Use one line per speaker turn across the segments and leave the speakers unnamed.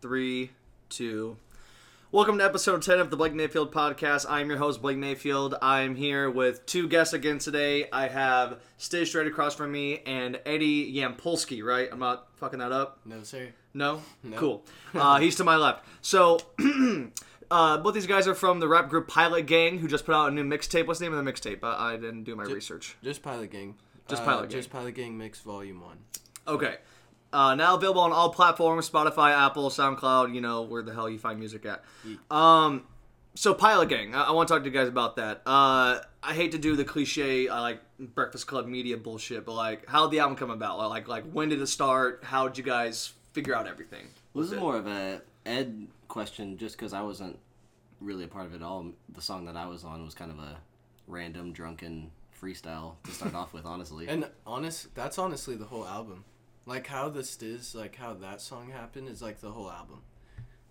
three, two. Welcome to episode 10 of the Blake Mayfield podcast. I'm your host, Blake Mayfield. I'm here with two guests again today. I have Stay Straight across from me and Eddie Yampolsky, right? I'm not fucking that up.
No, sir.
No? Cool. Uh, he's to my left. So, uh, both these guys are from the rap group Pilot Gang, who just put out a new mixtape. What's the name of the mixtape? Uh, I didn't do my research.
Just Pilot Gang. Uh,
Just Pilot Gang.
Just Pilot Gang Mix Volume 1.
Okay. Uh, now available on all platforms Spotify, Apple, SoundCloud, you know, where the hell you find music at. Um, so, Pilot Gang, I, I want to talk to you guys about that. Uh, I hate to do the cliche, I like Breakfast Club media bullshit, but like, how'd the album come about? Like, like when did it start? How'd you guys figure out everything?
This is
with it?
more of a Ed question, just because I wasn't really a part of it all. The song that I was on was kind of a random drunken freestyle to start off with, honestly.
And honest, that's honestly the whole album. Like how the Stiz, like how that song happened is like the whole album.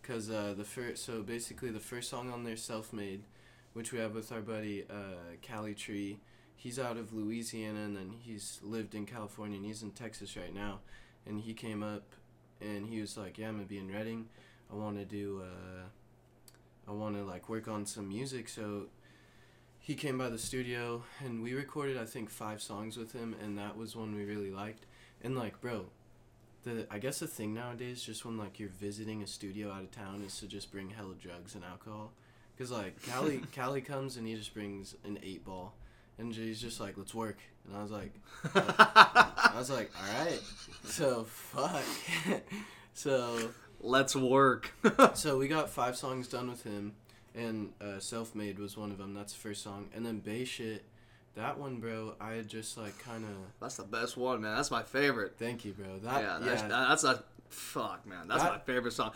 Cause uh, the first, so basically the first song on there, Self Made, which we have with our buddy uh, Cali Tree. He's out of Louisiana and then he's lived in California and he's in Texas right now. And he came up and he was like, "Yeah, I'm gonna be in Reading. I want to do, uh, I want to like work on some music." So he came by the studio and we recorded I think five songs with him, and that was one we really liked. And like, bro, the I guess the thing nowadays, just when like you're visiting a studio out of town, is to just bring hella drugs and alcohol. Cause like Cali, Cali comes and he just brings an eight ball, and he's just like, "Let's work." And I was like, I was like, "All right." So fuck. so
Let's work.
so we got five songs done with him, and uh, Self Made was one of them. That's the first song, and then Bay Shit, that one, bro. I had just like kind of
That's the best one, man. That's my favorite.
thank you, bro. That
Yeah,
yeah,
that's, that's a fuck, man. That's
That-
my favorite song.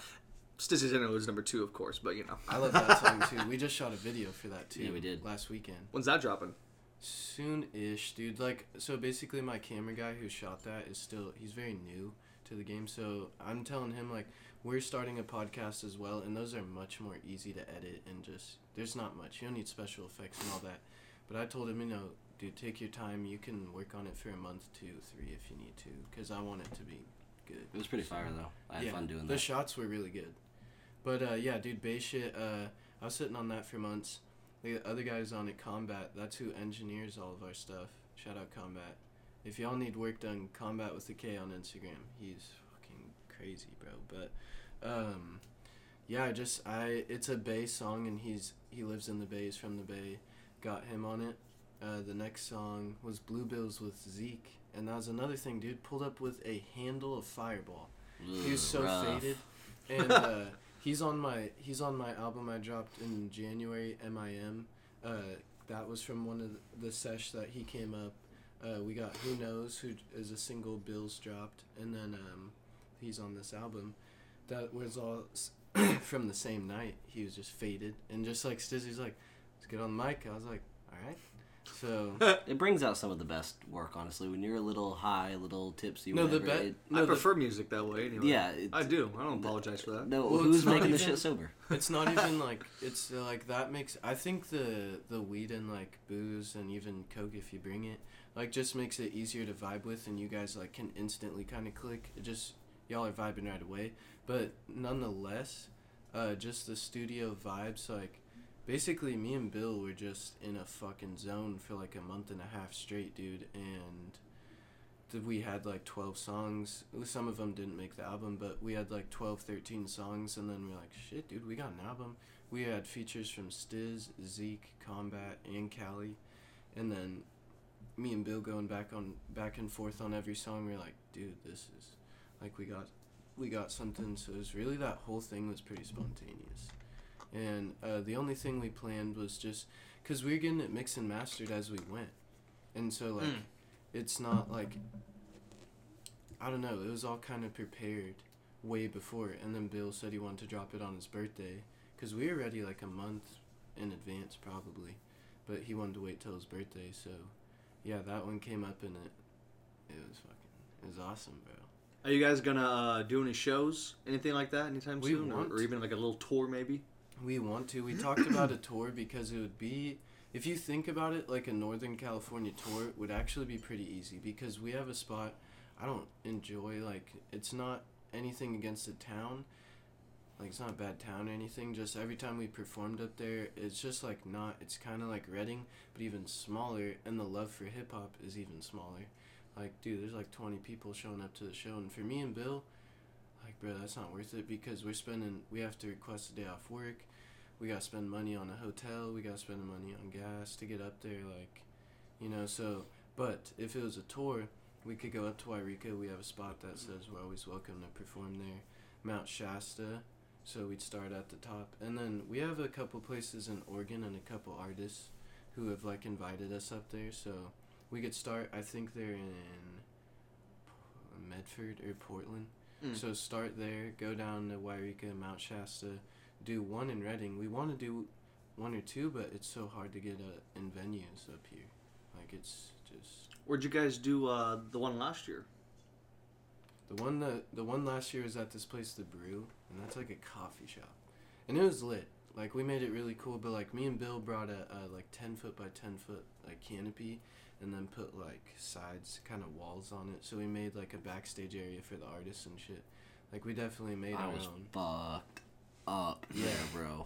Stizzy's Interlude is number two, of course, but you know.
I love that song too. We just shot a video for that too.
Yeah, we did.
last weekend.
When's that dropping?
Soon-ish, dude. Like, so basically, my camera guy who shot that is still he's very new to the game. So I'm telling him like we're starting a podcast as well, and those are much more easy to edit and just there's not much. You don't need special effects and all that. But I told him, you know, dude, take your time. You can work on it for a month, two, three, if you need to, because I want it to be good.
it was pretty fire, though. I had fun doing
The
that.
shots were really good. But uh, yeah, dude, Bay shit. Uh, I was sitting on that for months. The other guys on it, Combat. That's who engineers all of our stuff. Shout out Combat. If y'all need work done, Combat with the K on Instagram. He's fucking crazy, bro. But um, yeah, I just I it's a Bay song, and he's he lives in the Bay. He's from the Bay. Got him on it. Uh, the next song was Bluebills with Zeke, and that was another thing, dude. Pulled up with a handle of Fireball. He was so
Ugh, Mm, rough.
faded, and uh, he's on my he's on my album I dropped in January. M.I.M. Uh, that was from one of the, the sesh that he came up. Uh, we got Who Knows, who is a single Bills dropped, and then um, he's on this album. That was all s- from the same night. He was just faded, and just like Stizzy's like, let's get on the mic. I was like, all right. So
It brings out some of the best work, honestly. When you're a little high, a little tipsy,
no, the
whatever.
bet.
it-
No,
I
the-
prefer music that way, anyway.
yeah, it's,
I do. I don't apologize for that.
no,
Well,
who's
it's not
making the
even-
shit sober?
It's not even like it's uh, like that makes I think the the weed and like booze and even coke if you bring it like just makes it easier to vibe with and you guys like can instantly kind of click. It just y'all are vibing right away. But nonetheless, uh, just the studio vibes like basically me and Bill were just in a fucking zone for like a month and a half straight, dude, and th- we had like 12 songs some of them didn't make the album but we had like 12 13 songs and then we are like shit dude we got an album we had features from stiz zeke combat and cali and then me and bill going back on back and forth on every song we are like dude this is like we got we got something so it was really that whole thing was pretty spontaneous and uh, the only thing we planned was just because we were getting it mixed and mastered as we went and so like
Mm.
it's not like I don't know. It was all kind of prepared way before, and then Bill said he wanted to drop it on his birthday because we were ready like a month in advance probably, but he wanted to wait till his birthday. So, yeah, that one came up and it it was fucking it was awesome, bro.
Are you guys gonna uh, do any shows, anything like that, anytime
We
soon, or,
want
or even like a little tour, maybe?
We want to. We talked about a tour because it would be if you think about it, like a Northern California tour would actually be pretty easy because we have a spot I don't enjoy like it's not anything against the town. like it's not a bad town or anything. Just every time we performed up there, it's just like not. It's kind of like Reading, but even smaller, and the love for hip hop is even smaller. Like, dude, there's like 20 people showing up to the show, and for me and Bill, like, bro, that's not worth it because we're spending. We have to request a day off work. We gotta spend money on a hotel. We gotta spend money on gas to get up there. Like, you know. So, but if it was a tour, we could go up to Wairika. We have a spot that says we're always welcome to perform there. Mount Shasta, so we'd start at the top and then we have a couple places in oregon and a couple artists who have like invited us up there so we could start i think they're in P- medford or portland
Hmm.
Mm.
so start there go down to wairika mount shasta do one in reading we want to do one or two but it's so hard to get uh, in venues up here like it's just
Where'd you guys do uh, the one last year?
The one that the one last year was at this place, the Brew, and that's like a coffee shop, and it was lit. Like we made it really cool, but like me and Bill brought a, a like ten foot by ten foot like canopy, and then put like sides kind of walls on it. So we made like a backstage area for the artists and shit. Like we definitely made
I
our
was
own.
fucked up
Yeah.
there, bro.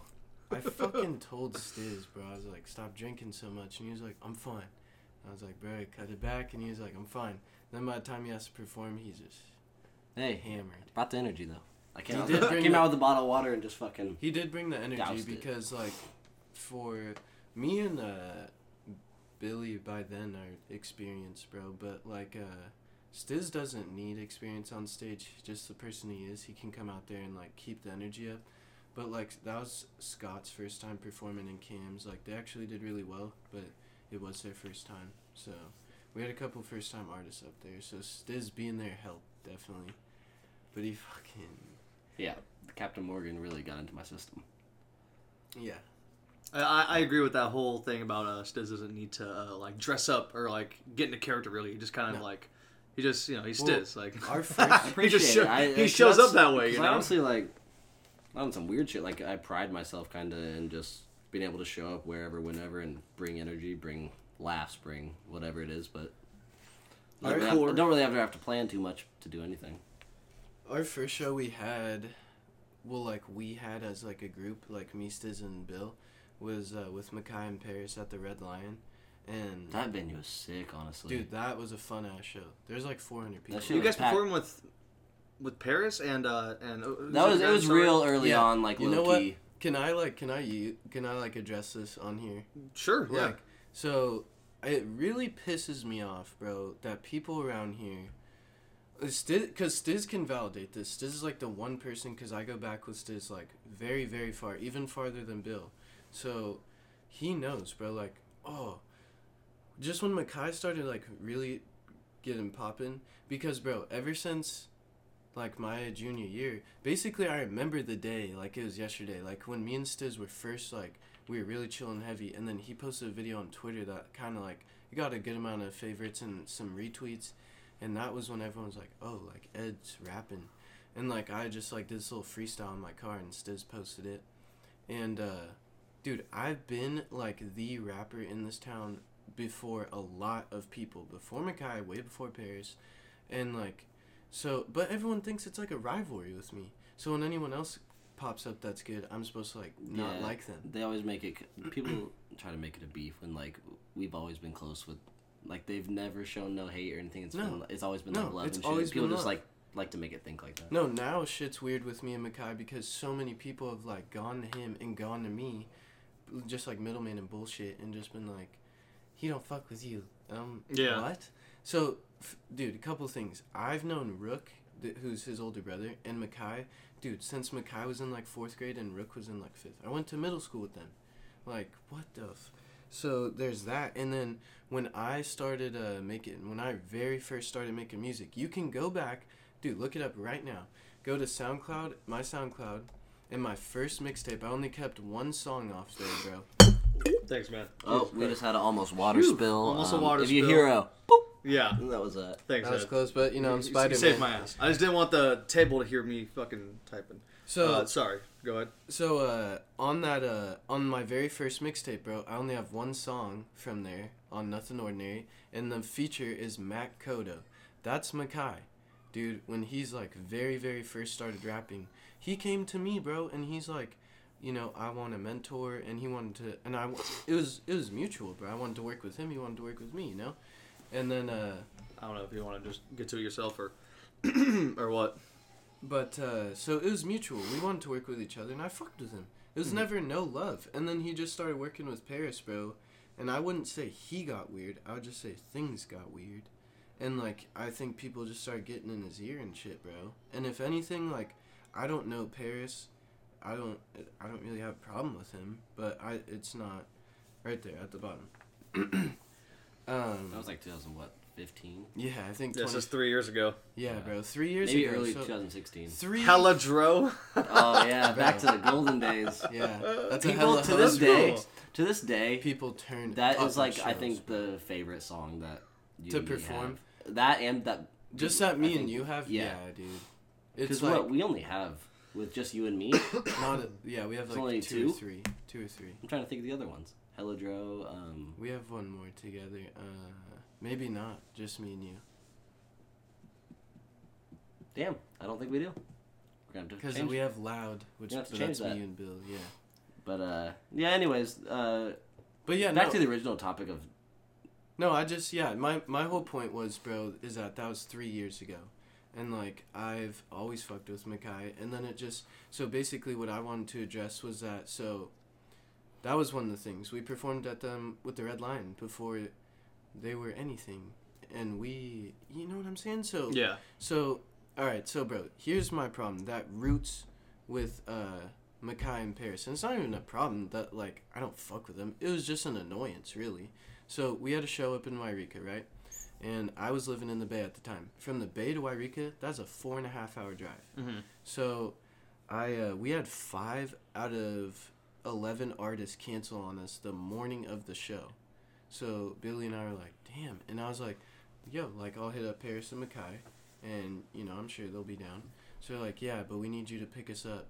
I fucking told Stiz, bro. I was like, stop drinking so much, and he was like, I'm fine. I was like, bro, cut it back, and he was like, I'm fine. Then by the time he has to perform, he's just
Hey,
hammered.
brought the energy though. I came,
You
out,
did bring
came
the-
out with a bottle of water and just fucking.
He did bring the energy
Doused it.
because, like, for me and uh, Billy by then are experienced, bro. But like, uh, Stiz doesn't need experience on stage. Just the person he is, he can come out there and like keep the energy up. But like, that was Scott's first time performing in Cam's. Like, they actually did really well, but it was their first time. So we had a couple first time artists up there. So Stiz being there helped definitely. But he fucking
Yeah, Captain Morgan really got into my system.
yeah.
I- I, I agree with that whole thing about uh, Stiz doesn't need to uh, like dress up or like get into character. Really, he just kind of
No.
like he just you know he's
Well,
Stiz. Like
our first-
he
Appreciate
just
it.
show,
I-
he
'cause
shows up
that's-
that way.
'cause
You
I
know.
honestly like not on some weird shit. Like I pride myself kind of in just being able to show up wherever, whenever, and bring energy, bring laughs, bring whatever it is. But I don't,
Alright,
really have,
cool.
I don't really ever have to plan too much to do anything.
Our first show we had, well, like we had as like a group, like Mistas and Bill, was uh, with Makai and Paris at the Red Lion, and
That venue was sick, honestly.
dude, that was a fun ass show. There's like 400 people.
shit
you guys
Pat-
perform with with Paris and uh and
that was it was real early
Yeah.
on, like
you
low
know what?
key.
Can I like can I u- can I like address this on here?
Sure, yeah.
Like, so it really pisses me off, bro, that people around here. Because Stiz can validate this. Stiz is like the one person, because I go back with Stiz like very, very far, even farther than Bill. So he knows, bro. Like, oh, just when Makai started like really getting poppin', because, bro, ever since like my junior year, basically I remember the day like it was yesterday. Like when me and Stiz were first like we were really chilling heavy, and then he posted a video on Twitter that kind of like he got a good amount of favorites and some retweets, and that was when everyone was like, "Oh, like Ed's rapping," and like I just like did this little freestyle in my car, and Stiz posted it, and uh, dude, I've been like the rapper in this town before a lot of people, before Makai, way before Paris, and like so, but everyone thinks it's like a rivalry with me. So when anyone else pops up that's good, I'm supposed to like not
Yeah.
like them.
They always make it. People try to make it a beef when like we've always been close with. Like they've never shown no hate or anything. It's
No.
been it's always been
No,
like love
it's
and shit.
always
People
been
just
love.
like like to make it think like that.
No, now shit's weird with me and Makai because so many people have like gone to him and gone to me, just like middleman and bullshit, and just been like, he don't fuck with you. Um,
Yeah.
What? So, f- dude, a couple things. I've known Rook, th- who's his older brother, and Makai, dude, since Makai was in like fourth grade and Rook was in like fifth. I went to middle school with them. Like, what the f- so there's that, and then when I started uh, making, when I very first started making music, you can go back, dude. Look it up right now. Go to SoundCloud, my SoundCloud, and my first mixtape. I only kept one song off there, bro.
Thanks, man.
Oh, we just had an almost water
Phew,
spill.
almost a
Um,
water
if you
spill.
hear a boop,
Yeah,
that was a
thanks.
That was
Ed.
close, but you know I'm
You- you
Spider
saved my
Man.
ass. I just didn't want the table to hear me fucking typing.
So
uh, sorry. Go ahead.
So uh, on that uh, on my very first mixtape, bro, I only have one song from there on Nothing Ordinary, and the feature is Matt Coda. That's Makai. dude, when he's like very, very first started rapping, he came to me, bro, and he's like, you know, I want a mentor, and he wanted to, and I, wa- it was, it was mutual, bro. I wanted to work with him, he wanted to work with me, you know, and then, uh,
I don't know if you want to just get to it yourself or or what.
but uh, so it was mutual. We wanted to work with each other, and I fucked with him. It was never no love, and then he just started working with Paris, bro. And I wouldn't say he got weird. I would just say things got weird, and like I think people just started getting in his ear and shit, bro. And if anything, like I don't know Paris, I don't I don't really have a problem with him, but I it's not right there at the bottom. um,
That was like 2000 what 15,
yeah, I think 20,
This is three years ago.
yeah, bro, three years
maybe
ago,
early
so
2016.
three
Hella dro.
oh yeah, back to the golden days.
Yeah, that's a
People
hella
to this
hella
day,
cool.
to this day,
people turn
That
up
is like
on
I
shows.
think the favorite song that you
To
and me
perform?
have. That and that
just that me
I
and
think-
you have yeah,
yeah.
dude
because
it's like
what we only have with just you and me. I'm
not a, yeah we have
It's
like
only
two, or
two?
three two or three
trying to think of the other ones. Hello, Dro. Um,
we have one more together uh maybe not just me and you
damn, I don't think we do. We're gonna have
because
to change.
we have loud which
You have to
but
change
that's
that.
me and Bill yeah
But uh, yeah. Anyways, uh,
but yeah
back
no,
to the original topic of
no I just yeah my my whole point was bro is that that was three years ago and like I've always fucked with Makai and then it just so basically what I wanted to address was that so that was one of the things we performed at them with the red line before they were anything and we you know what i'm saying so
Yeah.
so all right so bro here's my problem that roots with uh Makai and Paris. And it's not even a problem that like I don't fuck with them. It was just an annoyance, really. So we had a show up in Wairika, right? And I was living in the Bay at the time. From the Bay to Wairika, that's a four and a half hour drive. So I uh, we had five out of eleven artists cancel on us the morning of the show. So Billy and I were like, damn. And I was like, yo, like I'll hit up Paris and Makai, and you know I'm sure they'll be down. So they're like, yeah, but we need you to pick us up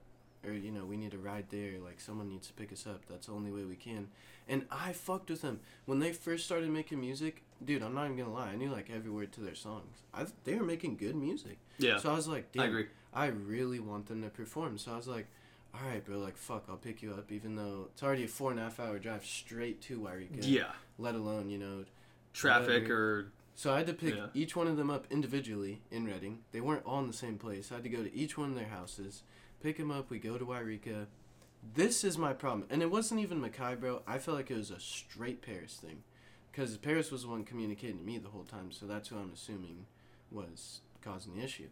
or you know we need a ride there like someone needs to pick us up that's the only way we can and i fucked with them when they first started making music dude i'm not even gonna lie i knew like every word to their songs I, they were making good music
Yeah.
so i was like
I
Damn,
agree.
i really want them to perform so i was like all right bro like fuck i'll pick you up even though it's already a four and a half hour drive straight to wairika
Yeah.
let alone you know
Traffic
Whatever.
or
so I had to pick
Yeah.
each one of them up individually in Reading. They weren't all in the same place. I had to go to each one of their houses, pick them up. We go to Wairika. This is my problem, and it wasn't even Mackay, bro. I felt like it was a straight Paris thing, because Paris was the one communicating to me the whole time. So that's who I'm assuming was causing the issue.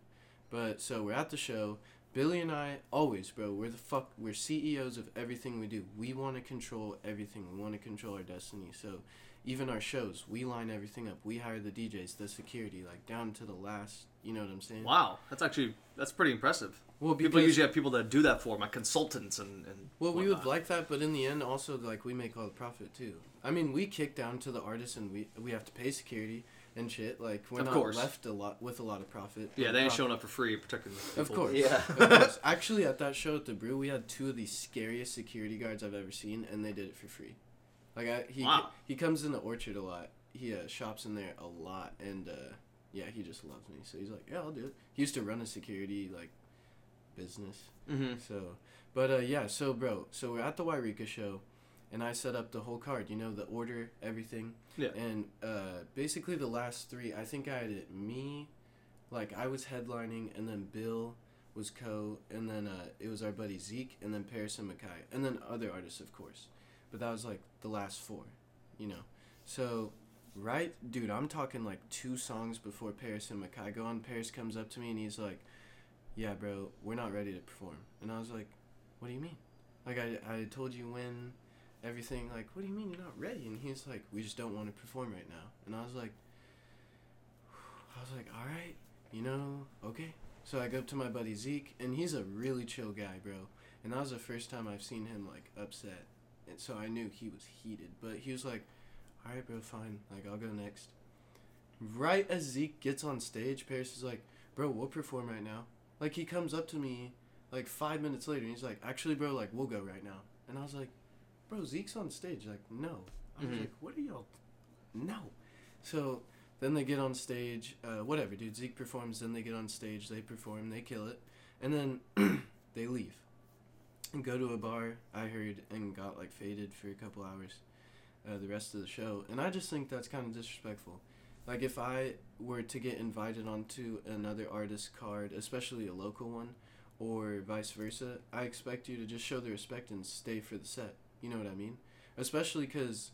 But so we're at the show. Billy and I always, bro. We're the fuck. We're CEOs of everything we do. We want to control everything. We want to control our destiny. So even our shows, we line everything up. We hire the DJs, the security, like down to the last. You know what I'm saying?
wow. That's actually that's pretty impressive.
Well,
people
because-
usually have people that do that for 'em, like consultants and and.
Well, we would
whatnot.
like that, but in the end, also like we make all the profit too. I mean, we kick down to the artists, and we we have to pay security and shit. Like we're
Of
not
course.
left a lot with a lot of profit.
Yeah, they ain't
Profit.
showing up for free protecting the people.
Of course.
Yeah.
of course. Actually, at that show at the brew, we had two of the scariest security guards I've ever seen, and they did it for free. Like I, he
Wow.
he comes in the orchard a lot. He uh, shops in there a lot, and uh, yeah, he just loves me. So he's like, yeah, I'll do it. He used to run a security like business.
Mm-hmm.
So, but uh, yeah, so bro, so we're at the Wairika show, and I set up the whole card. You know, the order, everything.
Yeah.
And uh, basically the last three, I think I had it me, like I was headlining, and then Bill was co, and then uh, it was our buddy Zeke, and then Paris and Mackay, and then other artists, of course. But that was like the last four, you know. So, right, dude, I'm talking like two songs before Paris and Mackay go on. Paris comes up to me and he's like yeah, bro, we're not ready to perform. And I was like, what do you mean? Like, I, I told you when, everything. Like, what do you mean you're not ready? And he's like, we just don't want to perform right now. And I was like, I was like, all right, you know, okay. So I go up to my buddy Zeke, and he's a really chill guy, bro. And that was the first time I've seen him, like, upset. And so I knew he was heated. But he was like, all right, bro, fine. Like, I'll go next. Right as Zeke gets on stage, Paris is like, bro, we'll perform right now. Like he comes up to me like five minutes later and he's like, actually, bro, like we'll go right now. And I was like, bro, Zeke's on stage. Like no. I was
Mhm.
like, what are y'all? No. So Then they get on stage, uh, whatever, dude. Zeke performs, then they get on stage, they perform, they kill it, and then they leave and go to a bar. I heard and got like faded for a couple hours, uh, the rest of the show, and I just think that's kind of disrespectful. Like if I were to get invited onto another artist's card, especially a local one, or vice versa, I expect you to just show the respect and stay for the set. You know what I mean? Especially because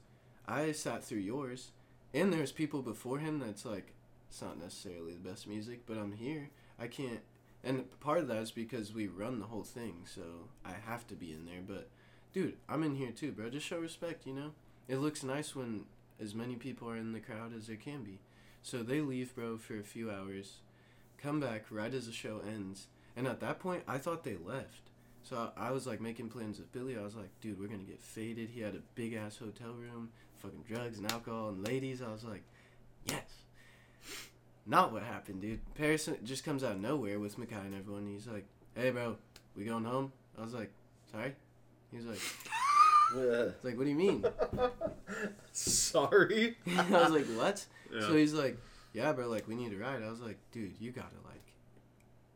I sat through yours, and there's people before him that's like, it's not necessarily the best music, but I'm here. I can't. And part of that is because we run the whole thing, so I have to be in there. But, dude, I'm in here too, bro. Just show respect, you know? It looks nice when as many people are in the crowd as there can be. So they leave, bro, for a few hours, come back right as the show ends. And at that point, I thought they left. So I I was like making plans with Billy. I was like, dude, we're gonna get faded. He had a big ass hotel room, fucking drugs and alcohol and ladies. I was like, yes. Not what happened, dude. Paris just comes out of nowhere with Makai and everyone. He's like, hey, bro, we going home? I was like, sorry. He was like,
Ugh.
it's like, what do you mean?
Sorry.
I was like, what?
Yeah.
So he's like, yeah, bro, like, we need a ride. I was like, dude, you gotta, like,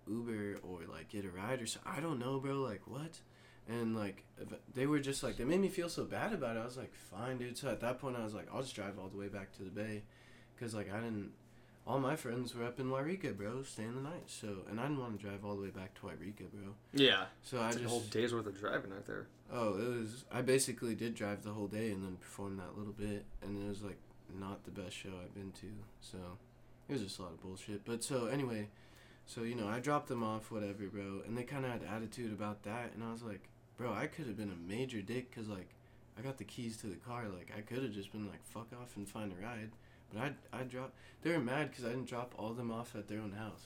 Uber or, like, get a ride or so. I don't know, bro, like, what? And, like, ev- they were just like, they made me feel so bad about it. I was like, fine, dude. So at that point, I was like, I'll just drive all the way back to the bay. Because, like, I didn't, all my friends were up in Wairika, bro, staying the night. So, and I didn't want to drive all the way back to Wairika, bro.
yeah.
So I
It's
just.
like a whole day's worth of driving right there.
Oh, it was. I basically did drive the whole day and then perform that little bit, and it was like not the best show I've been to. So it was just a lot of bullshit. But so anyway, so you know, I dropped them off, whatever, bro, and they kind of had attitude about that, and I was like, bro, I could have been a major dick, cause like I got the keys to the car, like I could have just been like, fuck off and find a ride. But I I dropped. They were mad because I didn't drop all them off at their own house.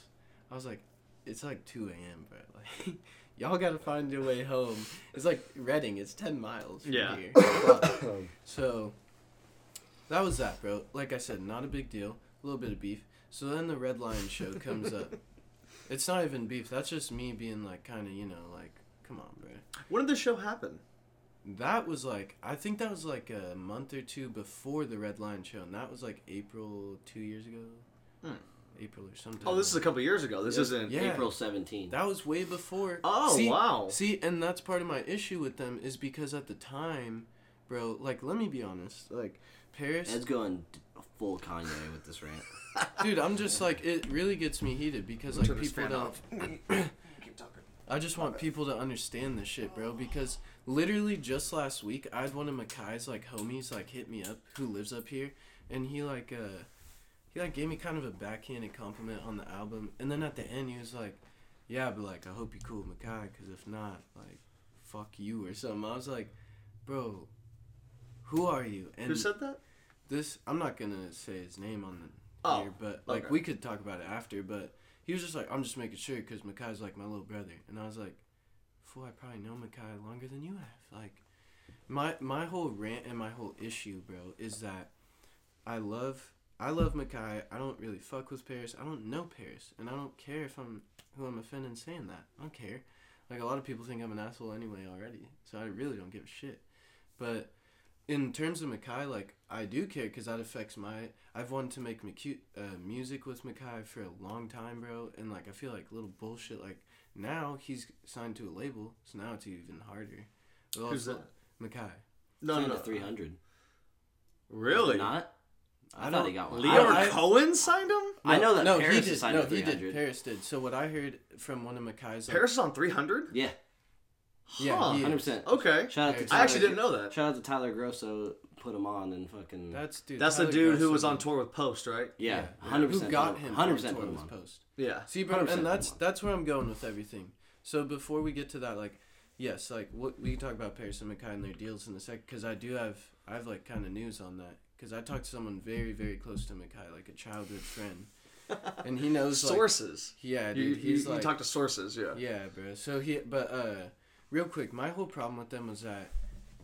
I was like, it's like two a.m., bro. Like. Y'all gotta find your way home. It's like Reading. It's ten miles from
Yeah.
here. Fuck. so that was that, bro. Like I said, not a big deal. A little bit of beef. So then the Red Lion show comes up. It's not even beef. That's just me being like, kind of, you know, like, come on, bro.
When did the show happen?
That was like, I think that was like a month or two before the Red Lion show, and that was like April two years ago.
Hmm.
April or something.
Oh, this is a couple years ago. This
Yeah.
isn't.
Yeah.
April 17th.
That was way before.
Oh,
See-
wow.
See, and that's part of my issue with them is because at the time, bro, like let me be honest, like Paris,
Ed's going d- full Kanye with this rant.
dude, I'm just like it really gets me heated because like
Turn this
people
fan
don't.
off. Keep talking.
I just want people to understand this shit, bro, because literally just last week I had one of Makai's like homies like hit me up who lives up here and he like uh he like gave me kind of a backhanded compliment on the album and then at the end he was like, Yeah, but like I hope you cool with Makai because if not, like fuck you or something. I was like, Bro, who are you? And
Who said that?
this I'm not gonna say his name on the
Oh,
here, but like
okay.
we could talk about it after. But he was just like, I'm just making sure because Makai's like my little brother, and I was like, fool, I probably know Makai longer than you have. Like, my my whole rant and my whole issue, bro, is that I love I love Makai. I don't really fuck with Paris. I don't know Paris, and I don't care if I'm who I'm offending saying that. I don't care. Like a lot of people think I'm an asshole anyway already, so I really don't give a shit. But in terms of Makai, like I do care because that affects my. I've wanted to make Macu- uh, music with Makai for a long time, bro, and like I feel like little bullshit. Like now he's signed to a label, so now it's even harder. But
Who's
also- Makai.
No, no,
Signed
no.
to 300.
Really?
Not? I,
I
thought
don't-
he got one.
Leo
I-
Cohen signed him?
I know that
no,
Paris
he
is
did.
signed
no,
to
he
300.
did. Paris did. So what I heard from one of Makai's like,
Paris is on 300?
Yeah,
Yeah,
Huh.
he is.
100%.
Okay.
Shout out
Paris.
to
I
Tyler.
I actually didn't know that.
Shout out to Tyler Grosso. Put him on and fucking.
That's dude.
That's the
Tyler
dude who
Grosso.
was on tour with Post, right?
yeah,
Yeah.
100%.
Who got
put
him?
100%
on
put him
Torres
on.
Post.
Yeah.
See, bro,
100%
and that's
Pokemon.
that's where I'm going with everything. So before we get to that, like, yes, like what we can talk about Paris and Makai and their deals in a sec, because I do have I have like kind of news on that, because I talked to someone very very close to Makai, like a childhood friend, and he knows like,
Sources.
Yeah,
you,
dude,
you,
he's
you
like
talk to sources, yeah.
yeah, bro. So he, but uh, real quick, my whole problem with them was that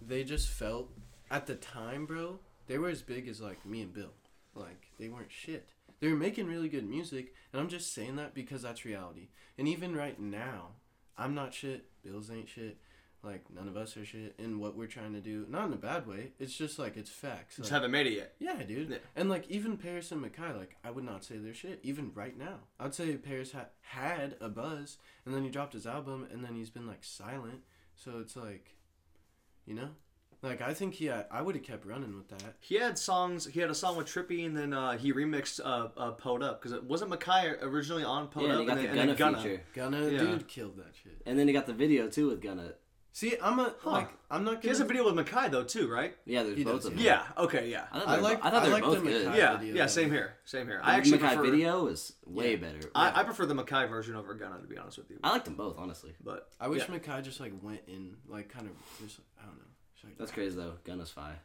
they just felt at the time, bro, they were as big as like me and Bill. Like they weren't shit. They were making really good music, and I'm just saying that because that's reality. And even right now, I'm not shit. Bill's ain't shit. Like none of us are shit in what we're trying to do. Not in a bad way. It's just like it's facts.
Just
like-
haven't made it yet.
yeah, dude.
Yeah.
And like even Paris and Mackay, like I would not say their shit even right now. I'd say Paris ha- had a buzz, and then he dropped his album, and then he's been like silent. So it's like, you know, like I think he, had, I would have kept running with that.
He had songs. He had a song with Trippy, and then uh, he remixed uh, uh, "Poed Up" because it wasn't Mackay originally on "Poed
Yeah,
Up,"
and he got
and,
the
then, and
Gunna,
then Gunna.
feature,
Gunna,
Yeah.
dude, killed that shit.
and then he got the video too with Gunna.
See, I'm a like, I'm not. Gonna,
He has a video with Mackay though too, right?
Yeah, there's
He
both
does,
of them.
Yeah. Okay. Yeah.
I thought
I
they were,
like-
bo- I thought
I
they were
like the
both good.
Mackay
Yeah.
Yeah.
video,
yeah.
though.
Same here. Same here.
The
I actually
Mackay
prefer.
video is way
Yeah.
better.
I, I prefer the Mackay version over Gunna, to be honest with you.
I like them both, honestly.
But
I wish
yeah.
Mackay just like went in, like kind of just, I don't know. Just, like,
That's crazy though. Gunna's fire.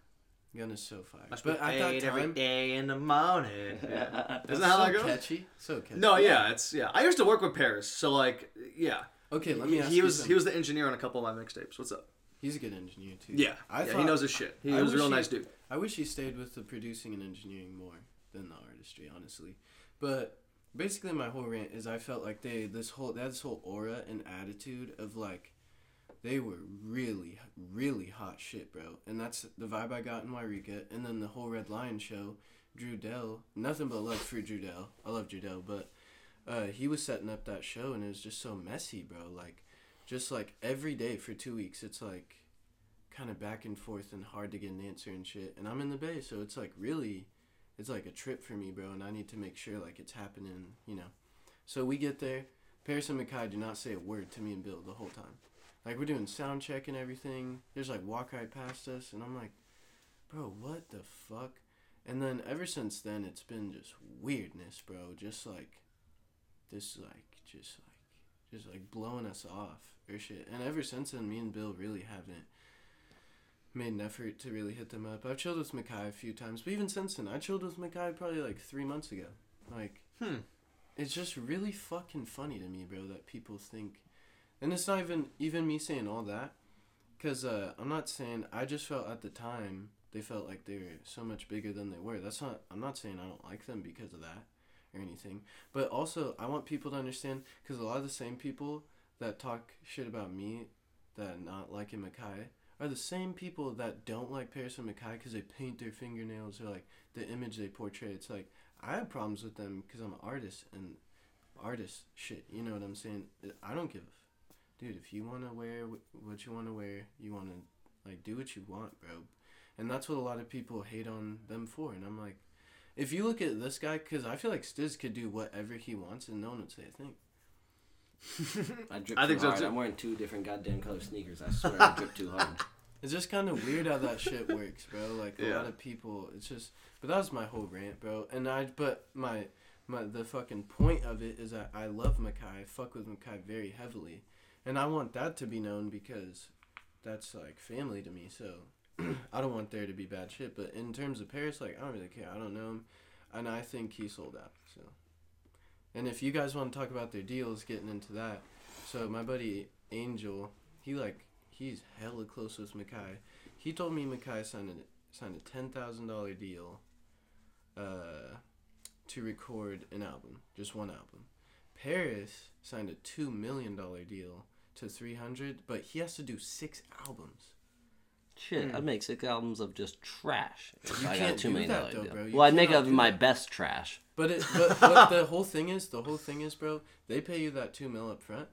Gunna's so fire.
Must be
But at that
paid every
time,
day in the morning. Yeah. Isn't that
so
how that goes?
catchy. So catchy.
No, yeah, it's yeah. I used to work with Paris, so like, yeah.
Okay, let me ask
he
you
was
something.
he was the engineer on a couple of my mixtapes. What's up?
He's a good engineer too.
Yeah,
I
yeah. he
thought-
knows his shit. He
I
was a
wish
real
he-
nice dude.
I wish he stayed with the producing and engineering more than the artistry, honestly. But basically, my whole rant is I felt like they this whole they had this whole aura and attitude of like they were really really hot shit, bro. And that's the vibe I got in Wairika. And then the whole Red Lion show, Drew Dell, nothing but love for Drew Dell. I love Drew Dell, but uh, he was setting up that show and it was just so messy, bro. Like, just like every day for two weeks, it's like kind of back and forth and hard to get an answer and shit. And I'm in the Bay, so it's like really, it's like a trip for me, bro. And I need to make sure like it's happening, you know. So we get there. Paris and Mackay do not say a word to me and Bill the whole time. Like we're doing sound check and everything. There's like walk right past us, and I'm like, bro, what the fuck? And then ever since then, it's been just weirdness, bro. Just like this like just like just like blowing us off or shit. And ever since then, me and Bill really haven't made an effort to really hit them up. I've chilled with Mackay a few times, but even since then, I chilled with Mackay probably like three months ago. Like,
Hmm.
it's just really fucking funny to me, bro, that people think, and it's not even even me saying all that, because uh, I'm not saying I just felt at the time they felt like they were so much bigger than they were. That's not. I'm not saying I don't like them because of that or anything. But also, I want people to understand because a lot of the same people that talk shit about me that not liking Makai are the same people that don't like Paris and Makai because they paint their fingernails or like the image they portray. It's like I have problems with them because I'm an artist and artist shit. You know what I'm saying? I don't give. a f- Dude, if you want to wear wh- what you want to wear, you want to like do what you want, bro. And that's what a lot of people hate on them for. And I'm like, if you look at this guy, because I feel like Stiz could do whatever he wants and no one would say a thing.
I drip
I
too
think so,
hard.
too.
I'm wearing two different goddamn color sneakers. I swear I drip too hard.
It's just kind of weird how that shit works, bro. Like a
Yeah.
lot of people, it's just. But that was my whole rant, bro. And I, but my, my the fucking point of it is that I love Makai. I fuck with Makai very heavily, and I want that to be known because that's like family to me. So I don't want there to be bad shit. But in terms of Paris, like I don't really care. I don't know him, and I think he sold out. So, and if you guys want to talk about their deals, getting into that. So my buddy Angel, he like he's hella close with Makai. He told me Makai signed a signed a ten thousand dollar deal, uh, to record an album, just one album. Paris signed a two million dollar deal to three hundred, but he has to do six albums.
Shit, I'd make six albums of just trash. if
Hmm. You
I got
can't
a two
do
million
that,
dollar
though,
deal.
bro. You
Well, I'd make
cannot
of
do
my
that.
best trash.
But it, but, but the whole thing is, the whole thing is, bro. They pay you that two mil up front.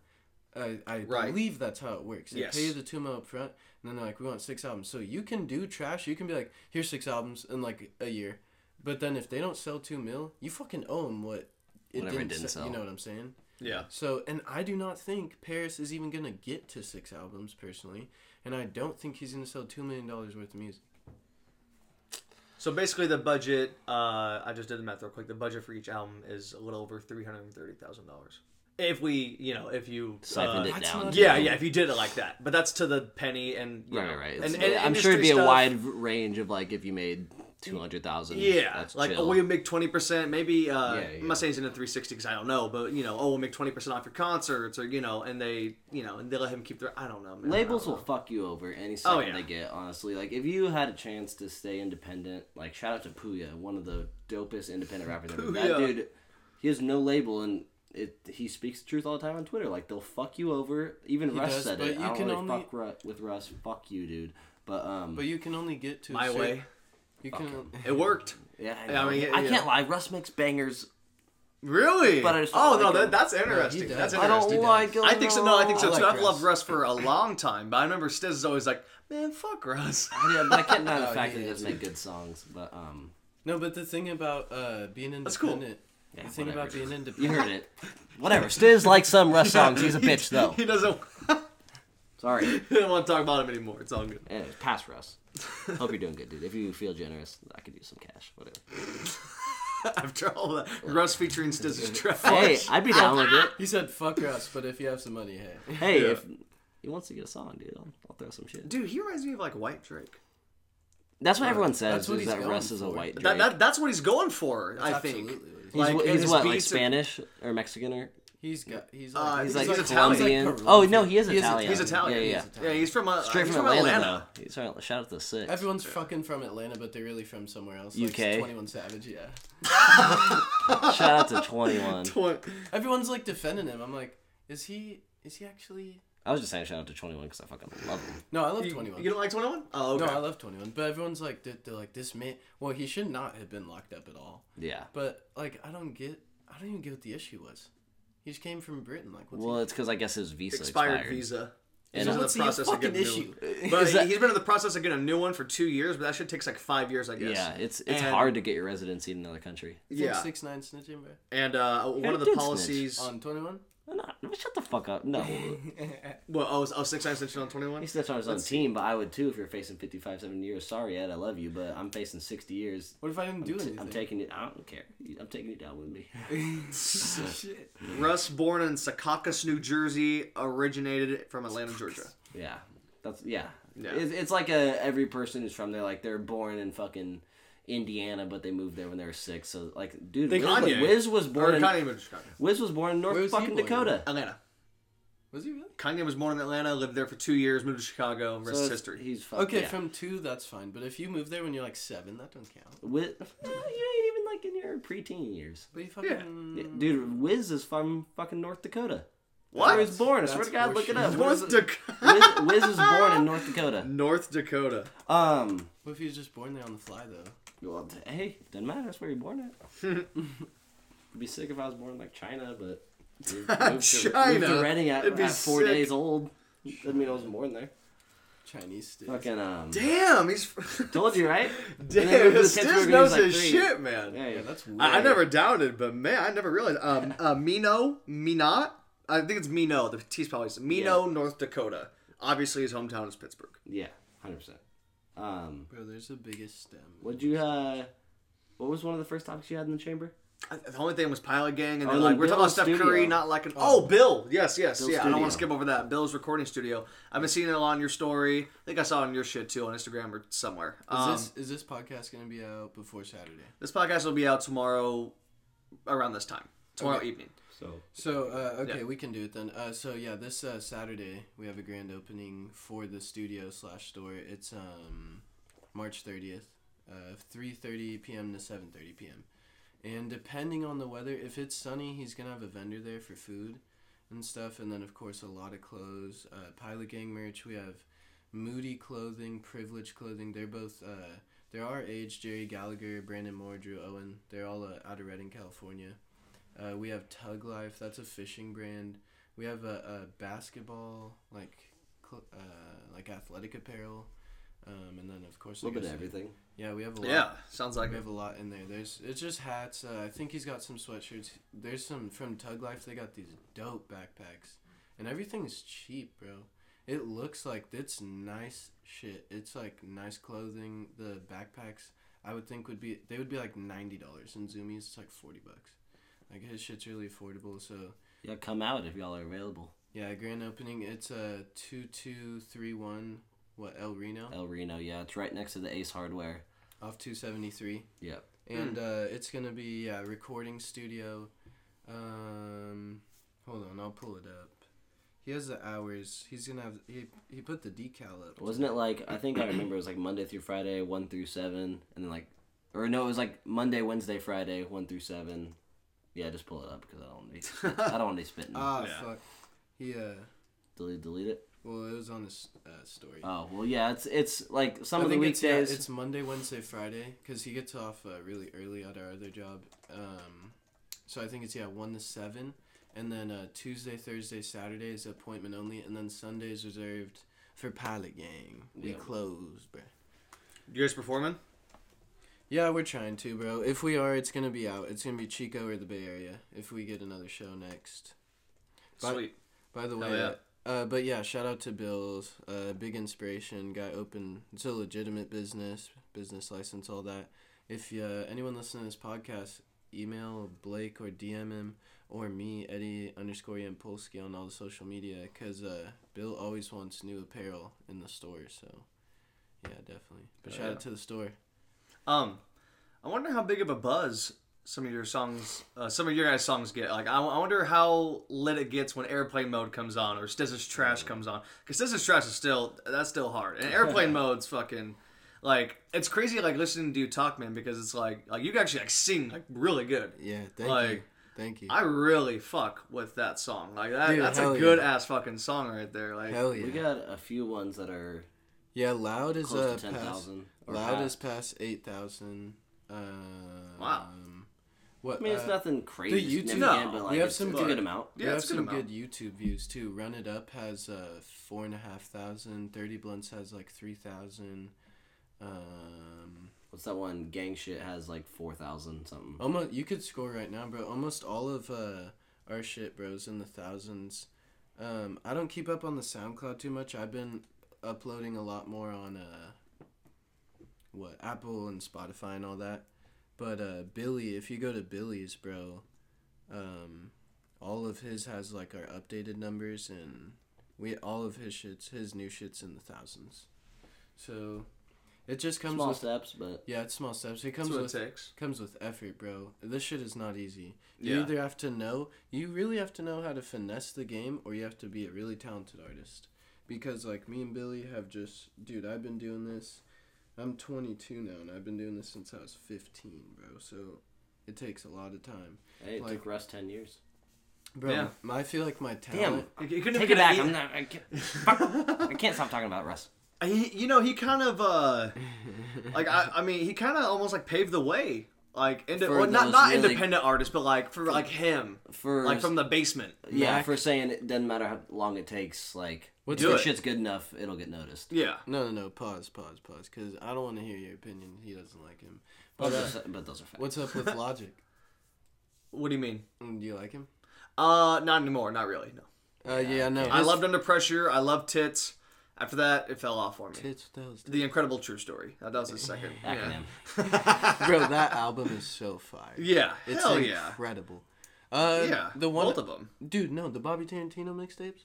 I, I
Right.
believe that's how it works. They
Yes.
pay you the two mil up front, and then they're like, "We want six albums." So you can do trash. You can be like, "Here's six albums in like a year," but then if they don't sell two mil, you fucking owe them what it
Whatever it
didn't,
didn't
sell.
sell.
You know what I'm saying?
Yeah.
So, and I do not think Paris is even gonna get to six albums personally, and I don't think he's gonna sell two million dollars worth of music.
So basically, the budget. Uh, I just did the math real quick. The budget for each album is a little over three hundred and thirty thousand dollars. If we, you know, if you
Siphoned
uh,
it
that's
down.
not-
Yeah, yeah. If you did it like that, but that's to the penny, and you
Right,
know,
right, right.
And,
It's-
and
I'm sure it'd be
industry
a
stuff.
wide range of like if you made two hundred thousand.
Yeah,
that's
like
chill.
oh, we'll make twenty percent. Maybe uh,
Yeah,
I'm
yeah.
not saying it's in a 360 because I don't know, but you know, oh, we'll make twenty percent off your concerts, or you know, and they, you know, and they let him keep their. I don't know. Man,
Labels
I don't
will
know.
fuck you over any
Oh,
second
yeah.
they get, honestly. Like, if you had a chance to stay independent, like, shout out to Puya, one of the dopest independent rappers ever. That
Puya.
dude, he has no label, and it he speaks the truth all the time on Twitter. Like they'll fuck you over. Even
He
Russ
does,
said
but
it.
you
I don't
can
really
only-
fuck Ru- with Russ. Fuck you, dude. But um,
But you can only get to a
My
cer-
way.
You can.
It worked.
yeah, I,
Yeah, I
know.
mean, yeah,
I
yeah.
can't lie. Russ makes bangers.
Really?
But I just
oh
don't
no,
like
that,
him.
that's interesting.
does.
that's
I
interesting.
I don't like him.
I think so. No, I think so
I
too.
like
I've loved
Russ.
Russ for a long time, but I remember Stiz is always like, "Man, fuck Russ."
Yeah, but I can't deny the
Oh,
fact that
yeah,
he does
yeah.
make good songs. But um,
No, but the thing about uh, being independent.
cool.
yeah,
The thing
whatever.
about being
You
independent.
heard it. Whatever. Stiz likes some Russ songs. He's a bitch though.
he doesn't.
Sorry.
he don't want to talk about him anymore. It's all good.
Anyways, pass Russ. Hope you're doing good, dude. If you feel generous, I could use some cash. Whatever.
After all that, Russ featuring Stiz is trash.
Hey, I'd be down with it.
He said, "Fuck us," but if you have some money, hey.
Hey,
Yeah.
if he wants to get a song, dude, I'll, I'll throw some shit.
Dude, he reminds me of like White Drake.
That's what everyone says
that's what
is
he's
that Russ
going
is a
for.
white Drake.
That, that that's what he's going for. I think.
Absolutely. what he-
he's
like,
wh-
and
he's
his
what, like
beats are-
Spanish or Mexican or
He's got. He's
Uh,
like.
he's
he's,
like-
like
he's
Colombian.
Italian.
oh no, he is
He's-
Italian.
He's Italian.
Yeah, yeah.
Yeah,
yeah.
he's from uh,
Straight
he's
from, Atlanta. though. He's from, shout out to the six.
Everyone's fucking from Atlanta, but they're really from somewhere else.
UK.
Like Twenty One Savage, yeah.
shout out to Twenty One.
Tw-
Everyone's like defending him. I'm like, is he? Is he actually?
I was just saying shout out to Twenty One because I fucking love him.
No, I love Twenty
You,
One.
you don't like Twenty One? Oh, okay.
No, I love Twenty One. But everyone's like, they're, they're like, this man. Well, he should not have been locked up at all.
Yeah.
But like, I don't get. I don't even get what the issue was. He just came from Britain. Like, what's
Well, it's because I guess his visa
expired,
expired.
visa.
And
He's in the
what's the
process of
fucking
getting a new
issue?
one. But
Is that-
he's been in the process of getting a new one for two years, but that shit takes like five years, I guess.
Yeah, it's it's
And-
hard to get your residency in another country.
he?
Yeah.
Six nine snitching, bro.
And uh, one
I
of the
did snitch.
policies.
On Twenty One.
No, no, shut the fuck up. No,
Well, oh, oh, six nine snitching on twenty one.
he snitched on his own team, but I would too if you're facing 55, 70 years. Sorry, Ed, I love you, but I'm facing 60 years.
What if I didn't do
T-
anything?
I'm taking it. I don't care. I'm taking it down with me.
Shit.
Russ, born in Secaucus, New Jersey, originated from Atlanta, Georgia.
Yeah, that's yeah.
Yeah.
It's, it's like a every person who's from there. Like they're born in fucking Indiana, but they moved there when they were six. So like, dude, Wiz,
Kanye.
Wiz was
Or
born. In,
Kanye was from Chicago.
Wiz was born in North
Where was he
fucking
born?
Dakota.
Atlanta.
Was he really?
Kanye was born in Atlanta, lived there for two years, moved to Chicago, rest
So
is
it's-
history.
He's fucking
Okay,
Yeah.
from two, that's fine. But if you move there when you're like seven, that don't count.
Wiz, Uh, you ain't even like in your preteen years.
But you fucking.
Yeah, dude, Wiz is from fucking North Dakota.
what?
Where he was born. I swear
That's
to God, look it
horseshit.
up.
North
Wiz,
Dakota.
Wiz, Wiz is born in North Dakota.
North Dakota.
Um,
What if he was just born there on the fly though?
well, t- hey, doesn't matter. That's where you're born at. It'd be sick if I was born in, like China, but moved, moved To, moved
China.
to Reading at,
It'd be
at four
sick.
days old. Doesn't mean I was born there.
Chinese still.
Fucking um,
Damn, he's.
told you right. And then
Damn,
moved to
Stiz
Pittsburgh when he
knows
was, like,
his
three.
shit, man.
Yeah,
Yeah,
yeah.
that's weird.
I, I never doubted, but man, I never realized. Um, uh, Mino, Minot. I think it's Mino. The T's probably Mino, North Dakota. Obviously, his hometown is Pittsburgh.
yeah, hundred percent. Um,
Bro, there's the biggest stem.
what'd you uh? What was one of the first topics you had in the chamber?
I- The only thing was Pilot Gang, and then
Oh, and
like
then
we're talking about
Bill's
Steph
studio.
Curry, not like an oh Bill, yes, yes,
Bill's
yeah. I don't want to
studio.
skip over that. Bill's recording studio. I've been seeing it on your story. I think I saw it on your shit too on Instagram or somewhere.
Is
Um, this...
this is this podcast gonna be out before Saturday?
podcast will be out tomorrow around this time, tomorrow evening.
So
So uh, okay,
Yeah.
we can do it then. Uh, so yeah, this uh, Saturday we have a grand opening for the studio slash store. It's um, March thirtieth, uh, three thirty p.m. to seven thirty p.m. And depending on the weather, if it's sunny, he's gonna have a vendor there for food and stuff. And then of course a lot of clothes, uh, Pilot Gang merch. We have Moody Clothing, Privilege Clothing. They're both. Uh, they're our age. Jerry Gallagher, Brandon Moore, Drew Owen. They're all uh, out of Redding, California. Uh, we have Tug Life. That's a fishing brand. We have a, a basketball like cl- uh, like athletic apparel, um, and then of course
a little
I
bit of
guess, uh,
everything.
Yeah, we have a lot.
Yeah, sounds like
we
it.
have a lot in there. There's it's just hats. Uh, I think he's got some sweatshirts. There's some from Tug Life. They got these dope backpacks, and everything's cheap, bro. It looks like it's nice shit. It's like nice clothing. The backpacks I would think would be they would be like ninety dollars in Zoomies. It's like forty bucks. Like his shit's really affordable. So
Yeah, come out if y'all are available.
yeah, grand opening. It's a two two three one. What El Reno
El Reno, yeah, it's right next to the Ace Hardware.
off two seventy three.
Yep.
and uh, it's gonna be yeah, recording studio. Um, hold on, I'll pull it up. He has the hours. He's gonna have he he put the decal up.
Wasn't it like I think I remember it was like Monday through Friday, one through seven, and then like, or no, it was like Monday, Wednesday, Friday, one through seven, Yeah, just pull it up because I don't want to be. spit- I don't want to be spitting.
Ah,
Yeah.
fuck. He uh,
delete, delete it.
well, it was on his uh, story.
Oh well, yeah. It's it's like some of the
it's, yeah,
weekdays.
It's, Monday, Wednesday, Friday because he gets off uh, really early at our other job. Um, so I think it's yeah one to seven, and then uh, Tuesday, Thursday, Saturday is appointment only, and then Sunday is reserved for Pilot Gang. We
Yeah.
closed, bro.
You guys performing?
Yeah, we're trying to, bro. If we are, it's gonna be out. It's gonna be Chico or the Bay Area if we get another show next. Bye.
Sweet.
By the way,
Hell yeah.
uh, but yeah, shout out to Bills, uh, big inspiration. Guy open. It's a legitimate business, business license, all that. If uh, anyone listening to this podcast, email Blake or DM him or me, Eddie underscore Yampolsky on all the social media, cause uh, Bill always wants new apparel in the store. So, yeah, definitely. But
Hell
shout
yeah.
out to the store.
Um, I wonder how big of a buzz some of your songs, uh, some of your guys' songs get. Like, I, I wonder how lit it gets when airplane mode comes on or Scissor's
Mm.
Trash comes on. Because Scissor's Trash is still that's still hard, and airplane mode's fucking like it's crazy. Like listening to you talk, man, because it's like like you can actually like sing like really good.
Yeah, thank you,
Like,
thank you.
I really fuck with that song. Like that,
Dude,
that's a
hell
good ass fucking song right there. Like
Hell yeah.
We got a few ones that are
Yeah, loud is
close
uh,
to ten
past.
thousand.
Loud is past eight thousand. Um,
Wow.
What?
I mean, it's
uh,
nothing crazy.
YouTube-
The YouTube,
No,
but
we
like,
have
it's,
some
it's a
good-
good amount.
we
Yeah,
have
it's a good
some
amount.
good YouTube views too. Run it up has uh four and a half thousand. Thirty blunts has like three thousand. Um,
What's that one? Gang shit has like four thousand something.
almost you could score right now, bro. Almost all of uh our shit, bros, in the thousands. Um, I don't keep up on the SoundCloud too much. I've been uploading a lot more on uh what Apple and Spotify and all that. But uh, Billy, if you go to Billy's, bro, um, all of his has like our updated numbers, and we all of his shits, his new shits in the thousands. So it just comes
Small
with
steps, but
yeah, it's small steps. It
that's
comes
what
with
it takes.
comes with effort, bro. This shit is not easy. You
Yeah.
either have to know, you really have to know how to finesse the game, or you have to be a really talented artist. Because like me and Billy have just, dude, I've been doing this. I'm 22 now, and I've been doing this since I was 15, bro. So it takes a lot of time,
hey, it
Like-
took Russ ten years.
bro.
Yeah.
m- I feel like my
Damn,
talent.
You- you couldn't
take
get
it
a-
back. I'm not. I can't, fuck, I can't stop talking about Russ.
e- He, you know, he kind of uh, like I, I mean, he kind of almost like paved the way, like ind-
For
well, not
those
not
really-
independent artists, but like for like him,
For
like from the basement.
yeah,
Mac-
for saying it doesn't matter how long it takes. Like,
What's
if
Do
the
it.
shit's good enough, it'll get noticed.
Yeah,
No, no, no. Pause, pause, pause. Because I don't want to hear your opinion. He doesn't like him.
But
But uh,
those, but those are facts.
what's up with Logic?
what do you mean?
Mm, Do you like him?
Uh, not anymore. Not really. No,
Uh, yeah, no.
I
his
loved Under Pressure. I loved Tits. After that, it fell off for me.
tits. That was
The Incredible True Story. That was his second. yeah,
Acronym.
Bro, that album is so fire.
yeah,
It's
hell yeah,
incredible. Uh,
yeah.
The one,
both of them.
dude. No, the Bobby Tarantino mixtapes.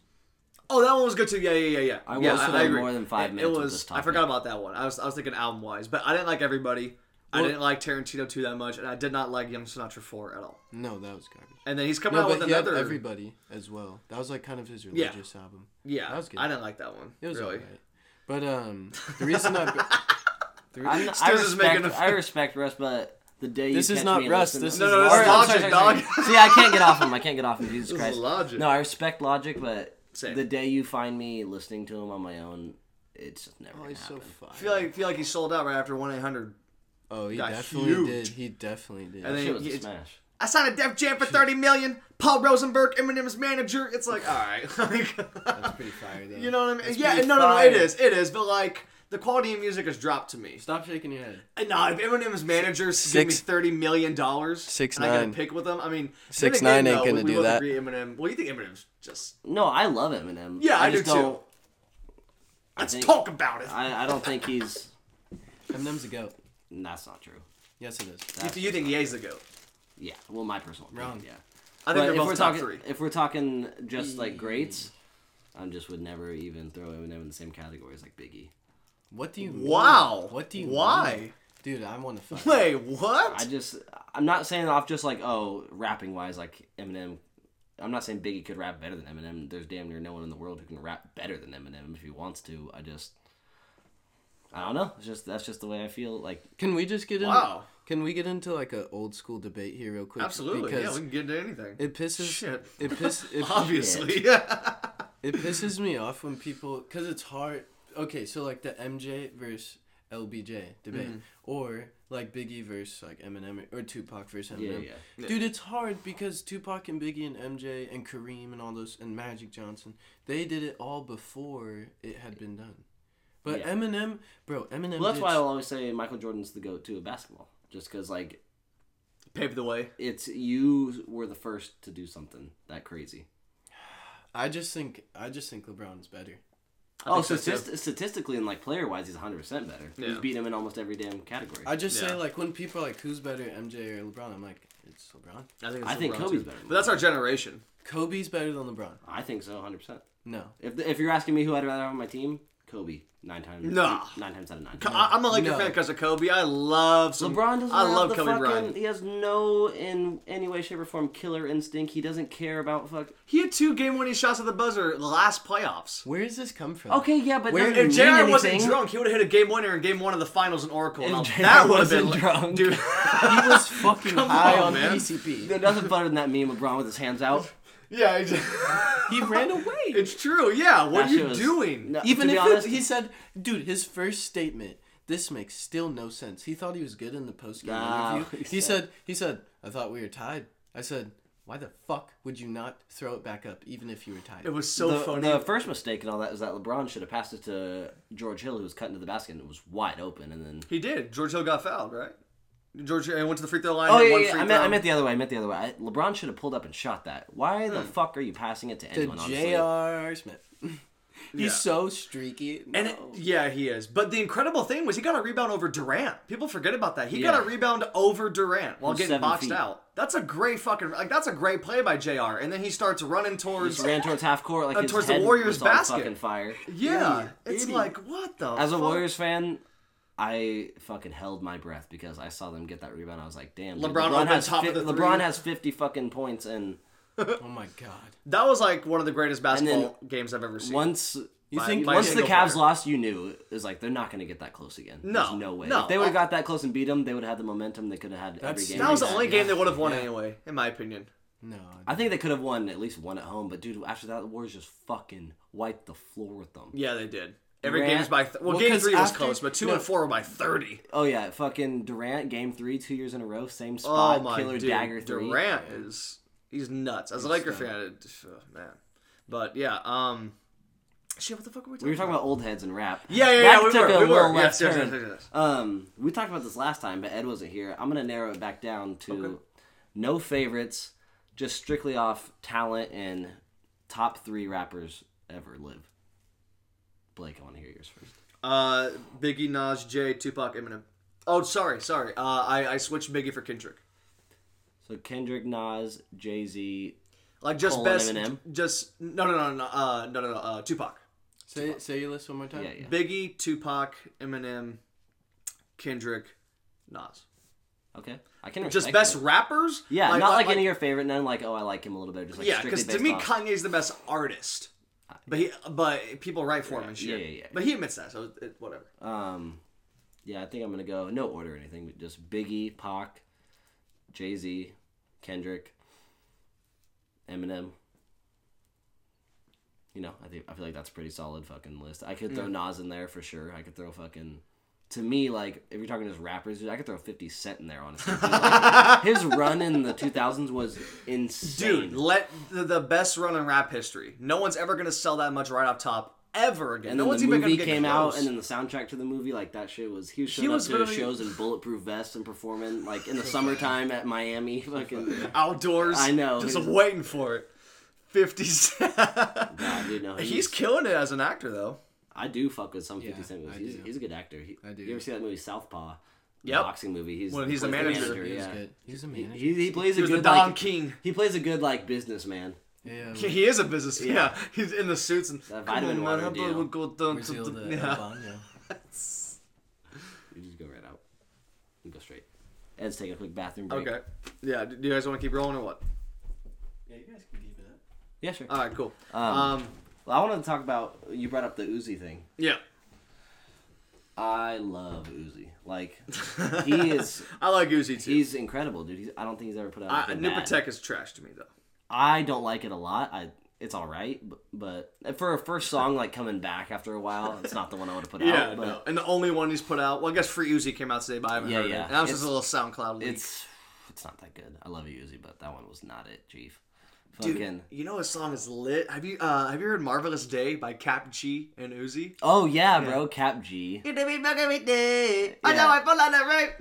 Oh, that one was good too. Yeah, yeah, yeah, yeah.
I
yeah,
wasted on more than five
It-
minutes
It
of
was.
this
I forgot about that one. I was, I was thinking album wise, but I didn't like everybody. I
Well-
didn't like Tarantino two that much, and I did not like Young Sinatra four at all.
No, that was garbage.
And then he's coming
No,
out
but
with
he had
another.
everybody as well. That was like kind of his religious album.
yeah,
That was good.
I didn't like that one.
It was
really.
alright. But um, the reason I
I'm, I
Stirs is making a-
respect. I respect Russ, but the day
This
you
is
catch
not
me
Russ,
listening-
this
No,
is
no,
Logic.
this is
Or- I'm
logic,
sorry, sorry,
dog.
sorry. See, I can't get off him. I can't get off him. Jesus
This
Christ.
is logic.
No, I respect Logic, but
Same.
the day you find me listening to him on my own, it's just never
oh,
gonna
he's so
happen.
fire.
I feel like feel like he sold out right after one eight hundred.
oh, he
got
definitely
huge.
did. He definitely did.
And
That
then-
shit was
Yeah.
a smash.
I signed a Def Jam for thirty million. Paul Rosenberg, Eminem's manager. It's like all right, like,
That's pretty fire, though.
you know what I mean?
That's
Yeah,
pretty
no, no, no, it
fire.
is, it is. But like the quality of music has dropped to me.
Stop shaking your head.
And Uh, No, if Eminem's manager gave me
Six-
thirty million dollars,
Six
and I got
nine.
to pick with him. I mean,
Six
then
nine ain't
though,
gonna
we
do
both
that.
Agree Eminem. Well, you think Eminem's just?
No, I love Eminem.
Yeah, I, do
just don't,
too. Let's
think-
talk about it.
I, I don't think he's.
Eminem's a goat.
That's not true.
Yes, it is.
you, th- you think Ye's the goat?
Yeah. Well, my personal opinion.
Wrong.
Yeah.
I think
But
they're
if
both
we're
top
talking,
three.
if we're talking just like greats, I just would never even throw Eminem in the same category as like Biggie.
What do you? mean?
Wow.
What do you?
Why?
mean? dude? I want to fight.
Wait, what?
I just I'm not saying off just like oh rapping wise like Eminem. I'm not saying Biggie could rap better than Eminem. There's damn near no one in the world who can rap better than Eminem if he wants to. I just I don't know. It's just that's just the way I feel. Like
Can we just get in?
Wow.
Can we get into like an old school debate here real quick?
Absolutely. Yeah, we
Because
can get into anything.
it pisses.
Shit.
It pisses. It,
Obviously. Yeah.
it pisses me off when people because it's hard. Okay, so like the MJ versus LBJ debate,
Mm-hmm.
or like Biggie versus like Eminem or Tupac versus
Yeah,
Eminem.
yeah.
Dude, it's hard because Tupac and Biggie and MJ and Kareem and all those and Magic Johnson, they did it all before it had been done. But
Yeah.
Eminem, bro, Eminem.
well, that's
did
why
s-
I'll always say Michael Jordan's the goat too of basketball. Just because like
Pave the way.
it's you were the first to do something that crazy.
I just think I just think LeBron's better.
Oh,
think so,
statist- statistically and like player wise, he's 100 percent better. He's
Yeah.
beating him in almost every damn category.
I just say
Yeah.
like when people are like who's better, MJ or LeBron, I'm like it's LeBron.
I think,
I think
LeBron,
Kobe's
too.
better than
But that's our generation.
Kobe's better than LeBron.
I think so, 100. percent
No.
If if you're asking me who I'd rather have on my team, Kobe nine times.
Nah.
nine times out of nine.
Co- I- I'm a Laker
No.
fan because of Kobe. I love some,
LeBron doesn't
I
have
love
the
Kobe
fucking.
Bryant.
He has no in any way, shape, or form killer instinct. He doesn't care about fuck.
He had two game-winning shots at the buzzer last playoffs.
Where does this come from?
Okay, yeah, but
Where-
that
If
doesn't mean
Jared wasn't
anything.
drunk, he would have hit a game winner in game one of the finals in Oracle.
If
Now,
Jared
that would have been
wasn't
like-
drunk.
dude.
He was fucking
Come
high
on,
on,
man.
PCP.
There's nothing better than that meme of LeBron with his hands out.
yeah, it's,
He ran away.
it's true. Yeah, what
That
are you
shit was-
doing?
No,
Even
to
if
be
it-
honest,
he said, dude, his first statement, this makes still no sense. He thought he was good in the post game
Nah,
interview.
he
He said, he said, I thought we were tied. I said, why the fuck would you not throw it back up, even if you were tied?
It was so
the,
funny.
the first mistake and all that is that LeBron should have passed it to George Hill, who was cutting to the basket and it was wide open. And then
he did. George Hill got fouled, right? George Hill went to the free throw line.
oh
and
yeah,
one
yeah,
free
I meant I
throw. Hmm.
meant the other way. I meant the other way. I, LeBron should have pulled up and shot that. Why the fuck are you passing it to
The
anyone? honestly?
J.R. Smith. He's
Yeah.
so streaky.
And it,
Oh.
No.
yeah, he is. But the incredible thing was he got a rebound over Durant. People forget about that. He
Yeah.
got a rebound over Durant while
From
getting
seven
boxed
feet.
out. That's a great fucking like that's a great play by JR. And then he starts running towards
Just ran towards half court like
Uh,
his
towards the
head
Warriors
was on
basket.
fucking fire.
Yeah,
Idiot,
it's
idiot.
like what the
As a
fuck?
Warriors fan, I fucking held my breath because I saw them get that rebound. I was like, damn. dude,
LeBron opened
has
top of the three.
LeBron has 50 fucking points and
oh my god.
That was like one of the greatest
then-
basketball games I've ever seen.
once
You
My-
think
my
once the
single
Cavs
player.
lost, you knew it was like they're not going to get that close again.
No,
There's no way.
no.
If they would have got that close and beat them, they would have had the momentum. They could have had every
That's-
game.
that was the
they
only
had.
game they would have won
Yeah.
anyway, in my opinion.
No.
I think they could have won at least one at home, but dude, after that, the Warriors just fucking wiped the floor with them.
Yeah, they did. Every
Durant-
game was by th- well,
Well,
game
'cause
three was
after-
close, but two
no.
and four were by thirty.
Oh yeah, fucking Durant game three, two years in a row, same
Oh
spot,
my
killer
dude,
dagger three.
Durant is he's nuts. As a Laker fan, it, oh, man. But yeah, um, shit. What the fuck were we talking,
We were talking about old heads and rap.
Yeah, yeah, yeah, we
took
were,
a
we were.
little
Yes,
left
yes,
turn.
yes, yes, yes.
Um, we talked about this last time, but Ed wasn't here. I'm gonna narrow it back down to no favorites, just strictly off talent and top three rappers ever live. Blake, I want to hear yours first.
Uh, Biggie, Nas, Jay, Tupac, Eminem. Oh, sorry, sorry. Uh, I I switched Biggie for Kendrick.
So Kendrick, Nas, Jay Z.
Like just
Cole and
best,
Eminem?
just no, no, no, no, uh, no, no, no. Uh, Tupac,
Say, say your list one more time.
Yeah, yeah.
Biggie, Tupac, Eminem, Kendrick, Nas.
Okay, I can
Just
respect
best
that.
rappers.
Yeah, not like, any of your favorite. None like oh, I like him a little bit. Just like
yeah,
strictly
because to
based
me,
off-
Kanye's the best artist. But he, but people write for him and shit.
yeah, yeah, yeah.
But he admits that, so it, whatever.
Um, yeah, I think I'm gonna go no order or anything, but just Biggie, Pac, Jay Z, Kendrick, Eminem. You know, I think I feel like that's a pretty solid fucking list. I could throw Nas in there for sure. I could throw fucking. To me, like if you're talking just rappers, dude, I could throw Fifty Cent in there. Honestly, Dude, like, his run in the 2000s was insane.
Dude, let the, the best run in rap history. No one's ever gonna sell that much right off top ever again.
and
no
then
one's
the
even
movie
gonna get
came out,
close.
and then the soundtrack to the movie, like that shit was he was showing
was
up to his
literally-
shows in bulletproof vests and performing like in the summertime at Miami. Fucking
outdoors.
I know,
just
he's-
waiting for it. Fifty Cent.
God, dude, no, he's,
He's killing it as an actor, though.
I do fuck with some Fifty
Yeah,
Cent movies.
I
He's,
do.
he's a good actor. He,
I do.
You ever see that movie Southpaw? The
Yep.
boxing movie. He's
When he's the
plays
manager.
He was
yeah.
good. He's a
He,
manager.
he, he plays
He
a
was the
good
Don
like,
King.
he plays a good like businessman.
yeah.
He is a business. Yeah,
Mm. Yeah.
he's in the suits and
That vitamin
Come on,
water
man,
deal.
we'll go down to
Brazil,
the-
the
yeah.
Albania.
You just go right out. You go straight. Ed's taking a quick bathroom break.
Okay. Yeah. Do do you guys want to keep rolling or what?
Yeah, you guys can keep it up.
Yeah, sure.
All right. Cool.
Um,
Um.
well, I wanted to talk about you brought up the Uzi thing.
Yeah.
I love Uzi. Like he is,
I like Uzi too.
he's incredible, dude. He's, I don't think he's ever put out.
I,
anything
New
bad.
Protect is trash to me though.
I don't like it a lot. I it's all right, but, but for a first song like coming back after a while, it's not the one I would have put
Yeah,
out. But
no. and the only one he's put out. Well, I guess Free Uzi came out today, but I haven't
Yeah,
heard
yeah.
it. That was just a
It's-
little SoundCloud leak.
it's it's not that good. I love you, Uzi, but that one was not it, Chief.
Dude,
Fucking
you know his song is lit. Have you uh have you heard "Marvelous Day" by Cap G and Uzi?
oh yeah, bro, Cap G.
You did me fucking with day. I
Yeah.
know I fell on that rape.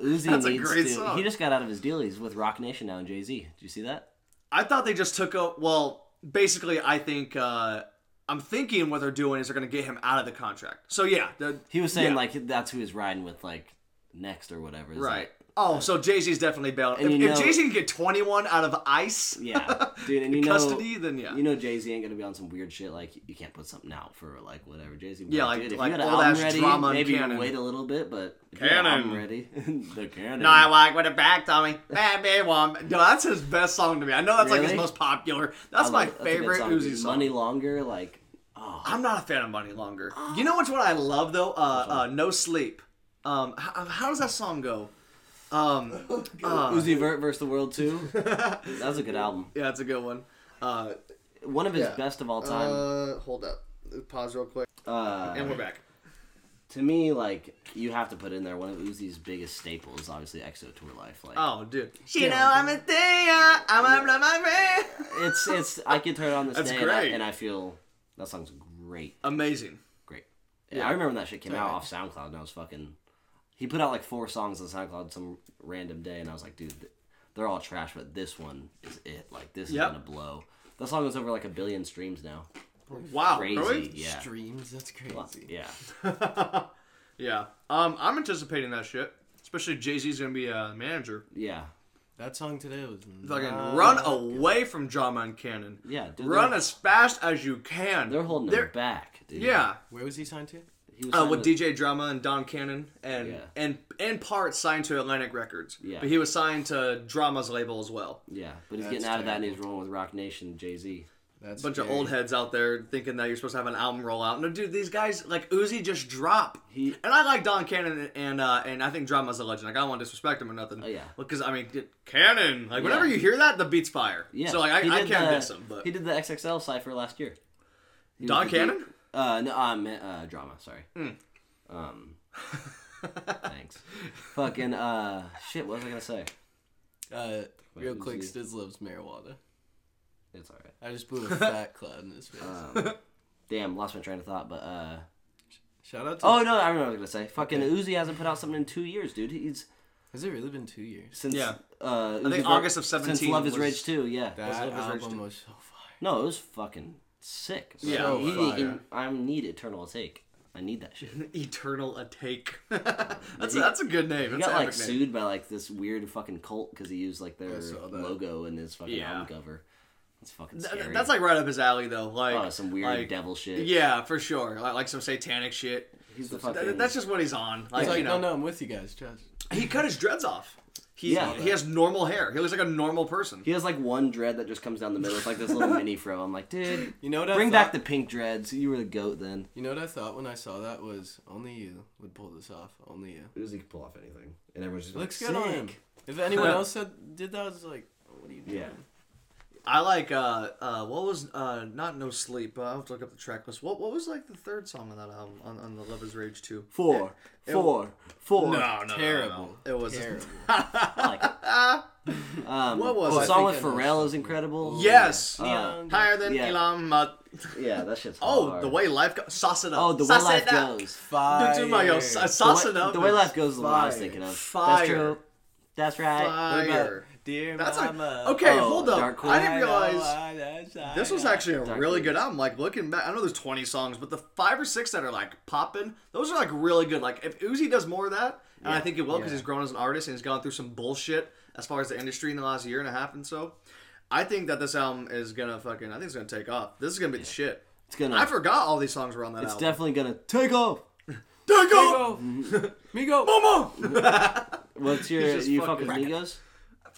Dude, Uzi
That's a
needs
great
to.
song.
He just got out of his deal. He's with Rock Nation now and Jay Z. Did you see that?
I thought they just took a well, basically I think uh I'm thinking what they're doing is they're gonna get him out of the contract. So yeah, the
He was saying
Yeah.
like that's who he's riding with, like next or whatever. It's
right.
like-
Oh, so Jay Z's definitely bailed. If,
And you
if
know-
Jay Z can get 21 out of ICE,
yeah, dude, and you know,
custody, then yeah.
you know, Jay Z ain't gonna be on some weird shit. Like you can't put something out for like whatever Jay Z.
Yeah, like-
dude, if
like
you had an
old
album
ass
ready,
drama and
maybe you
canon.
can wait a little bit, but if you had an
Canon.
album ready, the canon.
No, I walk with a back, Tommy. Bad man, woman. No, that's his best song to me. I know that's like his
Really?
most popular. That's
I
my
love- that's a good
favorite
song,
Uzi
dude.
song.
Money longer, like oh,
I'm not a fan of Money Longer.
Ah.
You know which one I love though? Uh, uh No Sleep. Um, how, how does that song go? Um, uh,
Uzi Vert versus the World too. that was a good album.
yeah, that's a good one. Uh,
One of his
Yeah. Uh,
best of all time.
hold up. Pause real quick.
Uh,
And we're back.
to me, like you have to put in there one of Uzi's biggest staples, obviously EXO tour life. Like
Oh, dude. You know I'm a thing. I'm a my
it's it's I can turn it on this
That's
day, and I-
great.
and I feel that song's great.
Amazing.
great. Yeah, I remember when that shit came out off SoundCloud, and I was fucking. He put out like four songs on SoundCloud some random day, and I was like, dude, th- they're all trash, but this one is it. Like this is
Yep.
gonna blow. That song is over like a billion streams now.
Wow.
Crazy,
really?
yeah,
Streams, that's crazy.
yeah.
Yeah. Um, I'm anticipating that shit. Especially Jay Z's gonna be a manager.
Yeah,
That song today was
Fucking
not
run
good.
away from drama and cannon.
yeah. Dude,
Run
they're,
as fast as you can.
they're holding
They're-
him back, dude.
Yeah.
Where was he signed to?
he was
Uh,
signed
with DJ Drama and Don Cannon, and
Yeah.
and in part signed to Atlantic Records.
Yeah.
But he was signed to Drama's label as well.
Yeah, but he's
That's
getting out of that, and he's rolling with Rock Nation, Jay Z.
That's
bunch of
scary.
old heads out there thinking that you're supposed to have an album rollout. No, dude, these guys like Uzi just drop.
He-
and I like Don Cannon, and uh, and I think Drama's a legend. Like I don't want to disrespect him or nothing.
Oh, yeah.
Because I mean, dude, Cannon. Like whenever
Yeah.
you hear that, the beats fire.
Yeah,
So like I,
he
I
did
can't
the-
diss him, but
he did the XXL cipher last year. He was
Don
the dude-
Cannon.
Uh, no, I meant uh, drama. Sorry.
Hmm.
Um, thanks. Fucking uh, shit. What was I gonna say?
Uh, real
Wait,
quick,
is
Stiz loves marijuana.
It's alright.
I just blew a fat cloud in his face.
Um, Damn, lost my train of thought. But uh,
Shout out to.
oh no, I remember what I was gonna say. Fucking Uzi hasn't put out something in two years, dude. He's
Has it really been two years?
since
Yeah.
Uh,
I think
Uzi-
August of
Since
17
Love Is
was-
Rage too. Yeah.
That
Love Is Rage
album
too.
was so fire.
No, it was fucking sick.
Yeah,
So
it was
he- he-
fire.
I need Eternal Take. I need that shit.
Eternal a take. that's a, that's a good name.
He
That's
got
an
like
epic name.
sued by like this weird fucking cult because he used like their
saw that.
logo in his fucking
Yeah.
album cover. That's fucking
Th-
scary.
That's like right up his alley, though. Like
oh, some weird
like,
devil shit.
Yeah, for sure. Like, like some satanic shit.
he's the
Th-
fucking.
that's just what he's on. Like,
It's like,
you know,
no, no, I'm with you guys. Trust.
he cut his dreads off. He
Yeah.
he has normal hair. He looks like a normal person.
He has like one dread that just comes down the middle. It's like this little mini fro. I'm like, dude,
You know what I
bring
thought?
back the pink dreads. You were the goat then.
You know what I thought when I saw that was only you would pull this off. Only you.
Uzi could pull off anything, and everyone's just
Looks good on him. If anyone else said did that, I was like, what are you doing?
Yeah.
I like uh uh what was uh not no sleep. Uh, I have to look up the track list. What what was like the third song on that album on, on the Love Is Rage two?
Four, four, four.
Terrible.
It was
Terrible.
Like, um,
What was
the
it?
song
I
with
think I know
Pharrell is incredible.
yes.
Uh,
Higher than
yeah.
Elon Musk.
yeah, that shit's.
Oh,
hard.
the way life goes. Sauce it up.
Oh, the way
Sauce
life
it up.
goes.
Fire.
Dude, dude, my yo, sa-
The
sauce
way,
it up.
the way
is
life goes is the one I was
fire.
thinking of.
Fire.
That's true. That's right.
What about
Fire.
Dear
That's like
mama.
okay.
Oh,
hold up.
Dark Horse.
I didn't
I know
realize.
why that's how
This was
I-
actually a
Dark
really
Horse.
good album. Like looking back, I know there's 20 songs, but the five or six that are like popping, those are like really good. Like if Uzi does more of that, and I think he will because
Yeah.
he's grown as an artist and he's gone through some bullshit as far as the industry in the last year and a half and so. I think that this album is gonna fucking. I think it's gonna take off. This is gonna be the shit.
It's gonna.
I forgot all these songs were on that
it's
album.
definitely gonna take off.
Def- take off,
Migo. Migo.
Momo!
What's your
just
you fuck
fucking
with Migos?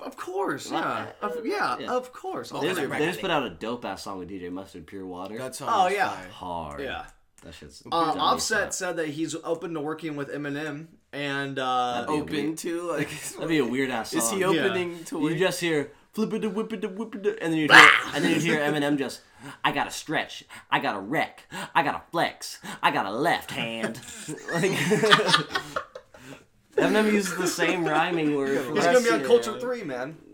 Of course, yeah, of, yeah,
Yeah.
of course. All
They
three.
just, they just put out a dope ass song with DJ Mustard, Pure Water.
That song.
Oh,
was
yeah.
fire.
hard.
yeah,
That shit's.
Uh,
definitely
Offset
sucks.
said that he's open to working with Eminem, and uh,
That'd be a
Open
weird-
to like.
That'd be a weird ass song.
Is
Oh,
he opening to
You
work?
just hear flipping the whipping the whipping the, and then you hear and then you hear Eminem just, I gotta stretch, I gotta wreck, I gotta flex, I got a left hand. like Eminem uses the same rhyming word. For
he's
that
gonna be on
shit.
Culture Three, man.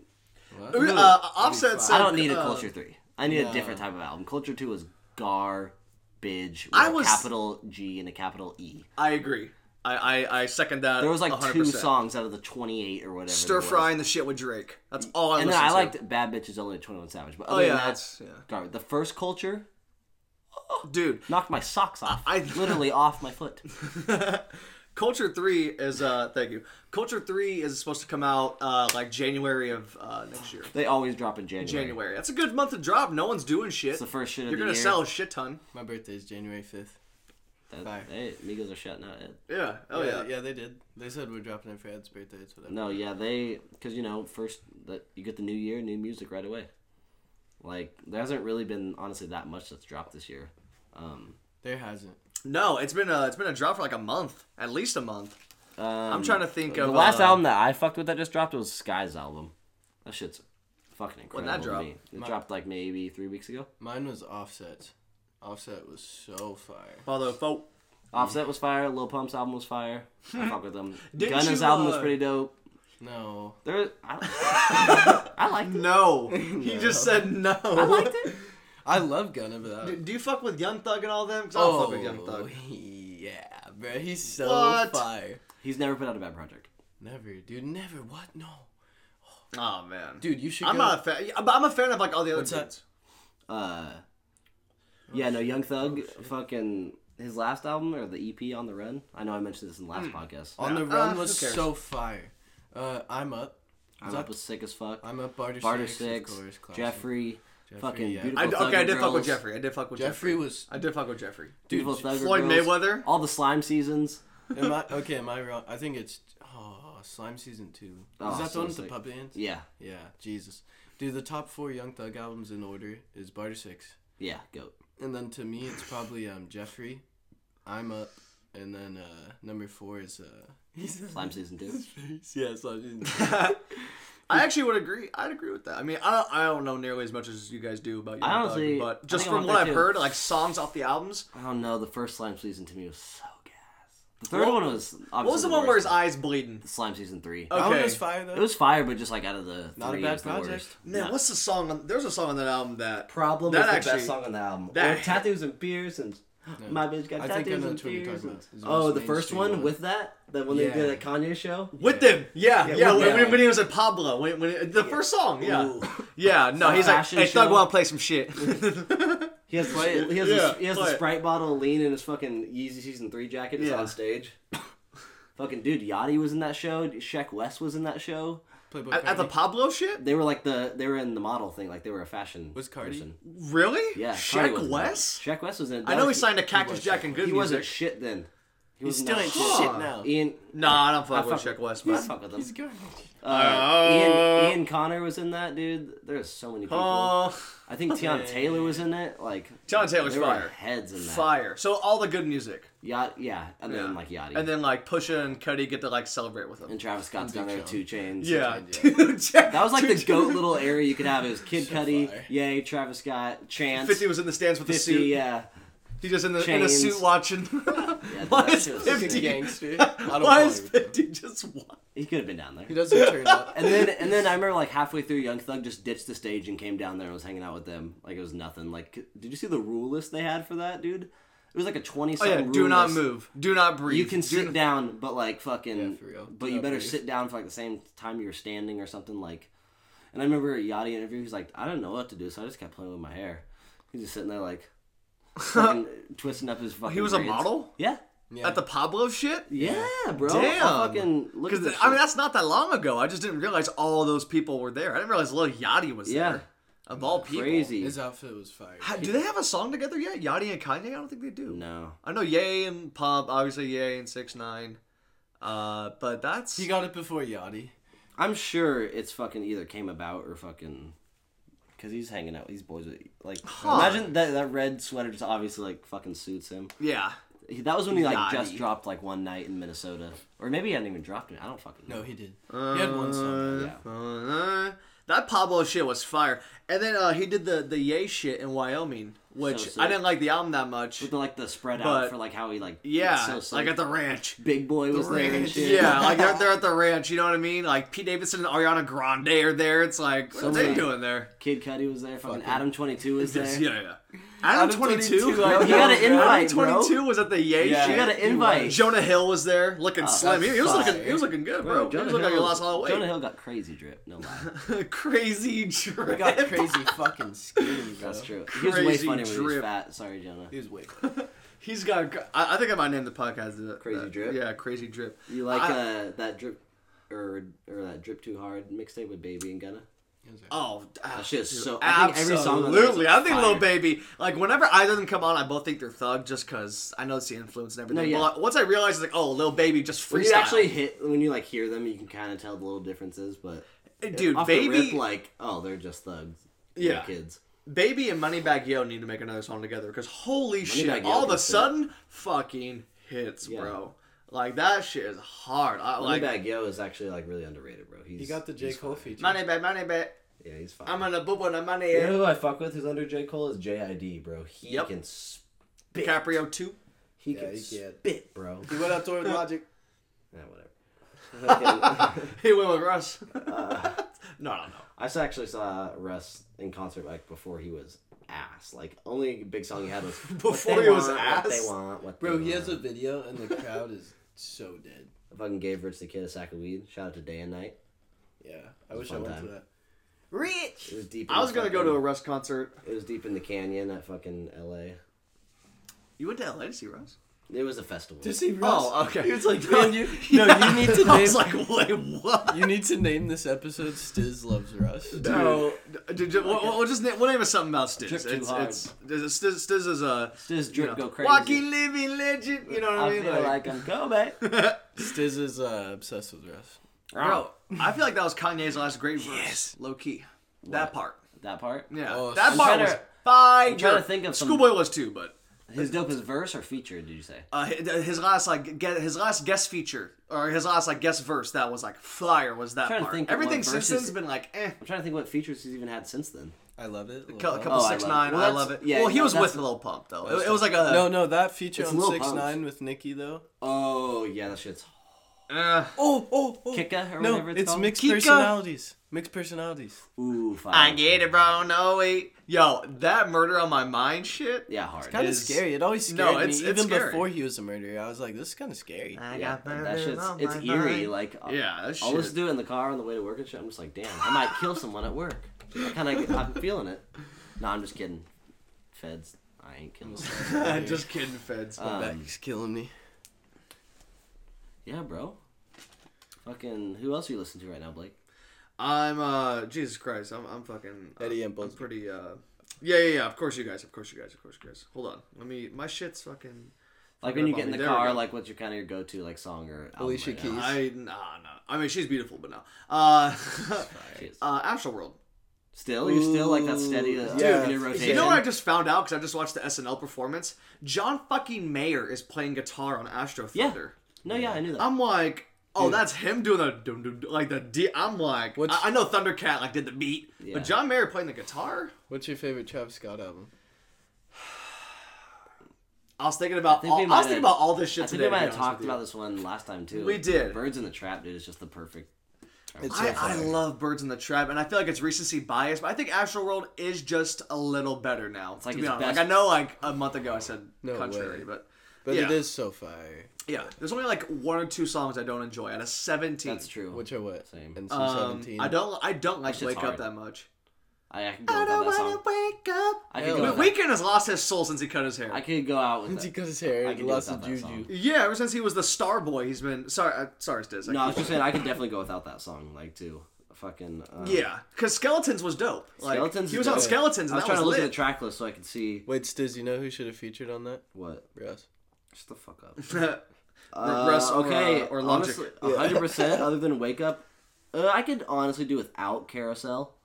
What?
Uh, Offset said,
I don't need a
uh,
Culture Three. I need a different type of album. Culture Two is garbage. With
I
a
was-
capital G and a capital E.
I agree. I, I I second that.
There was like
100%.
two songs out of the twenty-eight or whatever. there
Stir
was.
frying the shit with Drake. That's all I
And then
listened
I
to.
liked Bad Bitches Only at 21 Savage. But
Oh
other
yeah,
than that,
that's yeah.
garbage. The first Culture
Dude,
knocked my socks off.
I-
literally off my foot.
Culture Three is uh thank you. Culture Three is supposed to come out uh like January of uh next year.
They always drop in January.
January. That's a good month to drop. No one's doing shit.
It's the first shit of
You're
the
gonna
year.
sell a shit ton.
My birthday is January fifth.
That-
Fire.
hey, Migos are shutting out. Ed.
Yeah. Oh yeah.
yeah, they did. They said we're dropping it for Ed's birthday. It's whatever.
No, yeah, they because you know first that you get the new year, new music right away. Like there hasn't really been honestly that much that's dropped this year. Um,
There hasn't.
No, it's been a it's been a drop for like a month, at least a month.
um,
trying to think
the
of,
last
uh,
album that I fucked with that just dropped was Sky's album. That shit's fucking
When
incredible.
that
to
drop?
me. It dropped like maybe three weeks ago.
Mine was Offset. Offset was so fire.
Although, fo-
Offset was fire. Lil Pump's album was fire. I fuck with them.
Didn't
Gunna's
you,
album was
uh,
pretty dope.
No.
There, I, I liked it.
no, he just said no.
I liked it.
I love Gunna, but that
Do,
was-
do you fuck with Young Thug and all them? 'Cause I don't fuck
oh
with Young Thug.
yeah, bro, he's so
What?
fire.
He's never put out a bad project.
Never, dude, never. What? No,
Oh man,
dude, you should.
I'm
go-
not a fan. yeah, But I'm a fan of like all the other
What's
dudes.
Uh, yeah, no, Young Thug, fucking his last album or the EP on the Run. I know I mentioned this in Hmm. the last podcast.
On the
Nah.
run
Uh,
was
who cares?
so fire. Uh, I'm up.
I'm up was sick as fuck.
I'm up. Barter,
Barter
six.
Six,
of course, classic.
Jeffrey, fucking
yeah.
I
beautiful.
d okay, I
Thugger
did fuck with
Girls,
Jeffrey. I did fuck with Jeffrey.
Jeffrey was.
I did fuck with Jeffrey.
Beautiful
Dude,
Thugger
Floyd
Girls,
Mayweather.
All the slime seasons.
Am I okay? Am I wrong? I think it's oh slime season two.
Oh,
Is that the one with
so
the
sick.
puppet hands?
Yeah,
Yeah, Jesus, dude. The top four Young Thug albums in order is Barter Six,
yeah, goat.
and then to me it's probably um Jeffrey, I'm Up, and then uh number four is uh
Slime season two.
yeah Slime Season.
I actually would agree. I'd agree with that. I mean, I don't, I don't know nearly as much as you guys do about Young
I honestly-
Thug,
I
but just
think I
from
want
what
that
I've
too.
heard, like songs off the albums.
I don't know. The first slime season to me was so gas. The third
What-
one was. Obviously
What was the one where his
worst.
eyes bleeding?
slime season three?
Oh,
That one
Okay.
was fire
It
though.
was fire, but just like out of the
Not a
three,
bad
it was the
project.
worst.
Man,
No.
what's the song? On, there's a song on that album that
Problem
That
is the
actually-
best song on the album.
that-
Or tattoos and beers and my bitch got
I think I
tattoos
know
and
which one you're
beers.
talking
and-
about. It's the
Oh,
most
the first
mainstream
one
one.
with that that when
Yeah.
they did at Kanye show.
with them. Yeah, yeah.
with
when,
them.
when- when he was at Pablo, when, when it- the first song, yeah,
Ooh.
yeah. No, he's like,
Fashion
hey, Thug,
show.
wanna play some shit?
He has
Play
the,
it.
he has
Yeah,
the, he has
play
the
it.
Sprite bottle lean in his fucking Yeezy season three jacket. It's
Yeah.
on stage. fucking dude, Yachty was in that show. Sheck West was in that show.
Playboy
at, at the
Cardi.
Pablo shit?
They were like the they were in the model thing. Like they were a fashion.
Was Cardi?
Person.
Really?
Yeah. Cardi was
Shaq
in that.
West.
Sheck West was in. it.
I
That
know he
was-
signed a Cactus
was
Jack and
Shaq
Good
He
Music.
wasn't shit then.
He
He was
still ain't
Huh.
shit now.
Ian.
Nah, I don't
I
fuck with
fuck-
Shaq West,
I
but
fuck with him.
He's garbage.
Uh,
Uh,
Ian, Ian Connor was in that, dude. There's so many people.
oh,
I think Tiana Taylor was in it. Like
Tiana Taylor's
there were
fire.
Heads in that.
fire. So all the good music,
Yacht, yeah, and
Yeah.
then like Yachty
and then like Pusha and Cuddy get to like celebrate with him.
and Travis Scott's down
Big
there with
Sean.
two chains.
Yeah,
Two
dude. Jack-
That was like
two-
the goat little area you could have. It was Kid
So
Cudi,
fire.
Yay, Travis Scott, Chance,
Fifty was in the stands with the
50,
suit.
yeah.
He's just in the in a
uh, Chains.
suit watching.
yeah
Why
that
is
shit was
Fifty-
He's a
sick.
gangster.
Why is Fifty just one?
He could have been down there.
He doesn't turn up.
And then, and then I remember like halfway through, Young Thug just ditched the stage and came down there and was hanging out with them. Like it was nothing. Like, did you see the rule list they had for that, dude? It was like a twenty
Oh
something.
yeah, do not move. Do not breathe.
You can
do
sit
n-
down, but like fucking,
Yeah, for real. Do
but you
not
better
breathe.
sit down for like the same time you were standing or something. Like, and I remember a Yachty interview. He's like, I don't know what to do, so I just kept playing with my hair. He's just sitting there like, fucking twisting up his fucking.
He was a
braids.
model
Yeah,
Yeah.
at the Pablo shit.
yeah, bro.
Damn.
I fucking look
Because
at this.
I mean,
shit.
that's not that long ago. I just didn't realize all those people were there. I didn't realize Lil Yachty was
Yeah.
there. Of all people,
crazy.
His outfit was fire.
Ha- do they have a song together yet? Yachty and Kanye? I don't think they do.
No.
I know Ye and Pump, obviously Ye and Six Nine. Uh, but that's
He got it before Yachty.
I'm sure it's fucking either came about or fucking because he's hanging out with these boys. With, like, imagine that that red sweater just obviously like fucking suits him.
Yeah.
He, that was when he like just
Naughty.
dropped like one night in Minnesota, or maybe he hadn't even dropped it. I don't fucking know.
No, he did. he had one song.
Yeah.
Uh, that Pablo shit was fire. And then uh, he did the the Yay shit in Wyoming, which
sick.
I didn't like the album that much.
With the, like the spread
But-
out for like how he like
yeah,
so
like
psyched.
at the ranch.
big boy was there and
ranch.
shit.
Yeah, like they're, they're at the ranch. You know what I mean? Like Pete Davidson and Ariana Grande are there. It's like what are they
Somebody-
doing there?
Kid Cudi was there. Fucking Adam Twenty Two was there.
Just- yeah, yeah. Adam,
Adam
22.
22, I
Adam
know,
got an invite, bro.
22 was at the Yay
Yeah.
She
shit.
got an
He
invite.
Jonah Hill was there, looking slim. He, he was
fire.
looking, he was looking good, bro. he was
Jonah
looking like he
Hill-
lost all the
Jonah
weight.
Hill got crazy drip. No lie,
Crazy
We
drip.
got crazy fucking skinny, bro.
that's true. He was way
Crazy
funnier when he was
drip.
fat. Sorry, Jonah.
He was way.
He's got. a- I, I think I might name the podcast that-
Crazy
that-
Drip?
Yeah, crazy drip.
You like
I-
uh, that drip or or that drip too hard mixtape with Baby and Gunna?
Oh,
That shit is so. I think every song on there is
absolutely! I think
fire.
Lil Baby, like whenever either of them come on, I both think they're thug, just cause I know it's the influence and everything.
No, yeah.
Well, once I realize it's like, oh, Lil Baby just
When
freestyle.
you actually hit, when you like hear them, you can kind of tell the little differences. But
dude,
off the
Baby,
rip, like oh, they're just thugs. They're
Yeah.
kids.
Baby and Moneybag Yo need to make another song together because holy shit,
Yo
all of
can
a
sit.
sudden, fucking hits,
Yeah.
bro. Like that shit is hard. I like
Moneybag Yo is actually like really underrated, bro. He's,
He got the J
he's
Cole
fire.
feature.
Moneybag, Moneybag.
Yeah, he's fine.
I'm gonna boop on the money.
You know who I fuck with who's under J. Cole is JID, bro. He
Yep.
can spit.
DiCaprio too.
He
Yeah,
can
he can.
spit, bro.
He went out to Logic.
yeah, whatever. Fucking-
He went with Russ. no, no, no.
I s- actually saw Russ in concert like before he was ass. Like only big song he had was
Before
what they
he was
want, What
ass?
they want, what
Bro,
they
he has a
want.
video and the crowd is so dead.
I fucking gave Rich the Kid a sack of weed. Shout out to Day and Night.
Yeah, I wish
was a
I
fun
went
time.
to that. Rich.
It was deep. in
I
the
was gonna go to
fucking-
a Russ concert.
It was deep in the canyon at fucking L.A.
You went to LA to see Russ?
It was a festival.
To see Russ.
Oh, okay.
He was like,
No,
man, you, no, you need to
I
name.
was like, wait, what?
you need to name this episode "Stiz Loves Russ."
No, Dude, ju- we'll, we'll just name, we'll name it something about Stiz.
Drip too
It's,
hard.
it's Stiz, Stiz is a
Stiz
you
drip
know,
go crazy.
walking living legend. You know what I,
I
mean?
feel like I'm Kobe.
Stiz is uh, obsessed with Russ.
bro, I feel like that was Kanye's last great verse. Low key, that part.
That part.
Yeah,
Oh,
that
I'm
part
trying
was
to-
fire.
I'm trying to think of some-
Schoolboy was too, but
His dopest verse or feature? Did you say?
uh, hi- his last like get, his last guest feature or his last like guest verse that was like fire was that
trying to
part.
think of what
Everything since
verses-
then's been like eh.
I'm trying to think what features he's even had since then.
I love it.
A couple
Oh, I
six
love
nine.
it. Well,
I
that's-
love it.
yeah,
well, he
no,
was
that's-
with Lil Pump though. It, it was like a
no, no, that feature
It's
on
Lil
Six
Pump.
Nine with Nicki though.
Oh yeah, that shit's.
Uh,
Oh, oh, oh.
Kika or
no,
whatever it's called?
mixed
Kika.
personalities. Mixed personalities.
Ooh, fire.
I get it, bro. No wait, yo, that murder on my mind shit.
Yeah, hard.
Kind of
Is-
scary. It always
No,
scared me.
it's- it's
Even
scary.
before he was a murderer, I was like, this is kind of scary.
I
yeah,
got
that
murder
shit's
on
it's
my
eerie.
mind.
Like uh, I'll-
Yeah, that
I'll
shit.
listen to it in the car on the way to work and shit. I'm just like, damn, I might kill someone at work. Kind of, I'm feeling it. No, I'm just kidding. Feds, I ain't killing. someone.
Just kidding, feds.
Um,
Back's killing me.
yeah, bro. Fucking, who else are you listening to right now, Blake?
I'm uh Jesus Christ, I'm I'm fucking uh,
Eddie and
I'm
Bugs.
pretty uh yeah yeah yeah. Of course you guys, of course you guys, of course you guys. Hold on, let me. My shit's fucking.
Like when you get in the car,
like.
like what's your kind of your go-to like song or album
Alicia
right now?
Keys.
I nah nah. I mean, she's beautiful, but no. Uh,
Jeez.
uh, Astral World.
Still, you're still like that steady,
Ooh,
uh,
yeah.
regular
You
rotation.
You know what I just found out because I just watched the SNL performance. John fucking Mayer is playing guitar on Astro
Yeah.
Thunder.
No, yeah, I knew that.
I'm like, oh, that's him doing the dum, dum, dum, like the D. I'm like,
What's-
I, I know Thundercat like did the beat,
Yeah.
but John Mayer playing the guitar.
What's your favorite Travis Scott album?
I was thinking about.
think we
all, I was
might
thinking
have-
about all this shit
I think
today.
we
to
might
be
have
honest with
talked
you.
about this one last time too.
We did.
Birds in the Trap, dude, is just the perfect.
It's so
I, I
fire.
love Birds in the Trap, and I feel like it's recency bias, but I think Astral World is just a little better now. to
like
be
its
honest,
best-
like I know, like a month ago I said
No
contrary,
way.
but
But
yeah,
it is so fire.
yeah. There's only like one or two songs I don't enjoy out of seventeen.
That's true.
Which are what?
Same.
And
Um,
C17.
I don't, I don't like
shit's
Wake Up
hard.
that much.
I, I could go without that song.
wake up.
I
Hell
could
yeah.
go. Without,
Weekend has lost his soul since he cut his hair.
I could go out with
Since he
that.
cut his hair
I
and
can do
lost the
without that song.
juju.
yeah, ever since he was the star boy, he's been sorry, uh, sorry, Stiz. I
No, I was
keep-
just saying I could definitely go without that song. Like too, fucking. Uh,
yeah, because Skeletons was dope. Like,
Skeletons
he
is
was on
dope.
Skeletons.
I
And
was
that
trying to
was
look at
lit.
the track list so I could see
Wait, Stiz, you know who should have featured on that?
what.
Russ.
Shut the fuck up.
Re- Russ or,
okay,
uh, or Logic.
honestly, a hundred percent. Other than Wake Up, uh, I could honestly do without Carousel.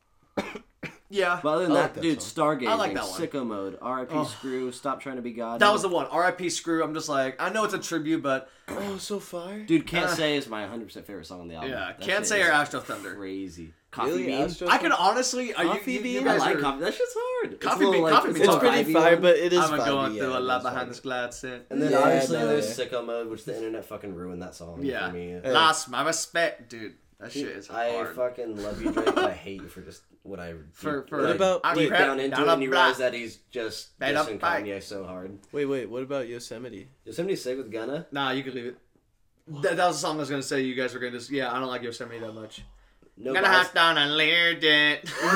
Yeah.
But other than
I
that,
like that
dude, Stargazing,
I like that one. Oh.
sicko mode, R.I.P. Screw, stop trying to be God.
that was the one. R.I.P. Screw. I'm just like, I know it's a tribute, but
Oh, so far.
dude. Can't say is my 100 percent favorite song on the album.
Uh, yeah,
That
can't
shit
say
is
or Astro Thunder.
Crazy. Coffee bean.
I can honestly, are
coffee
you, you, you
bean. I
guys
like
are-
coffee. That shit's hard.
Coffee bean- coffee bean. It's
a little
pretty
ivy one.
it
I'm a
vibey,
going
yeah,
through a
it
lot
is
behind
vibey.
this eh? glad set.
And then
Yeah,
obviously
no.
there's sicko mode, which the internet fucking ruined that song
Yeah,
for me.
lost my respect, dude. That shit is
I
hard.
fucking love you, Drake, but I hate you for just what I did-
For- for-
what I
What
about-
deep
wait,
down into
down
it,
a
and you realize
block.
that he's just
Made up
dissing
back.
Kanye so hard.
Wait, wait. What about Yosemite?
Did somebody say with Gunna?
Nah, you can leave it. That, that was a song I was gonna say. You guys were gonna just yeah. I don't like Yosemite that much.
No,
gonna
bias-
hop down and lyric it.
no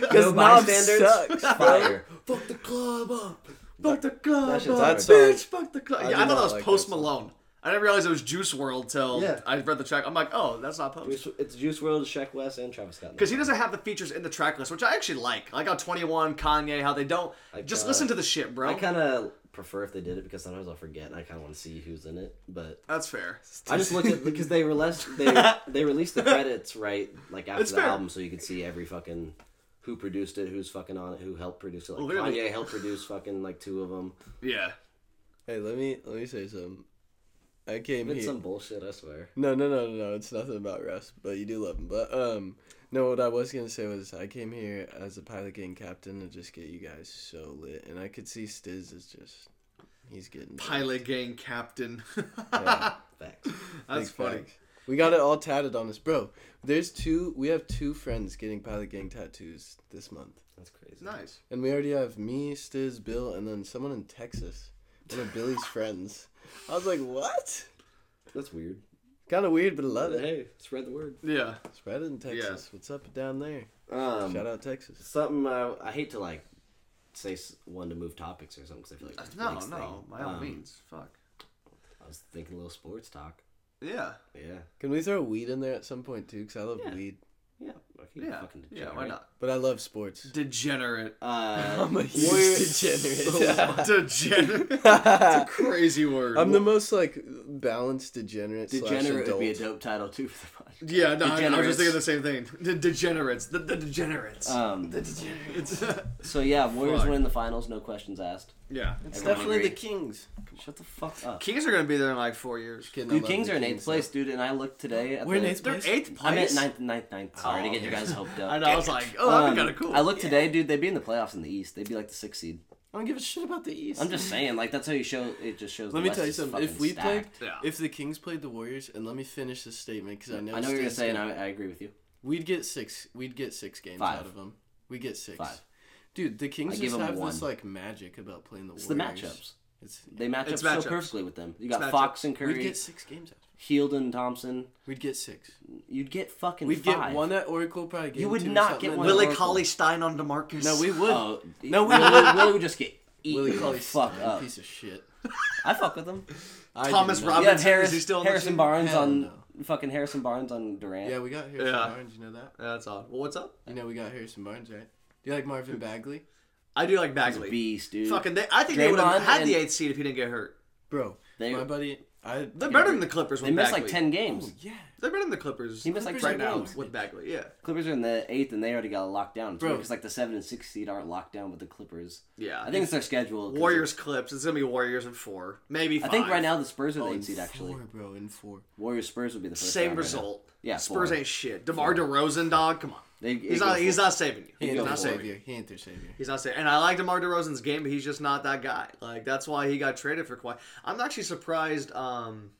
Because Knob
bystanders.
sucks.
Fire.
fuck the club up. Fuck the club
That shit's
up.
hard.
Bitch, fuck the club.
I do
yeah, I thought
not
that was
like
Post
that song.
Malone. I didn't realize it was Juice World till
Yeah.
I read the track. I'm like, oh, that's not Post.
Juice- It's Juice World, Shaq West, and Travis Scott.
Because he doesn't have the features in the track list, which I actually like. I like how 21, Kanye, how they don't. just
kinda-
listen to the shit, bro.
I kind of prefer if they did it because sometimes I'll forget and I kind of want to see who's in it. But
That's fair.
I just looked at because they released they they released the credits right like after
It's
the
fair.
album, so you could see every fucking who produced it, who's fucking on it, who helped produce it. Like
Literally.
Kanye helped produce fucking like two of them.
Yeah.
Hey, let me let me say something. I came
It's
here.
some bullshit, I swear.
No, no, no, no, no. It's nothing about Russ, but you do love him. But um, no. What I was gonna say was I came here as a pilot gang captain to just get you guys so lit, and I could see Stiz is just he's getting
Pilot gang captain.
Facts.
That's
Big
funny.
facts. We got it all tatted on us, bro. There's two. We have two friends getting pilot gang tattoos this month,
That's crazy.
Nice.
and we already have me, Stiz, Bill, and then someone in Texas. One of Billy's friends. I was like, what?
That's weird.
Kind of weird, but I love it.
Hey, spread the word.
Yeah.
Spread it in Texas. What's up down there?
Um,
Shout out Texas.
something I, I hate to like say s- one to move topics or something because I feel like that's the
No,
next
no.
thing.
By all
Um,
means. Fuck.
I was thinking a little sports talk.
Yeah.
Yeah,
Can we throw weed in there at some point too? Cause I love
Yeah.
weed,
yeah, okay,
Yeah.
fucking
Yeah,
degenerate.
why not?
but I love sports.
Degenerate.
Uh,
I'm a huge
Warrior-
degenerate.
Degenerate. That's a crazy word.
I'm the most like balanced degenerate. slash
degenerate would
adult.
be a dope title too for the podcast.
yeah, no, I, I was
Degenerates.
just thinking the same thing. The degenerates. The, the degenerates.
Um,
the degenerates.
so yeah, Warriors
Fuck.
win the finals, no questions asked.
yeah.
It's
Everyone
definitely the
agree.
Kings.
Shut the fuck up.
Kings are going to be there in like four years.
Kidding, I
Dude,
love
Kings
the
are in eighth
though.
place, dude, and I looked today. At
We're in
the-
eighth
They're
place.
eighth place.
I'm at ninth, ninth, ninth. Sorry to get you guys hoped up.
I know. I was like, oh, that'd
Um,
be kind of cool.
I looked today, dude. They'd be in the playoffs in the East. They'd be like the sixth seed.
I don't give a shit about the East.
I'm just saying, like that's how you show. It just shows.
Let
the
me
West
tell you
is
something. If
fucking
we played,
stacked.
Yeah.
if the Kings played the Warriors, and let me finish this statement because I know.
I know what you're gonna
Steve's
say, and I, I agree with you.
We'd get six. We'd get six games
Five.
out of them. We get six.
Five.
Dude, the Kings
give
just
'em
have
one.
this like magic about playing the
It's the
Warriors.
matchups.
It's
They match
It's
up
matchups.
so perfectly with them. You
It's
got Fox
matchups.
and
we'd
Curry,
get six games out. of them.
Heald and Thompson.
We'd get six.
You'd get fucking.
We'd
five.
get one at Oracle. Probably game
You would
two or
not
something like
get one
that.
at
Willie
Oracle.
Cauley Stein on Demarcus.
No, we would.
Oh,
No,
no,
we-
we Willie, Willie would just get
Willie
eaten the
Cauley,
fuck up.
piece of shit.
I fuck with him.
I do
Thomas
not.
Robinson.
You have
is
Harris,
he still on the
Harrison
team?
Barnes
Hell
on
no.
fucking Harrison Barnes on Durant.
Yeah, we got Harrison
Yeah.
Barnes. You know that.
Yeah, That's odd. Well, what's up?
You know we got Harrison Barnes, right? Do you like Marvin Bagley?
I do like Bagley.
beast, dude.
Fucking, they, I think they would have
Draymond
had the
and-
eighth seed if he didn't get hurt.
Bro,
They-
my buddy, I.
They're better than the Clippers.
they
with
missed like
Bagley.
ten games.
Yeah,
They're better than the Clippers.
He missed like
right
Clippers
ten
are
now
games.
worse.
with Bagley. Yeah,
Clippers are in the eighth, and they already got locked down. It's
Bro.
because like the seven and six seed aren't locked down with the Clippers.
yeah.
I think it's their schedule. 'cause
Warriors clips. It's gonna be Warriors in four, maybe.
I
Five.
think right now the Spurs are the
Oh, in
eighth seed. Actually,
four, bro, in four.
Warriors Spurs would be the first.
same
round right now.
result.
Yeah,
Spurs
four.
ain't shit. Demar Derozan, dog. Come on.
They-
he's
they
not.
go
He's
full-
not saving you.
He
He's
ain't their
not saving you.
savior. He ain't their savior.
He's not saying, and I like DeMar DeRozan's game, but he's just not that guy. Like that's why he got traded for Kawhi. I'm actually surprised. Um,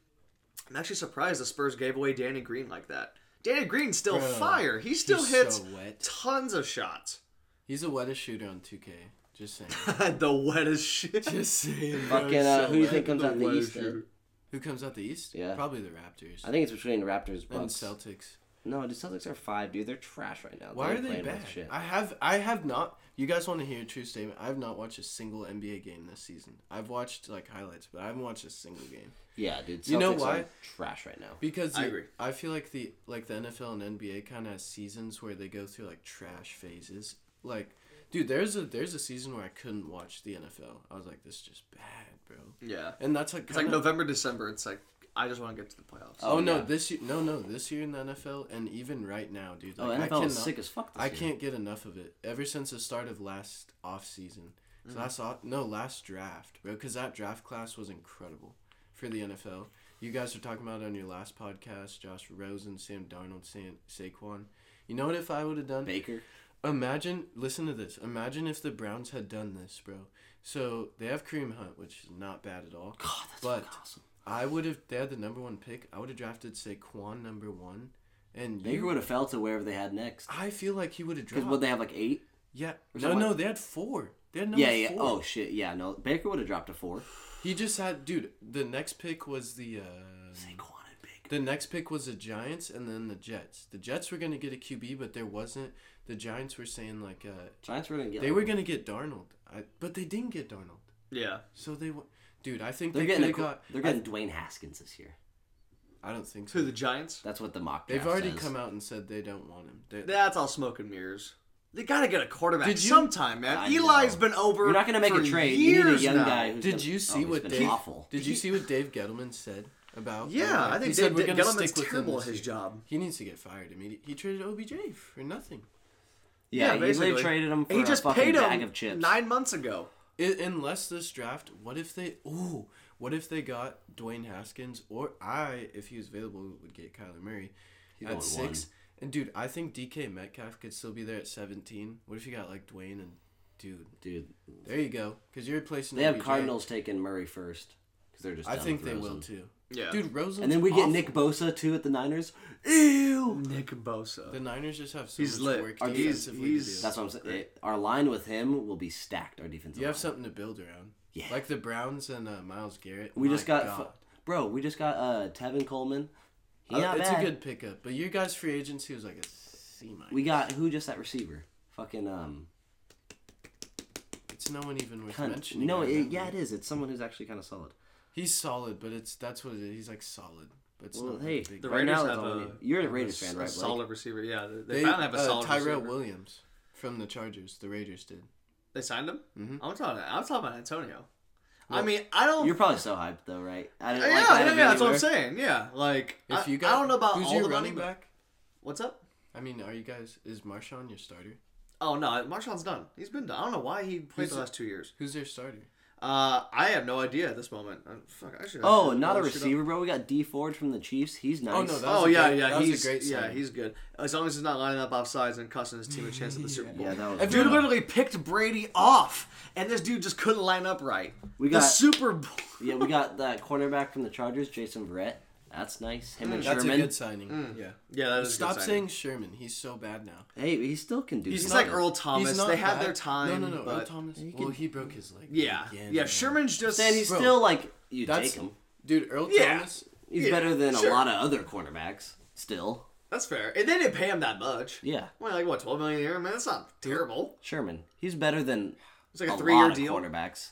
I'm actually surprised the Spurs gave away Danny Green like that. Danny Green's still
Bro,
fire. He still
he's
hits
so wet.
tons of shots.
He's the wettest shooter on 2K. Just saying.
the wettest shit.
Just saying. bro,
Fucking,
it's
uh,
so
who do you
wet.
think comes out in the
wettest
East? then?
shooter.
Who comes out the East?
Yeah.
Probably the Raptors
I think it's between Raptors
and
Bucks.
Celtics.
No, the Celtics are five, dude. They're trash right now.
Why
They're
are they
playing worth
bad?
Shit.
I have I have not. You guys want to hear a true statement? I have not watched a single NBA game this season. I've watched like highlights, but I haven't watched a single game
Yeah, dude. Celtics
You know
Are
why?
trash right now.
because
I
the-
agree.
I feel like the like the NFL and NBA kind of has seasons where they go through like trash phases. Like, dude, there's a there's a season where I couldn't watch the NFL. I was like, this is just bad, bro.
Yeah.
And that's like
It's like
kinda-
November, December. It's like I just want to get to the playoffs.
Oh, no,
yeah.
this year, no, no, this year in the NFL, and even right now, dude.
Oh,
Like, I
NFL
cannot,
is sick as fuck this
I
year.
can't get enough of it. Ever since the start of last off season, so
Mm-hmm.
last off, no, last draft, bro, because that draft class was incredible for the NFL. You guys were talking about it on your last podcast, Josh Rosen, Sam Darnold, Sam, Saquon. You know what? If I would have done
Baker.
Imagine, listen to this. Imagine if the Browns had done this, bro. So they have Kareem Hunt, which is not bad at all. God, that's but awesome. I would have. They had the number one pick. I would have drafted Saquon number one, and
Baker
you,
would have fell to wherever they had next.
I feel like he would have
Because
dropped.
would they have like eight?
yeah. No,
something
no,
like-
they had four. They had number
Yeah, yeah.
four.
Oh shit. Yeah, no. Baker would have dropped a four.
He just had, dude. The next pick was the. Uh,
Saquon and Baker.
The next pick was the Giants and then the Jets. The Jets were gonna get a QB, but there wasn't. The Giants were saying like uh,
Giants were gonna get.
they were gonna get Darnold, I, but they didn't get Darnold.
Yeah.
So they, wa- dude, I think
They're
they
getting. A,
could
co-
got.
they're getting Dwayne Haskins this year.
I don't think
To
so.
the Giants?
That's what the mock.
They've
draft
already
says.
come out and said they don't want him. They-
That's all smoke and mirrors. They gotta get a quarterback
Did you-
sometime, man.
I
Eli's
know.
been over.
You're not gonna make
for
a trade. You
Years
need a young
now.
guy. Who's
did
gonna-
you see
oh,
what
he's
Dave?
been awful?
Did you see what Dave Gettleman said about?
Yeah,
Eli?
I think
he said
Dave
we're gonna
Gettleman's
stick with him
terrible at
this
his
year."
job.
He needs to get fired immediately. He traded OBJ for nothing,
Yeah, he
basically.
literally traded him for
he just
a fucking
paid him
bag of chips.
nine months ago.
I- unless this draft. What if they? Ooh, what if they got Dwayne Haskins or I, if he was available, would get Kyler Murray at
only
six. And dude, I think DK Metcalf could still be there at seventeen. What if you got like Dwayne and dude?
Dude,
There you go. Because you're replacing.
they have
OBJ.
Cardinals taking Murray first because they're just.
I
done
think
with
they
Rosen.
will too.
Yeah.
Dude, Rosen.
And then we get Nick Bosa too at the Niners.
Ew. Nick Bosa.
The Niners just have so
He's
much
lit.
work
He's-
defensively to
he's-
do.
That's what I'm saying. It- our line with him will be stacked. Our defense.
You have something to build around.
Yeah.
Like the Browns and uh, Miles Garrett.
We
My
just got,
God.
fu- bro. We just got uh Tevin Coleman. He
Uh,
not
it's
bad.
a good pickup, but your guys' free agency was like a C minus.
We got who just that receiver? Fucking um.
It's no one even worth
Cunt.
mentioning.
No,
I
it,
don't
yeah,
know.
it is. It's someone who's actually kind of solid.
He's solid, but it's that's what it is. He's like solid, but it's
Well,
not
hey,
like a big.
the
right now
Raiders
that's
have
all we
a-
need. You're a
A
Raiders fan, right? Blake?
solid receiver. Yeah, they,
they
finally have a
uh,
solid
Tyrell
receiver.
Williams from the Chargers. The Raiders did.
They signed him. I'm talking. I'm talking about Antonio. I mean, I
Oh.
don't.
Mm-hmm. You're probably so hyped though, right? I
yeah,
didn't like
yeah,
that
yeah.
of
That's what I'm
anywhere.
saying. Yeah, like
If
I-
you got,
I don't know about
who's
all
your
the
running
money, but-
back?
What's up?
I mean, are you guys? Is Marshawn your starter?
Oh no, Marshawn's done. He's been done. I don't know why he played the last two years.
Who's their starter?
Uh, I have no idea at this moment. i fuck, I should.
Oh,
I should
not a
look shit up.
receiver, bro. We got D Ford from the Chiefs. He's nice.
Oh, no, that-
Oh
was a
yeah,
great- that
yeah,
was a
he's
great
yeah,
signing.
he's good. As long as he's not lining up offsides and cussing his team a chance at the Super Bowl.
yeah, that was.
If
Dude literally picked Brady off, and this dude just couldn't line up right.
We
the
got-
Super Bowl.
yeah, we got that cornerback from the Chargers, Jason Verrett. That's nice. Him and
That's a
Sherman.
good signing.
Mm.
Yeah.
Yeah, that is a good
Stop
signing.
saying Sherman. He's so bad now.
Hey, he still can do.
He's
something.
like Earl Thomas.
He's not
They had
bad.
their time.
No, no, no.
but-
Earl Thomas. well, he broke his leg.
Yeah,
again,
yeah.
man.
Sherman's just.
And he's
Bro,
still like you
That's
take him.
dude. Earl
Yeah.
Thomas.
He's
Yeah,
better than
sure.
a lot of other cornerbacks. Still,
That's fair. And they didn't pay him that much.
yeah,
Well, like what, twelve million a year? Man, that's not terrible.
Sherman. He's better than
It's like a
a
three-year
lot of
deal.
cornerbacks.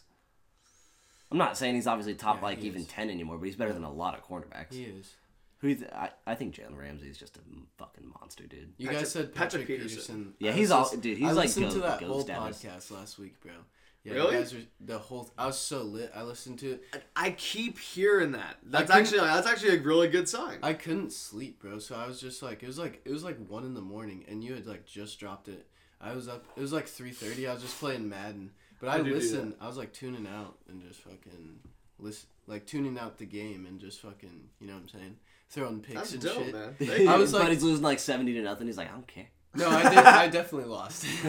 I'm not saying he's obviously top like
he
even
is.
ten anymore, but he's better than a lot of cornerbacks.
He is.
Who th- I, I think Jalen Ramsey is just a m- fucking monster, dude.
You
Patrick-
guys said
Patrick
Patrick,
Peterson.
Peterson.
Yeah,
I
he's
was
all-
listen-
dude, he's
I
like
listened to
goat-
that
goat
whole
status.
podcast last week, bro. Yeah,
Really?
You guys were, the whole. I was so lit. I listened to it.
I keep hearing that. That's
couldn't-
actually that's actually a really good sign.
I couldn't sleep, bro. So I was just like, it was like it was like one in the morning, and you had like just dropped it. I was up. It was like three thirty. I was just playing Madden, but I
do do
listened. I was like tuning out and just fucking listen, like tuning out the game and just fucking. You know what I'm saying? Throwing
that's
picks and
dope,
shit.
man.
I
was
was
like-
like, he's losing like seventy to nothing. He's like, I don't care.
No, I did. I definitely lost.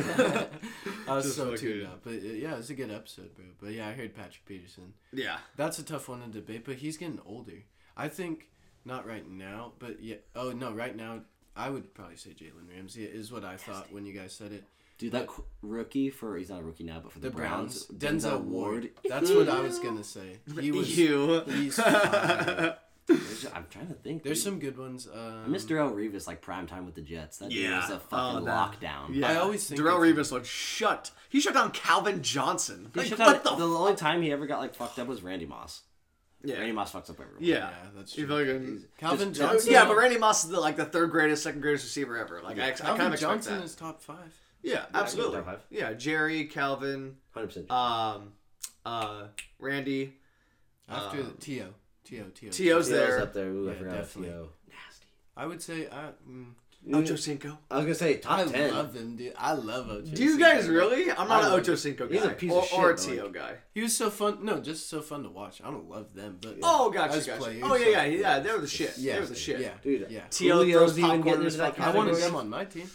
I was
Just
so
fucking-
tuned up, but uh, yeah, it's a good episode, bro. But yeah, I heard Patrick Peterson.
yeah.
That's a tough one to debate, but he's getting older. I think not right now, but yeah. Oh no, right now I would probably say Jalen Ramsey is what I thought when you guys said it.
Dude, that qu- rookie for he's not a rookie now, but for the,
The
Browns,
Browns, Denzel Ward. That's what I was gonna say. He was.
you.
He's fine.
There's- I'm trying to think.
There's
dude.
some good ones. Um,
Mr. El Revis like prime time with the Jets. That dude
Yeah.
was a
Oh,
fucking
nah.
lockdown.
Yeah.
I always think
Darrell
it's-
Revis would shut. He shut down Calvin Johnson.
He
Like,
should
what
have-
the?
the, only time he ever got like fucked up was Randy Moss. Randy
yeah.
Moss fucks up everyone.
Yeah.
Yeah, that's
He
true.
fucking-
Calvin
Just-
Johnson.
Yeah, but Randy Moss is the, like the third greatest, second greatest receiver ever. Like I, I
Calvin
kind of expect
Johnson
that.
is top five.
yeah, absolutely.
top five.
Yeah, Jerry, Calvin,
hundred percent.
um, uh, Randy.
After T.O. T.O. T.O.
T.O.'s
T.O.'s
there.
up there. Ooh, I
Yeah,
forgot about
definitely.
T.O.
I would say I. Mm,
Ocho Cinco.
I was gonna say top
I
ten.
love him, dude. I love Ocho.
Do you
Cinco.
guys really? I'm not
I
an
love
Ocho
him.
Cinco guy.
He's a piece of
or, or a
shit,
T.O.
like-
guy.
He was so fun. No, just so fun to watch. I don't love them, but
Oh, gotcha,
as
gotcha.
players,
Oh, yeah, yeah,
like,
yeah. They were the shit.
yeah,
they were the shit.
Yeah,
Dude,
yeah.
T.O.
Julio's
throws
even
popcorn
getting
in his
into that
fucking
I wanted
category.
them on my team.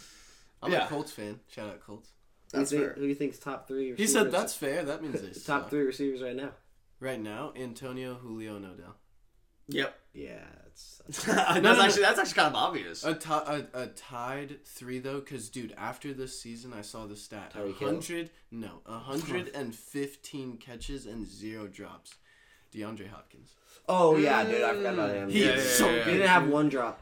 I'm
Yeah.
a Colts fan. Shout out Colts.
Who you
That's
think-
fair.
Who do you think's top three?
He
Receivers?
said that's fair. That means they
top
suck."
three receivers right now.
right now. Antonio, Julio, and Odell.
Yep.
Yeah, it's,
that's
no, no.
actually that's actually kind of obvious.
A, ti- a, a tied three though, because dude, after this season, I saw the stat: a
Tyreek Hill.
hundred, no, a hundred and fifteen catches and zero drops. DeAndre Hopkins.
oh yeah, dude, I forgot about him.
He
yeah,
is
yeah,
so
yeah,
good.
He didn't have one drop.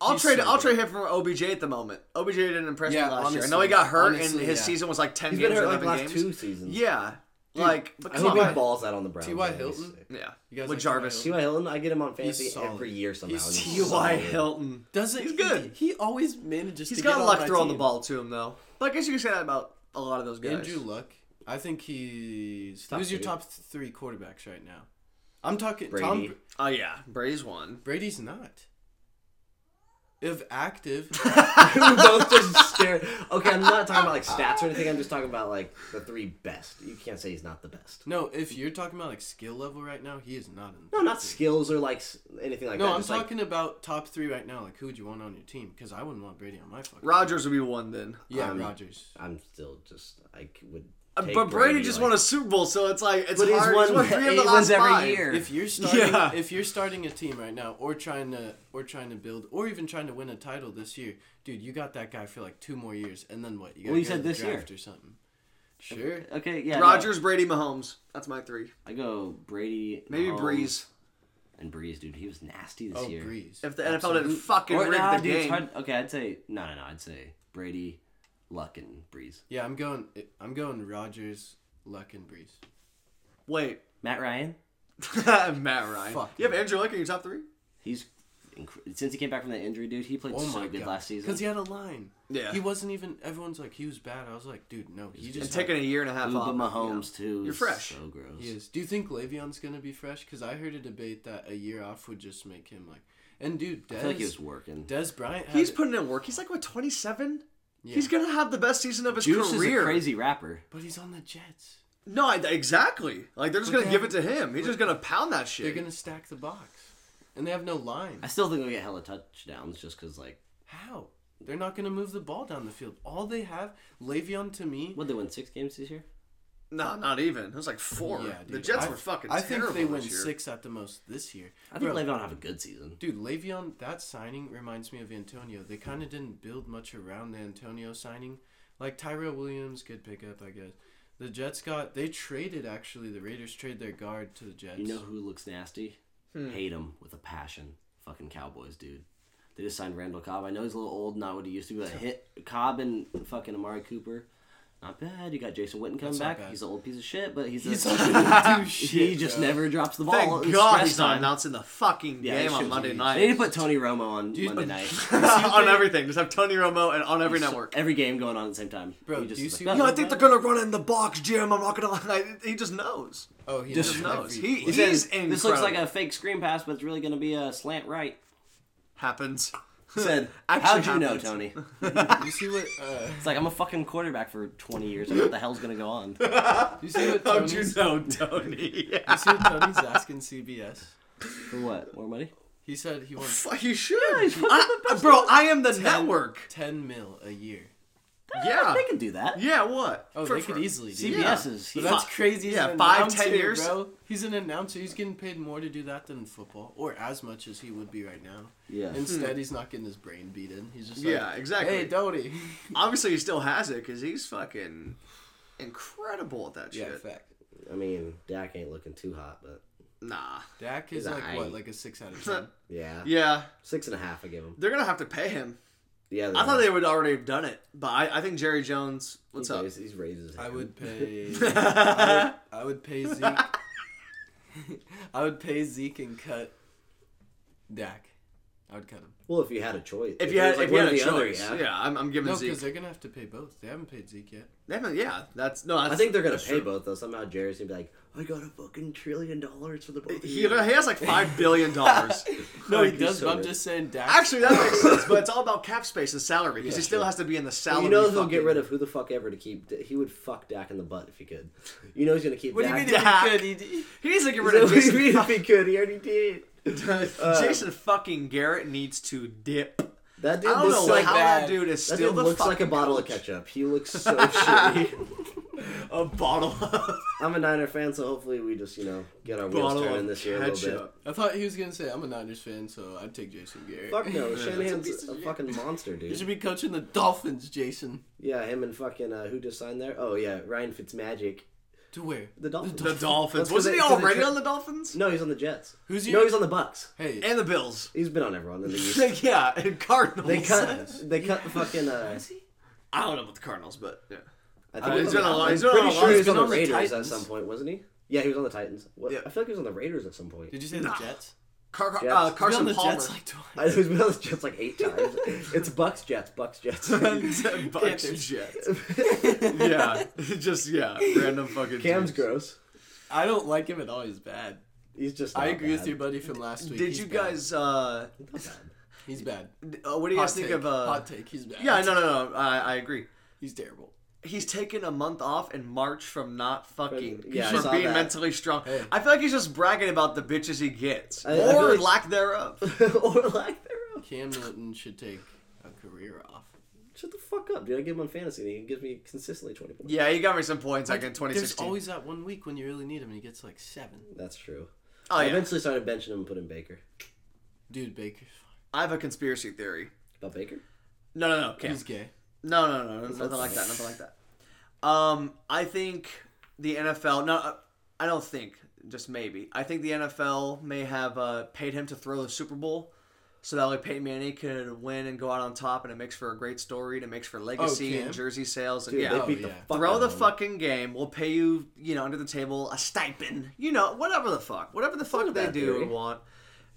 I'll
He's
trade.
so
I'll
good.
trade him for OBJ at the moment. OBJ didn't impress
Yeah,
me last year. I
honestly.
know he got hurt,
Honestly,
and his
yeah.
season was like 10
He's
games
been hurt
or
like
11
last
games.
two seasons.
Yeah, like but
I
come
hope he
on,
balls out on the Browns.
T.Y.
That'd be
Hilton?
sick.
yeah,
You guys
with
like
Jarvis.
T.Y. Hilton, I get him on fantasy
solid.
every year somehow.
He's
He's
T.Y.
solid.
Hilton.
Doesn't
He's
he-
good.
He, always manages.
He's
to
got
get
luck
on my
throwing the
team.
ball to him though. But I guess you can say that about a lot of those guys.
Andrew Luck. I think he's.
Top
who's your
three.
top th- three quarterbacks right now? I'm talking Tom.
Brady.
Br-
Oh yeah, Brady's one.
Brady's not. If active,
we both just stared. Okay, I'm not talking about like stats or anything. I'm just talking about like the three best. You can't say he's not the best.
no. If you're talking about like skill level right now, he is not in.
No, not skills or like s- anything like
No,
that.
I'm
just,
talking about top three right now. Like, who would you want on your team? Because I wouldn't want Brady on my fucking.
Rogers would be one then.
yeah,
Um,
Rogers.
Like, I'm still just I c- would.
Uh,
take
but Brady, just
like-
won a Super Bowl, so it's like it's
But he's
hard.
won,
three of
eight
the last
wins every
five.
year.
If you're starting,
Yeah.
if you're starting a team right now, or trying to, or trying to build, or even trying to win a title this year, dude, you got that guy for like two more years, and then what? You got
Well, you said this year.
draft or something. Sure.
okay, yeah, no.
Rogers, Brady, Mahomes. That's my three.
I go Brady,
Maybe
Mahomes,
Breeze.
and Breeze, dude. He was nasty this
Oh,
year.
Breeze.
If the NFL didn't
Absolute-
fucking
Or
rig
nah,
the
dude, it's
game,
hard. Okay, I'd say no, no, no. I'd say Brady, Luck, and Breeze.
yeah, I'm going. I'm going Rogers, Luck, and Breeze.
wait,
Matt Ryan.
Matt Ryan.
Fuck.
You have Andrew Luck in your top three?
He's inc- since he came back from that injury, dude. He played
Oh
so
my
good
god!
last season.
Because he had a line.
Yeah.
He wasn't even. Everyone's like, he was bad. I was like, dude, no, he
And
just had-
taking a year and a half
Ooh,
off.
but Mahomes too.
You're
is
fresh.
So gross.
He is. Do you think Le'Veon's gonna be fresh? Because I heard a debate that a year off would just make him like. And dude, Des,
I feel like he was working.
Des Bryant. Had
He's
it-
putting in work. He's like what 27.
Yeah.
He's gonna have the best season of his
Juice is
career.
a crazy rapper.
but he's on the Jets.
No, I, exactly. Like they're just
But
gonna
they
give it to him. He's just gonna pound that
They're
shit.
gonna stack the box, and they have no line.
I still think he'll get hella touchdowns just because like
How? They're not gonna move the ball down the field. All they have, Le'Veon to me.
what they win six games this year.
No, not even. It was like four.
Yeah,
the
dude,
Jets
I-
were fucking.
I think they
terrible
win
this year.
six at the most this year.
I think
Bro,
Le'Veon will have a good season.
Dude, Le'Veon, that signing reminds me of Antonio. They kind of didn't build much around the Antonio signing. Like Tyrell Williams, good pickup, I guess. The Jets got they traded actually. The Raiders traded their guard to the Jets.
You know who looks nasty?
Hmm.
Hate him with a passion. Fucking Cowboys, dude. They just signed Randall Cobb. I know he's a little old, not what he used to be, but hit Cobb and fucking Amari Cooper. Not bad. You got Jason Witten coming
not
back.
bad.
He's an old piece of shit, but he's,
He's
a,
fucking do
he
shit,
just
bro.
never drops the ball.
Thank
It's
God
stress
he's not
time.
announcing the fucking
Yeah,
game
they
on
should-
Monday
They need
night.
to put Tony Romo on
Dude,
Monday night.
on everything, just have Tony Romo and on every network.
Every game going on at the same time.
Bro,
He just
do you
is
see-
like,
No, I think they're gonna run in the box, Jim. I'm not gonna lie. He just knows.
Oh, he
Just
knows
knows.
every
He,
play.
he's
Says,
incredible.
This looks like a fake screen pass, but it's really going to be a slant right.
happens.
Said,
Actually
how'd you know,
happens.
Tony?
you see what? Uh,
It's like I'm a fucking quarterback for 20 years. Like, what the hell's going to go on?
you see what
How'd
Tony's?
you
you
know, Tony?
see what Tony's asking CBS?
For what? More money?
He said he wants
Fuck, you should. I- bro, I am the network.
ten mil a year.
Yeah.
They can do that.
Yeah, what?
Oh,
For-
they
for-
could easily do
Yeah.
that.
CBS is.
But that's
Fuck.
crazy. He's
Yeah,
an
five,
announcer,
10 years.
Bro. He's an announcer. He's getting paid more to do that than football, or as much as he would be right now.
Yeah.
Instead, he's not getting his brain beaten. He's just
Yeah,
like,
exactly.
Hey, Doty.
Obviously, he still has it because he's fucking incredible at that
yeah,
shit.
fact.
I mean, Dak ain't looking too hot, but
Nah.
Dak is
He's
like
aight.
what, like a six out of ten.
yeah,
Yeah,
six and a half. I give him.
they're gonna have to pay him.
Yeah,
I thought they would already have done it, but I, I think Jerry Jones. What's
he
up?
Raised, he's raised his
I
hand.
would pay. I, would, I would pay Zeke. I would pay Zeke and cut Dak. I would cut them.
Well, if you had a choice,
If you had,
it was like
if you
one
had a
or the other,
choice, yeah, I'm, I'm giving
No, because
Zeke.
they're gonna have to pay both. They haven't paid Zeke yet.
They haven't- yeah, that's no. That's,
I think they're gonna
that's
pay
true.
both though. Somehow Jerry's gonna be like, I got a fucking trillion dollars for the both. of
He, he
you."
has like five billion dollars.
No, he
Like,
does.
so
But I'm
good.
just saying, Dax.
Actually, that makes sense, but it's all about cap space and salary because he still
sure.
has to be in the salary.
Well, you know he'll
fucking-
get rid of who the fuck ever to keep. D- He would fuck Dak in the butt if he could. You know he's gonna keep.
what do you
Dak.
mean? He
Dak.
could, he, d-
He needs to get
What
rid of
do you
Jason.
mean if he could? He already did.
E
Jason fucking Garrett needs to dip.
That uh, dude
I don't
looks
know
like
how
bad.
that dude is
that
still
dude
the
looks like a
fucking
bottle of
coach.
ketchup. He looks so shitty.
A bottle of
I'm a Niner fan, so hopefully we just you know get our wheels
bottle
turning
of
this year a little bit.
ketchup.
I thought he was gonna say, "I'm a Niners fan, so I'd take Jason Garrett."
Fuck no,
piece
Shanahan's
of
a
shit.
fucking monster,
You should
dude.
be coaching the Dolphins, Jason.
Yeah, him and fucking uh, who just signed there? Oh yeah, Ryan Fitzmagic.
To where?
The Dolphins.
The Dolphins.
That's
Wasn't he
'cause they- 'cause they
already
tra-
on the Dolphins?
No, he's on the Jets.
Who's
No,
your-
he's on the Bucks.
Hey,
And the Bills.
He's been on everyone in the East.
yeah, and Cardinals.
They cut. They cut fucking. Uh,
I don't know about the Cardinals, but yeah.
I
Uh, he's been on a lot-
I'm
he's been on
pretty
a lot-
sure he
he's
was on
been
the
on the
Raiders at
Titans.
some point, wasn't he? Yeah, he was on the Titans. What?
Yeah.
I feel like he was on the Raiders at some point.
did you say the
Nah.
Jets?
Car- Car-
Jets.
uh,
He's
He's on
Carson
the
Palmer.
Jets like twice.
I, he's been on the Jets like eight times. it's Bucks Jets. Bucks Jets.
Bucks and Jets. yeah, just yeah, random fucking. teams.
Cam's gross.
I don't like him at all. He's bad.
He's just.
I
not
agree with
bad.
your buddy from last week.
Did
He's
you
bad.
guys? uh
Not bad.
He's bad.
uh, What do you guys think
take.
of? uh
Hot take. He's bad.
Yeah, no, no, no. I, I agree.
He's terrible.
He's taken a month off in March from not fucking
yeah, I
from
saw
being
that.
mentally strong. I feel like he's just bragging about the bitches he gets
I- I feel
or
like-
lack thereof.
or lack thereof.
Cam Newton should take a career off.
Shut the fuck up, dude. I give him on fantasy and he gives me consistently 20 points.
Yeah, he got me some points like in
There's
2016.
always that one week when you really need him, and he gets like seven.
That's true.
oh
I
yeah,
eventually started benching him and put in Baker.
Dude, Baker's
I have a conspiracy theory.
About Baker?
No, no, no,
fine.
Cam.
He's gay.
No, no, no, no, nothing like that. Nothing like that. Um, I think the NFL. No, uh, I don't think. Just maybe. I think the NFL may have uh, paid him to throw the Super Bowl, so that way Peyton Manning could win and go out on top, and it makes for a great story, and it makes for legacy
Cam?
and jersey sales, and
Oh, Dude,
yeah.
they beat the
yeah.
fuck out
Throw
of
the
him.
fucking game. We'll pay you, you know, under the table a stipend. You know, whatever the fuck, whatever the fuck
not
they
bad
do
theory.
and want.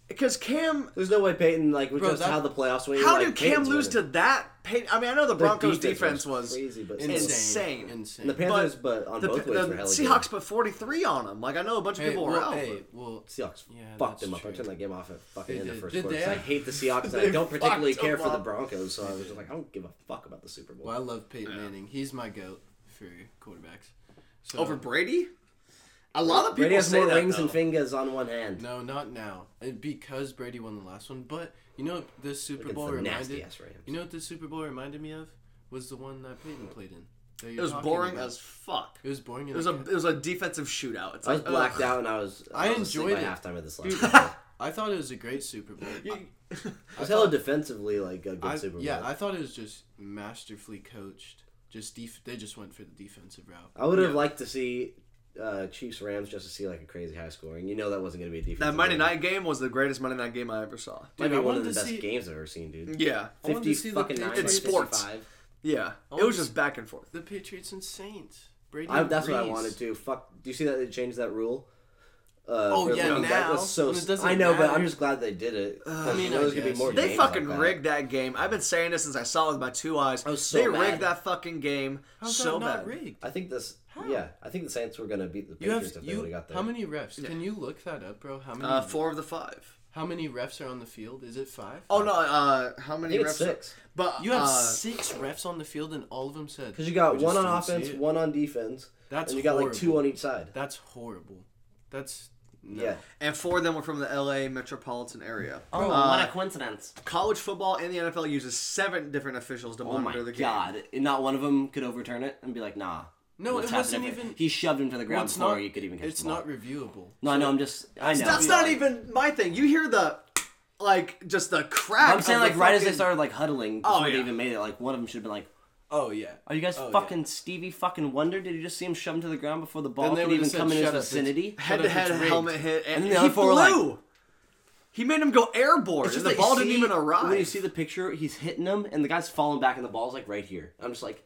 Because Cam,
There's no way Peyton, like, with
Bro,
just
that-
how the playoffs went.
how
like,
did Cam
Peyton's
lose
winning.
to that? Pey- I mean, I know the
Their
Broncos' defense was
crazy, but
insane.
still.
Insane.
And the
Insane.
Panthers, but, on
the,
both
the
ways, were hella
Seahawks
good.
put 43 on him. Like I know a bunch of
Hey,
people were
well,
out.
hey,
but-
well,
Seahawks
Yeah,
fucked
that's
him up. I
true.
turned that game off at fucking
They
in the
did.
first
Did
quarter.
they
'cause I
have-
hate the Seahawks. and I don't
fucked
particularly
him
care for the
up.
Broncos, so I was just like, I don't give a fuck about the Super Bowl.
well, I love Peyton Manning. He's my goat for quarterbacks. So,
over Brady, a lot of people
Brady has
say
more
that.
rings
though.
and fingers on one hand.
No, not now. Uh, Because Brady won the last one. But you know what this Super
Against
Bowl
the
reminded
nasty-ass Rams.
You know what this Super Bowl reminded me of? Was the one that Peyton played in. that
it
you're
was
talking
boring
about.
as fuck.
It was boring.
It was a it was a defensive shootout. It's
I was
like,
blacked
ugh.
out and I was. I,
I
was asleep
enjoyed
by
it.
halftime of this last. Game.
I thought it was a great Super Bowl.
You-
It was hella defensively like a good
I,
Super Bowl.
yeah, I thought it was just masterfully coached. Just def- they just went for the defensive route.
I would have liked to see uh, Chiefs Rams just to see like a crazy high scoring. You know that wasn't going to be a defense.
that Monday night game was the greatest Monday night game I ever saw.
might
Dude,
be
I
one of
wanted
the
to
best
see.
games I've ever seen, dude.
Yeah,
I wanted
Fifty
to see the
fucking nine.
Patriots-
like,
It's sports.
55.
yeah.
I
It was
wanted
just back and forth.
The Patriots and Saints. Brady.
I,
and
that's what I
Breeze.
wanted to. Fuck. Do you see that they changed that rule? Uh,
Oh,
for
yeah,
league- that
now.
was so.
And it doesn't
I know, but I'm
matter.
just glad they did it. I
mean,
mean, there's
I
gonna be
guess.
more.
They
games
fucking
like that.
rigged that game. I've been saying this since I saw it with my two eyes.
was so
they
bad.
rigged that fucking game
How's
so
that not
bad.
rigged?
I think this. Yeah, I think the Saints were gonna beat the
You have
Patriots if they would
you.
have got there.
How many refs? Can you look that up, bro? How many?
Uh, four of the five.
How many refs are on the field? Is it five?
Oh no! Uh, how many
I think it's
refs?
six.
But
You have
uh,
six refs on the field, and all of them said.
Because you got
"We just
one on
didn't see
offense,
it."
one on defense.
That's
and you got like two
horrible.
on each side.
That's horrible. That's no.
Yeah.
and four of them were from the LA metropolitan area.
Oh,
uh,
what a coincidence!
College football and the NFL uses seven different officials to
Oh my
monitor the game.
god! And not one of them could overturn it and be like, "Nah."
No,
let's
it
have
wasn't
different-
even-
He shoved him to the
Well,
ground before you could even catch
It's
the ball.
not reviewable.
No, I know. I'm just. I know.
That's not even my thing. You hear the like just the crack.
I'm saying
of the
like right as they
fucking-
started like huddling
Oh,
before they
yeah.
even made it, like one of them should have been like,
Oh yeah.
"Are you guys
Oh, yeah.
fucking Stevie fucking Wonder? Did you just see him shove him to the ground before the ball
Then they
could
would've
even
said,
come in his
"Shut up, it's-
vicinity?"
head to
But if
head
it's rigged-
helmet hit and,
and the
he
other four
flew.
were like-
he made him go airborne
It's just
and the
that
ball
you
didn't
see-
even arrive.
When you see the picture, he's hitting him, and the guy's falling back, and the ball's like right here. I'm just like,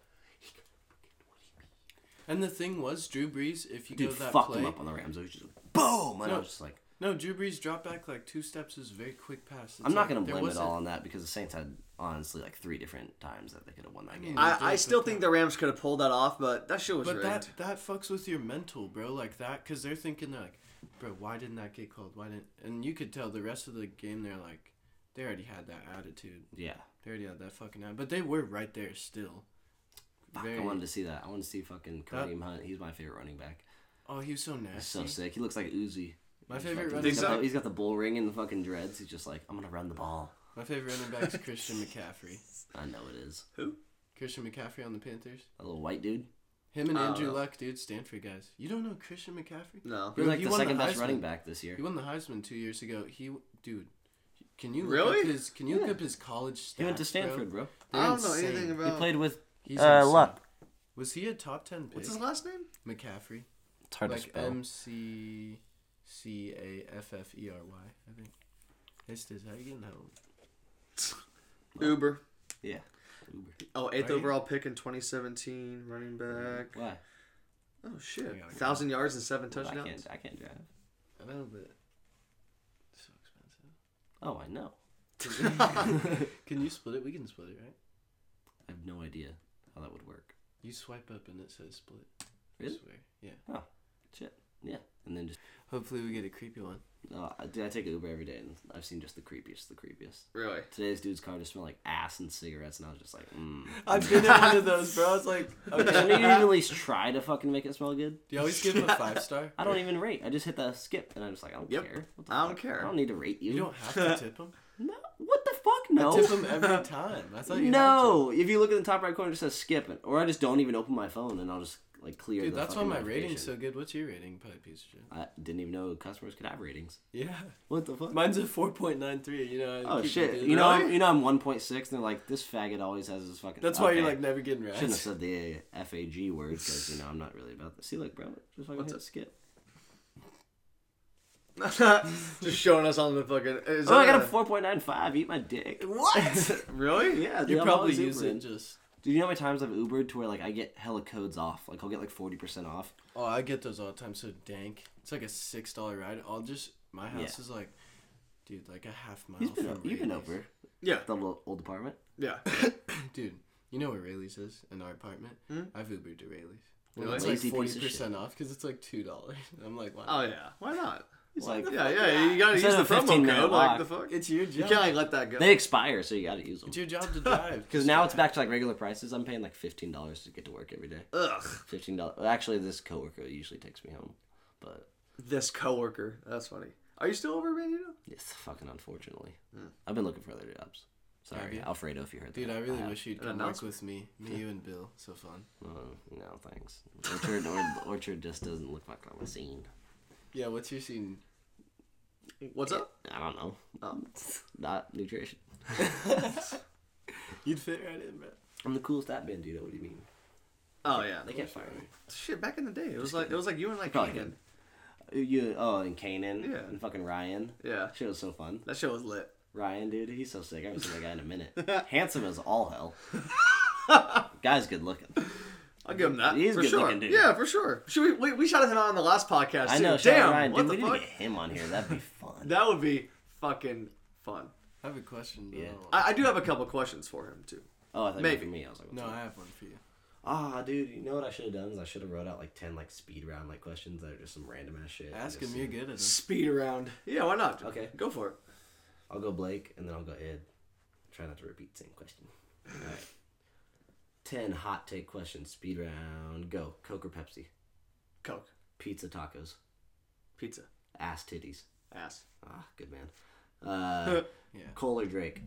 And the thing was, Drew Brees. If you
dude,
go that
fucked
play,
him up on the Rams. It was just boom, and I
No.
was just like,
No, Drew Brees dropped back like two steps is a very quick pass. It's
I'm not
like,
going to
there
blame it
wasn't-
all on that because the Saints had honestly like three different times that they could have won that game.
I, I still think the Rams could have pulled that off, but that shit was
But
rigged.
that that fucks with your mental, bro. Like that, because they're thinking they're like, bro, why didn't that get called? Why didn't? And you could tell the rest of the game they're like, they already had that attitude.
Yeah,
They already had that fucking attitude. But they were right there still.
Fuck, I
Very-
wanted to see that. I wanted to see fucking
That-
Kareem Hunt. He's my favorite running back.
Oh, he was so
He's
nasty.
so sick. He looks like Uzi.
My
He's
favorite
fucking-
running
he's got the-
back-
He's got the bull ring and the fucking dreads. He's just like, I'm gonna run the ball.
My favorite running back is Christian McCaffrey.
I know it is.
Christian McCaffrey on the Panthers.
That little white dude.
Him and
I don't
Andrew
know.
Luck, dude, Stanford guys. You don't know Christian McCaffrey?
no.
He's
Bro,
like
he
the
won the
second best
Heisman.
running back this year.
He won the Heisman two years ago. He, dude, can you look
Really?
Up his, can you
Yeah.
look up his college stats?
He went to
bro?
Stanford, bro.
They're
I don't know anything
insane.
about.
He played with
He's
uh,
insane.
Luck.
Was he a top ten pick?
What's his last name?
McCaffrey.
It's hard to
like um,
spell.
M C C A F F E R Y, I think. This is how you getting home.
Uber.
yeah. Uber.
Oh, eighth
Right?
overall pick in 2017, running back.
Why?
Oh
I
shit,
gotta go.
thousand yards and seven
I
touchdowns.
can't. I can't drive.
I know, but it's so expensive.
Oh, I know.
Can you split it? We can split it, right?
I have no idea how that would work.
You swipe up and it says split.
Really?
I swear. Yeah.
Shit. Yeah. And then just.
Hopefully we get a creepy one.
Uh, dude, I take Uber every day, and I've seen just the creepiest, the creepiest.
Really?
Today's dude's car just smelled like ass and cigarettes, and I was just like, mm.
I've been in one of those, bro. I was like,
Don't you even at least try to fucking make it smell good?
do you always give him a five star?
I don't even rate. I just hit the skip, and I'm just like, I don't
Yep.
care. What
I don't
fuck?
care.
I don't need to rate you.
You don't have to tip him.
No. What the fuck? No.
Tip him every time. I thought you Had to.
No, if you look at the top right corner, it says skip, and- or I just don't even open my phone and I'll just like clear.
Dude,
the
that's why
fucking
my rating's so
notification.
good. What's your rating, probably piece of shit?
I didn't even know customers could have ratings.
Yeah.
What the fuck?
Mine's a 4.93, you know. I
oh
keep
shit!
doing
You
that.
know, I'm, you know, I'm 1.6, and they're like, this faggot always has his fucking.
That's why you're
Okay.
like never getting rats.
Shouldn't have said the F A G word because you know I'm not really about that. See, look, bro, just fucking
What's
hit
it?
skip.
Just showing us on the fucking. Is
Oh, I
that
got a 4.95. Eat my dick.
What? really?
Yeah, dude,
You
I'm
probably
always
use it
Ubering.
just.
Do you know how many times I've Ubered to where like I get hella codes off? Like I'll get like 40% off.
Oh, I get those all the time. So dank. It's like a six dollar ride. I'll just my house
Yeah.
is like, dude, like a half mile.
You've been,
from
you've been
Rayleigh's.
over
Yeah.
the little old apartment.
Yeah.
dude. You know where Rayleigh's is in our apartment?
Hmm?
I've Ubered to Rayleigh's. Well,
Really?
it's
Lazy
like
piece
forty
of shit.
percent off because it's like two dollars. I'm like, wow.
Oh yeah. Why not?
like
Yeah, yeah. You gotta
Instead
use
of
the
a
promo
15-minute
code. Like
lock,
the fuck.
It's your
you
job.
can't like, let that go.
They expire, so you got to use them.
It's your job to drive.
Because now it's back to like regular prices. I'm paying like fifteen dollars to get to work every day.
Ugh.
Fifteen dollars. Actually, this coworker usually takes me home, but
This coworker. That's funny. Are you still over, man? You know.
it's fucking unfortunately. I've been looking for other jobs.
Have
Sorry,
you?
Alfredo, if Hmm. you heard
Dude,
that.
I really
have.
wish you'd
An
come work
announcement.
with me, me, you, and Bill. So fun.
Uh, no, thanks. Orchard, or, Orchard just doesn't look like I'm a scene.
Yeah, what's your scene?
What's up?
I don't know.
Oh.
Not nutrition.
You'd fit right in, bro.
I'm the coolest that been, dude. What do you mean?
Oh yeah.
They can't fire me.
Shit. Back in the day, it was like it was like you and like
Probably
Keegan.
You oh, and Kanan
Yeah.
and fucking Ryan.
Yeah.
Shit was so fun.
That show was lit.
Ryan, dude, he's so sick. I haven't seen that guy in a minute. Handsome as all hell. Guy's good looking.
I'll give him that.
He is
for
good
sure.
looking, dude.
Yeah, for sure. Should we, we we shouted him out on the last podcast.
I
too.
know. Shout out
Damn.
Ryan,
what
dude, we
the
need to
fuck?
get him on here. That'd be fun.
That would be fucking fun.
I have a question. Though.
Yeah.
I, I do have a couple questions for him too.
oh, I thought
Maybe.
maybe for me. I was like,
no,
what's up?
I have one for you.
ah, dude, you know what I should have done is I should have wrote out like ten like speed round like questions that are just some random ass shit.
Ask
Just
him. You're
see-
good at it.
Speed around. Yeah, why not?
Okay.
Go for it.
I'll go Blake, and then I'll go Ed. Try not to repeat the same question. All right. Ten hot take questions. Speed round. Go. Coke or Pepsi?
Coke.
Pizza tacos.
Pizza.
Ass titties.
Ass.
Ah, good man. Uh,
Yeah.
Cole or Drake?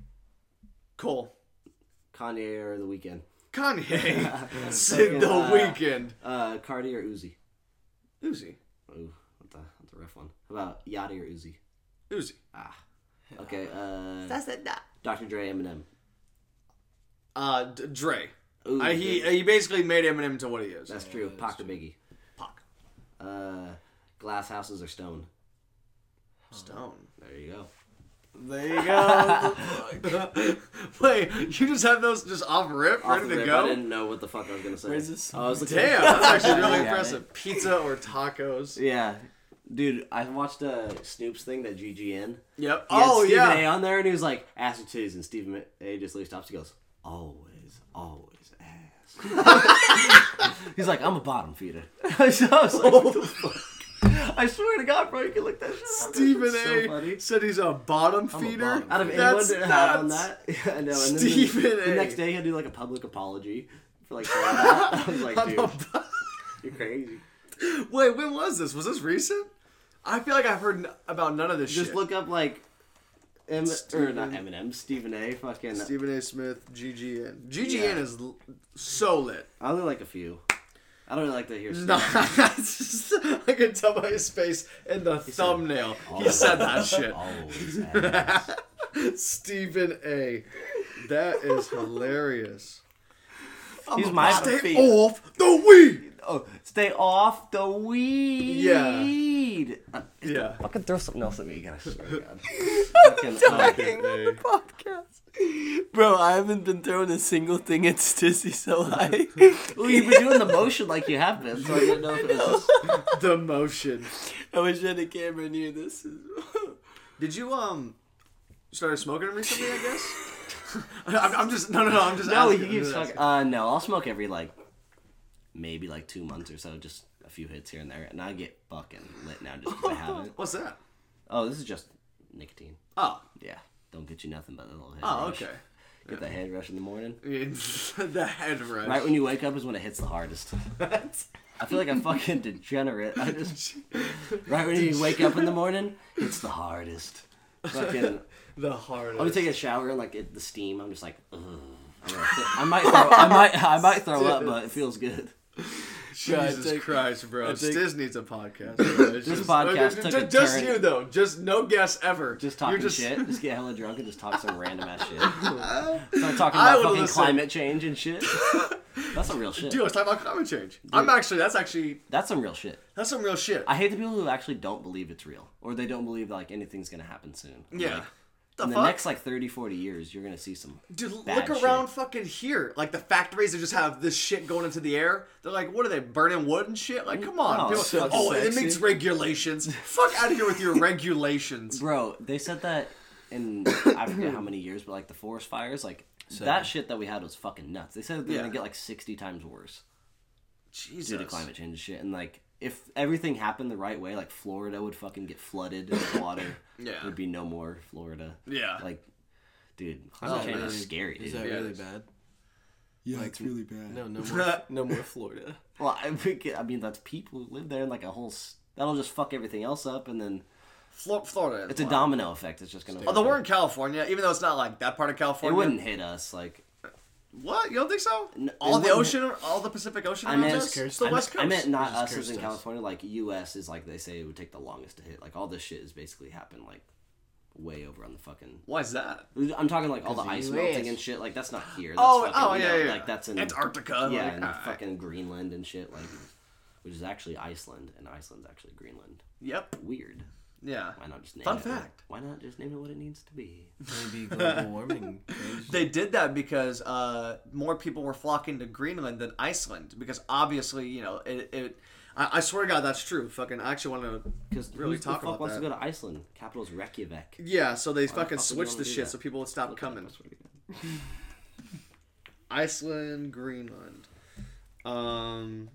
Cole.
Kanye or The Weeknd?
Kanye. Sid the
Uh,
Weekend.
Uh, Cardi or Uzi?
Uzi.
Ooh, that's a, that's a rough one. How about Yachty or Uzi?
Uzi.
Ah. Okay, uh,
it. Not.
Dr. Dre, Eminem.
Uh, D- Dre.
Ooh,
I, he he basically made Eminem to what he is.
That's true. Pac or Biggie?
Pac.
Uh, glass houses or stone?
Stone.
There you go.
There you go.
Wait, you just have those just off rip,
Off
ready
the
to
rip, I
go?
didn't know what the fuck I was gonna say.
Where's this?
I was looking.
Damn, that's actually really
Yeah,
impressive. Pizza or tacos?
Yeah.
Dude, I watched uh, Snoop's thing that GGN.
Yep.
He had
oh
Stephen
yeah.
A on there, and he was like ass and titties, and Stephen A just like stops. He goes, always, always ass. He's like, I'm a bottom feeder. so I was like,
Oh.
what the fuck? I swear to God, bro, you can look that shit up.
Stephen
It's so
A.
funny.
said he's a bottom feeder.
Bottom. Out of anyone
That's
that had on
nuts.
that, yeah, I know. And then
Stephen
the, the
A.
next day, he had to do like a public apology for like. saying that. I was like,
I'm a
dude, you're crazy.
bo- Wait, when was this? Was this recent? I feel like I've heard n- about none of this
Just
shit.
look up like, M- or not
Stephen-
Eminem, Stephen A. Fucking.
Stephen A. Smith, GGN. GGN
Yeah.
is l- so lit.
I only like a few. I don't really like to hear.
No,
Stephen
I can tell by his face and the thumbnail. he said that shit.
Always ass.
Stephen A. That is hilarious.
He's my
Stay off the weed.
Oh, stay off the weed.
Yeah.
Uh,
Yeah.
fucking throw something else at me, guys. I swear to God. Fucking, uh,
Stephen A.
Bro, I haven't been throwing a single thing at Stizzy, so I.
well, you've been doing the motion like you have been, so I didn't know if it was.
The motion.
I wish I had a camera near this.
Did you um started smoking recently? I guess. I'm, I'm just no no no. I'm just
No,
asking,
he
I'm
keeps
just
fucking. Uh, no, I'll smoke every like, maybe like two months or so, just a few hits here and there, and I get fucking lit now just 'cause I have it.
asking. What's that?
Oh, this is just nicotine.
Oh
Yeah, don't get you nothing but a little head
oh
rush.
okay.
Get that head rush in the morning.
the head rush.
Right when you wake up is when it hits the hardest. I feel like I'm fucking degenerate. I just right when you wake up in the morning, it's the hardest. Fucking,
the
I'm
hardest.
taking a shower and like it, the steam. I'm just like, ugh. I'm gonna fit- I might, throw, I might, I might throw up, but it feels good.
Jesus
I take-
Christ, bro.
I take-
Stiz needs a podcast. Bro. It's
This
just-
podcast
Okay,
took
ju-
a
just
turn.
you though. Just no guess ever.
Just talking
You're just,
shit. Just get hella drunk and just talk some random ass shit. Start talking
I
about
would
fucking
listen.
climate change and shit. That's some real shit.
Dude, let's talk about climate change. I'm actually that's actually
That's some real shit.
that's some real shit.
I hate the people who actually don't believe it's real or they don't believe like anything's gonna happen soon. I'm
yeah.
like,
the
in the
fuck?
next like 30, 40 years, you're gonna see some.
Dude, l-
bad
look
shit.
around fucking here. Like the factories that just have this shit going into the air. They're like, what are they burning wood and shit? Like, come on.
No,
People-
so
oh, and it
sexy.
makes regulations. Fuck out of here with your regulations.
Bro, they said that in I forget how many years, but like the forest fires, like that shit that we had was fucking nuts. They said they're
Yeah.
gonna get like sixty times worse
Jesus.
due to climate change and shit. And like if everything happened the right way, like Florida would fucking get flooded with water.
Yeah.
There'd be no more Florida.
Yeah. Oh,
Like, dude, climate
that
change
really-
is scary.
Is
Dude.
that
Yeah, it
really
is.
bad?
Yeah, it's really bad.
No, no more, no more Florida.
Well, I, think, I mean that's people who live there and like a whole. s- That'll just fuck everything else up, and then
Flo- Florida.
it's a domino effect. It's just gonna.
Although we're in California, even though it's not like that part of
it
California.
wouldn't hit us like
What? You don't think so?
No,
all
it
the
wouldn't
ocean, all the Pacific Ocean
I
around
meant-
us? It's the
I meant-
West Coast.
I meant not
It's
us
cursed
as in
us.
California. Like U.S. is like they say it would take the longest to hit. Like all this shit is basically happened like way over on the fucking.
Why is that?
I'm talking like all the ice
US.
melting and shit. Like that's not here. That's
Oh,
fucking,
oh,
you
yeah,
know,
yeah.
Like that's in
Antarctica.
Yeah,
like, uh,
and
alright.
fucking Greenland and shit. Like, which is actually Iceland, and Iceland's actually Greenland.
Yep.
Weird.
Yeah.
Why not just name
Fun
it?
fact.
Why not just name it what it needs to be?
Maybe global warming.
They did that because uh, more people were flocking to Greenland than Iceland because obviously, you know, it. it I, I swear to God, that's true. Fucking, I actually want to.
Because
Really
really who the
talk
fuck
about
wants
that.
to go to Iceland? Capital's Reykjavik.
Yeah, so they
fuck
fucking
would you
switched
wanna
the
do
shit
that?
so people would stop coming. Iceland, Greenland. Um.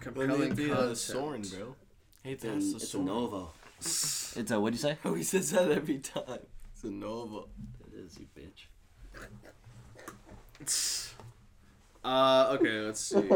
Compelling
Compelling uh,
content.
Soren, bro. Hey, that's
And
the
it's a
Soren.
Novo. It's a what'd you say?
Oh, he says that every time. It's a Nova.
It is you bitch.
Uh, okay, let's see.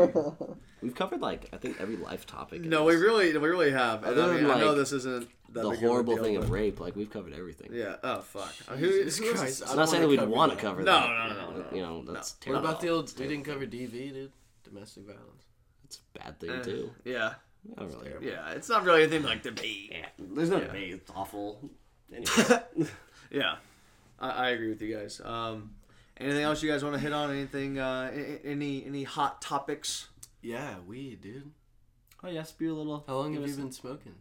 We've covered like I think every life topic. in
no, we
this.
really, we really have. And I,
Other
mean,
than,
I know
like,
this isn't that
the
big a
horrible
deal,
thing of
but-
rape. Like we've covered everything.
Yeah. Oh fuck. Who, who else is-
It's not saying that we'd want to cover
No,
that.
no, no, no, no,
You know that's
What
terrible.
about the old? We didn't cover DV, dude. Domestic violence.
It's a bad thing too.
Yeah.
I don't really.
Yeah. Eh, It's not really anything like debate.
Yeah, there's no debate. It's awful. Anyway,
Yeah, I, I agree with you guys. Um, anything else you guys want to hit on? Anything? Uh, a- a- any any hot topics?
Yeah, weed, dude.
oh yeah, spew a little.
How long
give
have you
us a-
been smoking?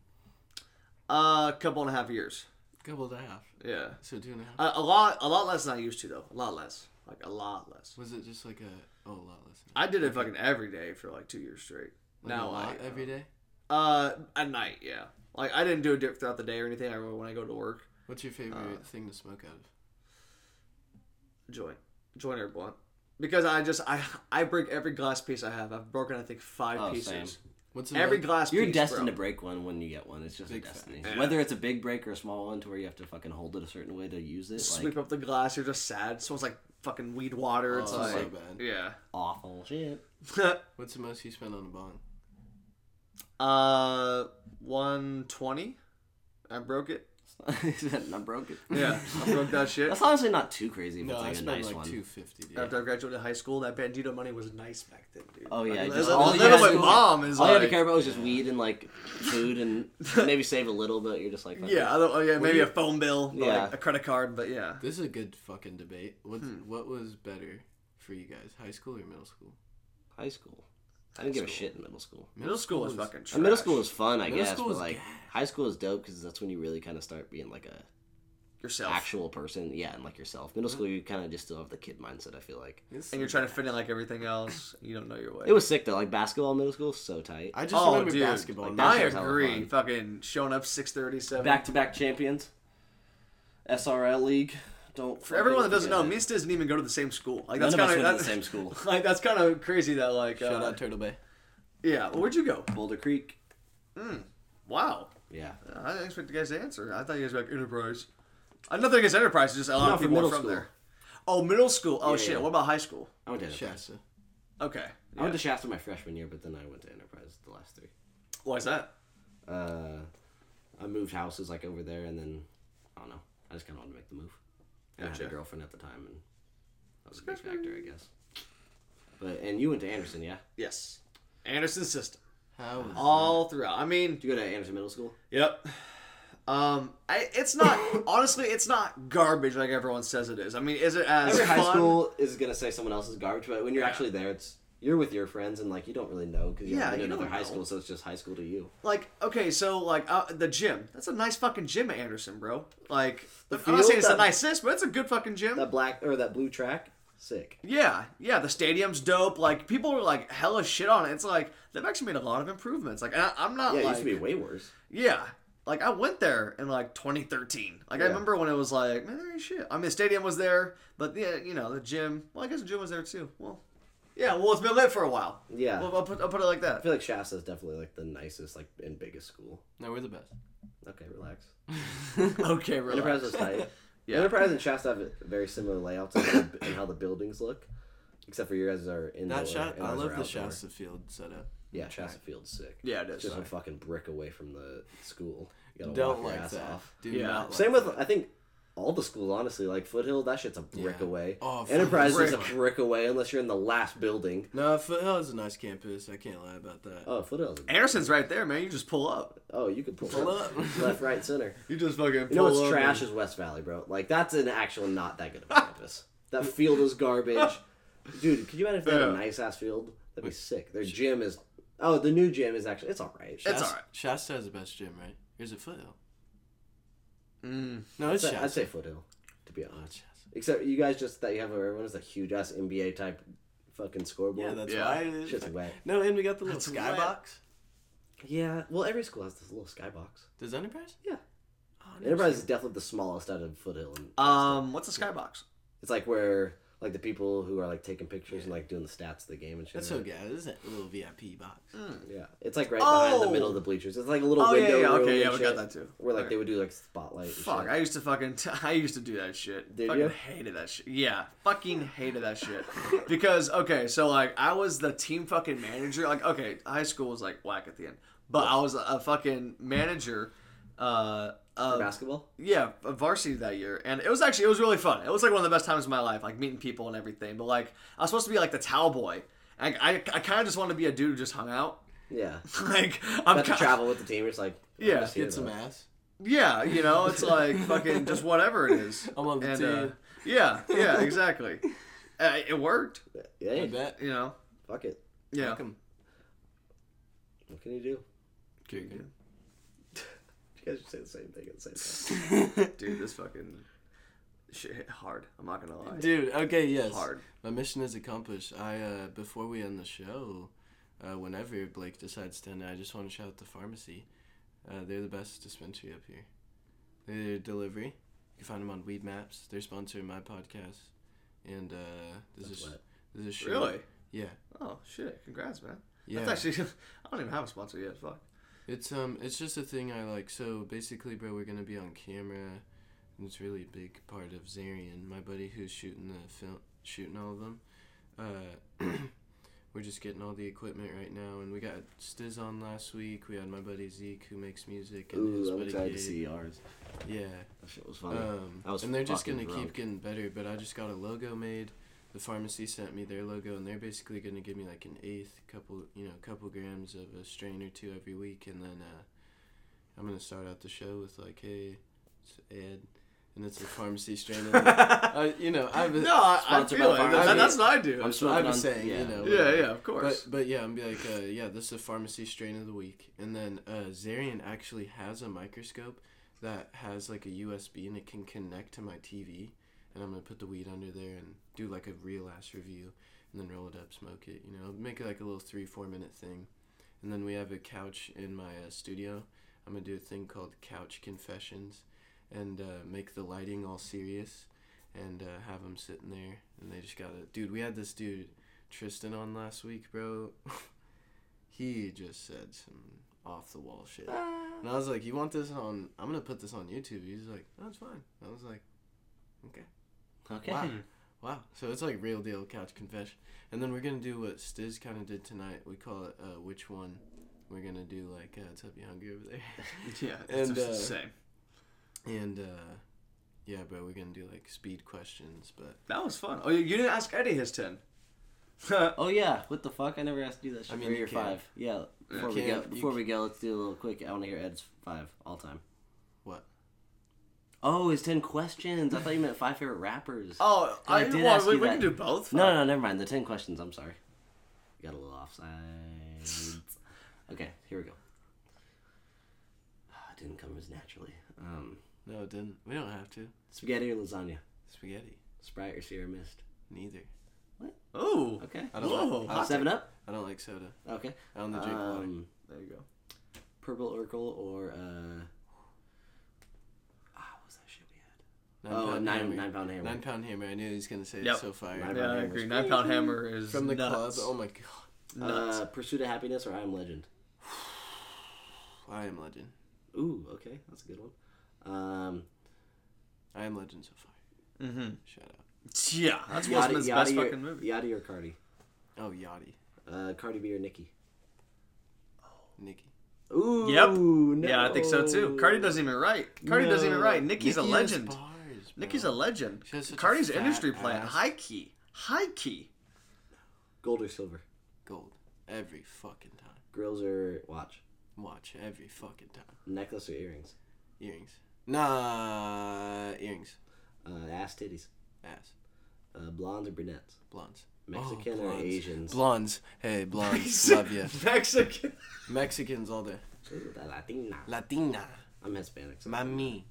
A Uh, couple and a half years.
Couple and a half.
Yeah,
So two and a half.
a, a lot a lot less than I used to though. A lot less, like a lot less.
Was it just like a oh a lot less?
I did it fucking every day for like two years straight.
Like a
now I
lot every day.
Uh, at night, yeah. Like I didn't do a dip throughout the day or anything. I when I go to work,
What's your favorite thing to smoke out of?
joint, joint or blunt, because I just I I break every glass piece I have. I've broken I think five
Oh,
pieces.
same.
What's
Every
another-
glass
You're
piece,
destined
bro.
to break one when you get one. It's just
Big
a
fact.
destiny.
Yeah.
Whether it's a big break or a small one to where you have to fucking hold it a certain way to use it,
sweep
like
up the glass. You're just sad. Smells like fucking weed water. It's
Oh,
like,
so bad.
yeah.
awful shit.
What's the most you spent on a bong?
uh, one twenty. I broke it.
I'm broken.
Yeah, I broke that shit.
That's honestly not too crazy if
No, I
it's like a
spent
nice
like
one.
two fifty. Dude.
After I graduated high school, that bandito money was nice back then, dude.
Oh, yeah,
Like,
just
li-
all
li-
you
literally
had
my
to-
mom is
All you had to
like,
care about was just weed and like food and maybe save a little, but you're just like, fuck
yeah, I don't, oh, yeah, maybe a phone bill, but,
Yeah.
like a credit card, but yeah.
This is a good fucking debate. What what was better for you guys, high school or middle school?
high school. I didn't give a shit in middle school.
Middle school was fucking trash.
And middle school was fun, I
Middle
guess,
school
but
is
like
gas.
high school is dope because that's when you really kind of start being like a
yourself,
actual person, yeah, and like yourself. Middle school, you kind of just still have the kid mindset. I feel like
and you're trying to fit in like everything else. You don't know your way.
it was sick though. Like basketball, in middle school, so tight.
I just
oh,
remember
dude,
basketball.
like,
now.
I
shit was hella
agree.
fun.
Fucking showing up six thirty seven.
Back to back champions, SRL league. Don't
For everyone that doesn't know, Mista doesn't even go to the same school. Like
none
that's
of us
kind
went
of
to the same school.
Like that's kind of crazy that like
Shout
uh,
out Turtle Bay.
yeah. Well, where'd you go?
Boulder Creek.
Wow,
Yeah.
I didn't expect you guys to answer. I thought you guys were like Enterprise. Uh, Nothing against Enterprise, just a lot
No,
of
for
people are
middle
from
school.
there. Oh, middle school. Oh
Yeah,
shit.
yeah.
What about high school?
I went to Enterprise.
Shasta.
Okay.
I went to Shasta my freshman year, but then I went to Enterprise the last three.
Why is that?
Uh, I moved houses like over there, and then I don't know. I just kind of wanted to make the move. And I had
Gotcha.
a girlfriend at the time, and that was a big factor, I guess. But and you went to Anderson, yeah?
Yes. Anderson system.
How was
All throughout. I mean,
Did you go to Anderson Middle School?
Yep. Um, I, it's not honestly, it's not garbage like everyone says it is. I mean, is it as
Every high
fun?
school is gonna say someone else's garbage, but when you're actually there, it's you're with your friends, and like you don't really know because you
Yeah,
haven't been
you
to another
don't
high
know.
school, so it's just high school to you.
Like, okay, so like uh, the gym. That's a nice fucking gym at Anderson, bro. Like,
The
I'm not
field,
saying it's the
that-
nicest, but it's a good fucking gym.
That black or that blue track, sick.
Yeah, yeah, the stadium's dope. Like, people were like hella shit on it. It's like they've actually made a lot of improvements. Like, and I, I'm not
Yeah, it
like
used to be way worse.
Yeah. Like I went there in like 2013. Like I
Yeah.
remember when it was like, man, there ain't shit. I mean, the stadium was there, but yeah, you know, the gym. Well, I guess the gym was there too. Well, yeah. Well, it's been lit for a while.
Yeah.
Well, I'll put, I'll put it like
I
that.
feel like Shasta's definitely like the nicest, like and biggest school.
No, we're the best.
Okay, relax.
okay, really.
Enterprise is tight.
Yeah.
Enterprise and Shasta have very similar layouts and how- and how the buildings look, except for yours are in
That
the
shot, I love the Shasta field setup.
Yeah, Shasta Field's sick.
Yeah, it
It's
is.
just a fucking brick away from the school. You gotta
Don't
walk your
like
ass
that.
off.
Do
Yeah.
not like
Same with
that.
I think all the schools honestly. Like Foothill, that shit's a brick
Yeah.
away.
Oh, Foothill.
Enterprise is a
Brick.
brick away unless you're in the last building.
No, Foothill is a nice campus. I can't lie about that.
Oh, Foothill's. A,
Anderson's right there, man. You just pull up.
oh, you could pull,
Pull
up.
up.
left, right, center.
You just fucking.
You know what's trash is West Valley, bro. Like that's an actual not that good of a campus. That field is garbage. Dude, could you imagine if they had a
Yeah.
nice ass field? That'd be sick. Their gym is oh, the new gym is actually it's alright.
It's
Shasta-
alright.
Shasta has the best gym, right? Or is it Foothill?
Mm.
No, it's
I'd say,
Shasta.
I'd say foothill, to be
Oh, it's
honest.
Shasta.
Except you guys just that you have everyone is a huge ass NBA type fucking scoreboard.
Yeah, that's
Yeah.
why. it is.
Shit's wet.
No, and we got the little
That's
skybox.
Yeah, well every school has this little skybox.
Does Enterprise?
Yeah.
Oh,
Enterprise is definitely the smallest out of foothill and
Um, what's a skybox?
it's like where like the people who are like taking pictures and like doing the stats of the game and shit.
That's so good. This is a little VIP box.
Yeah, it's like right behind
Oh!
the middle of the bleachers. It's like a little
Oh, yeah,
window.
yeah,
room
okay,
and
yeah, we got
shit,
that too.
Where like
Okay.
they would do like spotlight. And
Fuck,
shit.
I used to fucking, t- I used to do that shit.
Did
fucking
you?
hated that shit. Yeah, fucking hated that shit. Because okay, so like I was the team fucking manager. Like okay, high school was like whack at the end, but I was a, a fucking manager. Uh,
For
of,
basketball.
yeah, of varsity that year, and it was actually it was really fun. It was like one of the best times of my life, like meeting people and everything. But like I was supposed to be like the towel boy. I I, I kind of just wanted to be a dude who just hung out.
Yeah,
like I'm
got to
ki-
travel with the team. It's like
Yeah,
Get some ass.
yeah, you know, it's like fucking just whatever it is.
I'm on the
And,
team.
uh, yeah, yeah, exactly. uh, it worked,
I
Yeah,
bet.
you know.
fuck it.
Yeah.
Fuck 'em.
What can you do?
You're good.
You guys say the same thing at the same time.
Dude, this fucking shit hit hard. I'm not gonna lie.
Dude, okay, yes.
Hard.
My mission is accomplished. I uh before we end the show, uh, whenever Blake decides to. And I just want to shout out the pharmacy. Uh, they're the best dispensary up here. They're delivery. You can find them on Weed Maps. They're sponsoring my podcast. And uh, this is this is
Really?
yeah
Oh shit! Congrats, man.
yeah.
That's actually. I don't even have a sponsor yet. Fuck.
It's um, it's just a thing I like. So basically, bro, we're gonna be on camera, and it's really a big part of Zarian, my buddy who's shooting the film, shooting all of them. Uh, we're just getting all the equipment right now, and we got Stiz on last week. We had my buddy Zeke who makes music, and his
Ooh, I'm
buddy
excited to
Gabe.
see ours.
Yeah.
That shit was funny.
Um,
I was
and they're just gonna
fucking drunk.
keep getting better. But I just got a logo made. The pharmacy sent me their logo, and they're basically gonna give me like an eighth couple, you know, couple grams of a strain or two every week, and then uh, I'm gonna start out the show with like, hey, it's Ed, and it's a pharmacy strain. And, uh, you know, I've
No, I, I
Sponsored
feel
by
it.
Pharmacy.
That, that's what I do.
I'm
I
smoking
was
on-
saying,
yeah.
you know,
yeah, yeah, of course.
but but yeah, I'm be like, uh, yeah, this is a pharmacy strain of the week, and then uh, Zarian actually has a microscope that has like a USB and it can connect to my TV, and I'm gonna put the weed under there and do like a real ass review, and then roll it up, smoke it, you know, make it like a little three four minute thing, and then we have a couch in my uh, studio. I'm gonna do a thing called couch confessions, and uh, make the lighting all serious. And uh, have them sitting there, and they just gotta. Dude, we had this dude Tristan on last week, bro. he just said some off the wall shit. And I was like, You want this on I'm gonna put this on YouTube. He's like, No, it's fine. I was like, Okay.
Okay.
Wow. Wow. So it's like real deal couch confession. And then we're gonna do what Stiz kinda did tonight. We call it uh, which one we're gonna do like uh it's up you hungry over there.
yeah, it's
and,
just
uh,
the same.
and uh yeah, bro, we're gonna do like speed questions, but
That was fun. Oh, you, you didn't ask Eddie his ten.
Oh yeah, what the fuck? I never asked to do that shit
I mean,
for
you
year
can.
five. Yeah, before we
can.
go,
You
before
can.
we go, let's do a little quick. I want to hear Ed's five all time.
what?
Oh, his ten questions. I thought you meant five favorite rappers.
oh,
I
I,
did
well,
ask
we,
you
we
that.
can do both.
No, no, never mind. The ten questions. I'm sorry. Got a little offside. okay, here we go. Ah, it didn't come as naturally. Um,
No, it didn't. We don't have to.
spaghetti or lasagna?
Spaghetti.
Sprite or Sierra Mist?
Neither.
Oh,
Okay. Uh,
I don't
Whoa.
like I don't,
Seven Up.
I don't like soda.
Okay.
I only drink water.
Um,
there you go.
Purple Urkel or uh, ah, what was that shit we had?
Nine
oh,
pound
nine-
hammer.
nine pound hammer.
Nine pound hammer. I knew he was gonna say
Yep.
it so fire.
Nine
Yeah, I
hammer's
agree. Nine pound hammer is
From the
nuts.
club. Oh my god.
Nuts.
Uh, Pursuit of Happiness or I Am Legend?
I am legend.
Ooh, okay, that's a good one. Um,
I am legend so far.
mm-hmm.
Shout out.
Yeah, that's Will Smith's best
or,
fucking movie.
Yachty or Cardi?
Oh Yachty.
Uh, Cardi B or Nicki?
Nikki.
Ooh,
Yep.
no.
Yeah, I think so too. Cardi doesn't even write. Cardi doesn't even
No.
write. Nicki's a
Nikki has
legend.
Bars, bro.
Nicki's a legend.
She has such a
Cardi's
fat
industry plant.
ass.
High key. High key.
Gold or silver?
gold. Every fucking time.
Grills or watch?
Watch every fucking time.
Necklace or earrings?
Earrings. Nah. Earrings.
Uh, ass titties?
Ass.
Uh, blondes or brunettes?
Blondes.
Mexican or
Oh, blondes.
Asians?
Blondes. Hey, blondes. Love ya.
Mexican.
Mexicans all day.
Ooh, that Latina.
Latina.
I'm Hispanic. So
Mami.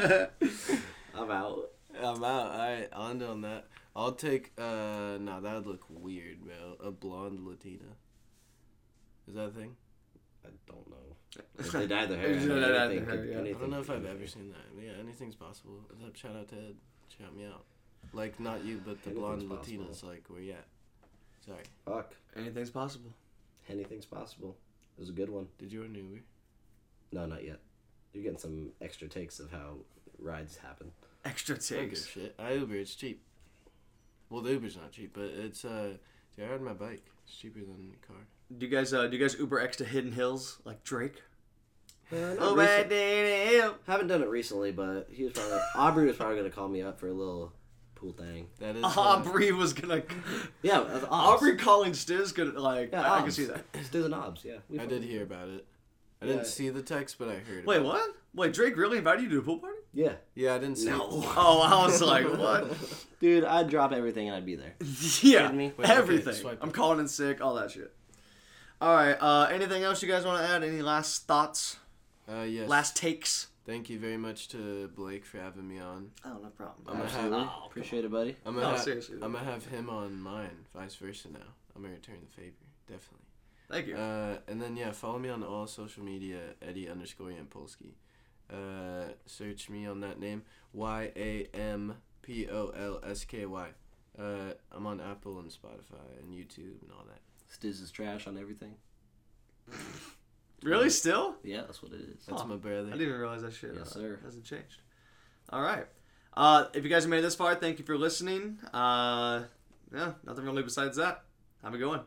I'm out.
I'm out. All right, on on that. I'll take. uh No, that would look weird, bro. A blonde Latina. Is that a thing?
I don't know. If they dyed their hair.
They dyed their
anything
hair,
could-
yeah. I
I don't
anything
know if
could
I've
be.
ever seen that. But yeah, anything's possible. What's up? Shout out to Ed. Shout me out. Like not you, but the blonde
Anything's
Latinas. Like where you at? Sorry.
Fuck.
Anything's possible.
Anything's possible. It was a good one.
Did you an Uber?
No, not yet. You're getting some extra takes of how rides happen.
Extra
I don't give a
takes.
shit. I Uber. It's cheap. Well, the Uber's not cheap, but it's uh. Dude, I ride my bike. It's cheaper than a car.
Do you guys uh, do you guys Uber X to Hidden Hills like Drake? Oh,
Not recent-
damn.
Oh, Haven't done it recently, but he was probably Aubrey was probably gonna call me up for a little pool thing.
That is. uh,
Aubrey was gonna.
Yeah, that's Obs.
Aubrey calling Stiz gonna like.
Yeah,
I, I can
Obs.
see that.
Stiz and Obs. Yeah, we
I
fucking-
did hear about it. I
Yeah.
didn't see the text, but I heard. about
Wait, what? Wait, Drake really invited you to a pool party?
Yeah,
it. Yeah, I didn't see. it.
Oh, I was like, what?
dude, I'd drop everything and I'd be there.
yeah,
me?
Wait, okay,
everything.
swipe
I'm
it.
calling in sick, all that shit. All right. Uh, anything else you guys want to add? Any last thoughts?
Uh, yes.
Last takes?
Thank you very much to Blake for having me on.
Oh, no problem.
I'm gonna have-
Absolutely.
Oh,
Appreciate it, buddy.
I'm
No,
gonna, ha-
seriously.
I'm gonna have him on mine, vice versa now. I'm gonna return the favor, definitely.
Thank you.
Uh, and then yeah, follow me on all social media, Eddie underscore Yampolsky. Uh, search me on that name, Y A M P O L S K Y. Uh, I'm on Apple and Spotify and YouTube and all that.
Stiz is trash on everything.
uh,
really? Still?
Yeah, that's what it is.
That's my brother.
I didn't even realize that shit.
Yes,
uh,
sir.
Hasn't changed. All right. Uh, if you guys made it this far, thank you for listening. Uh, yeah, nothing really besides that. Have a good one.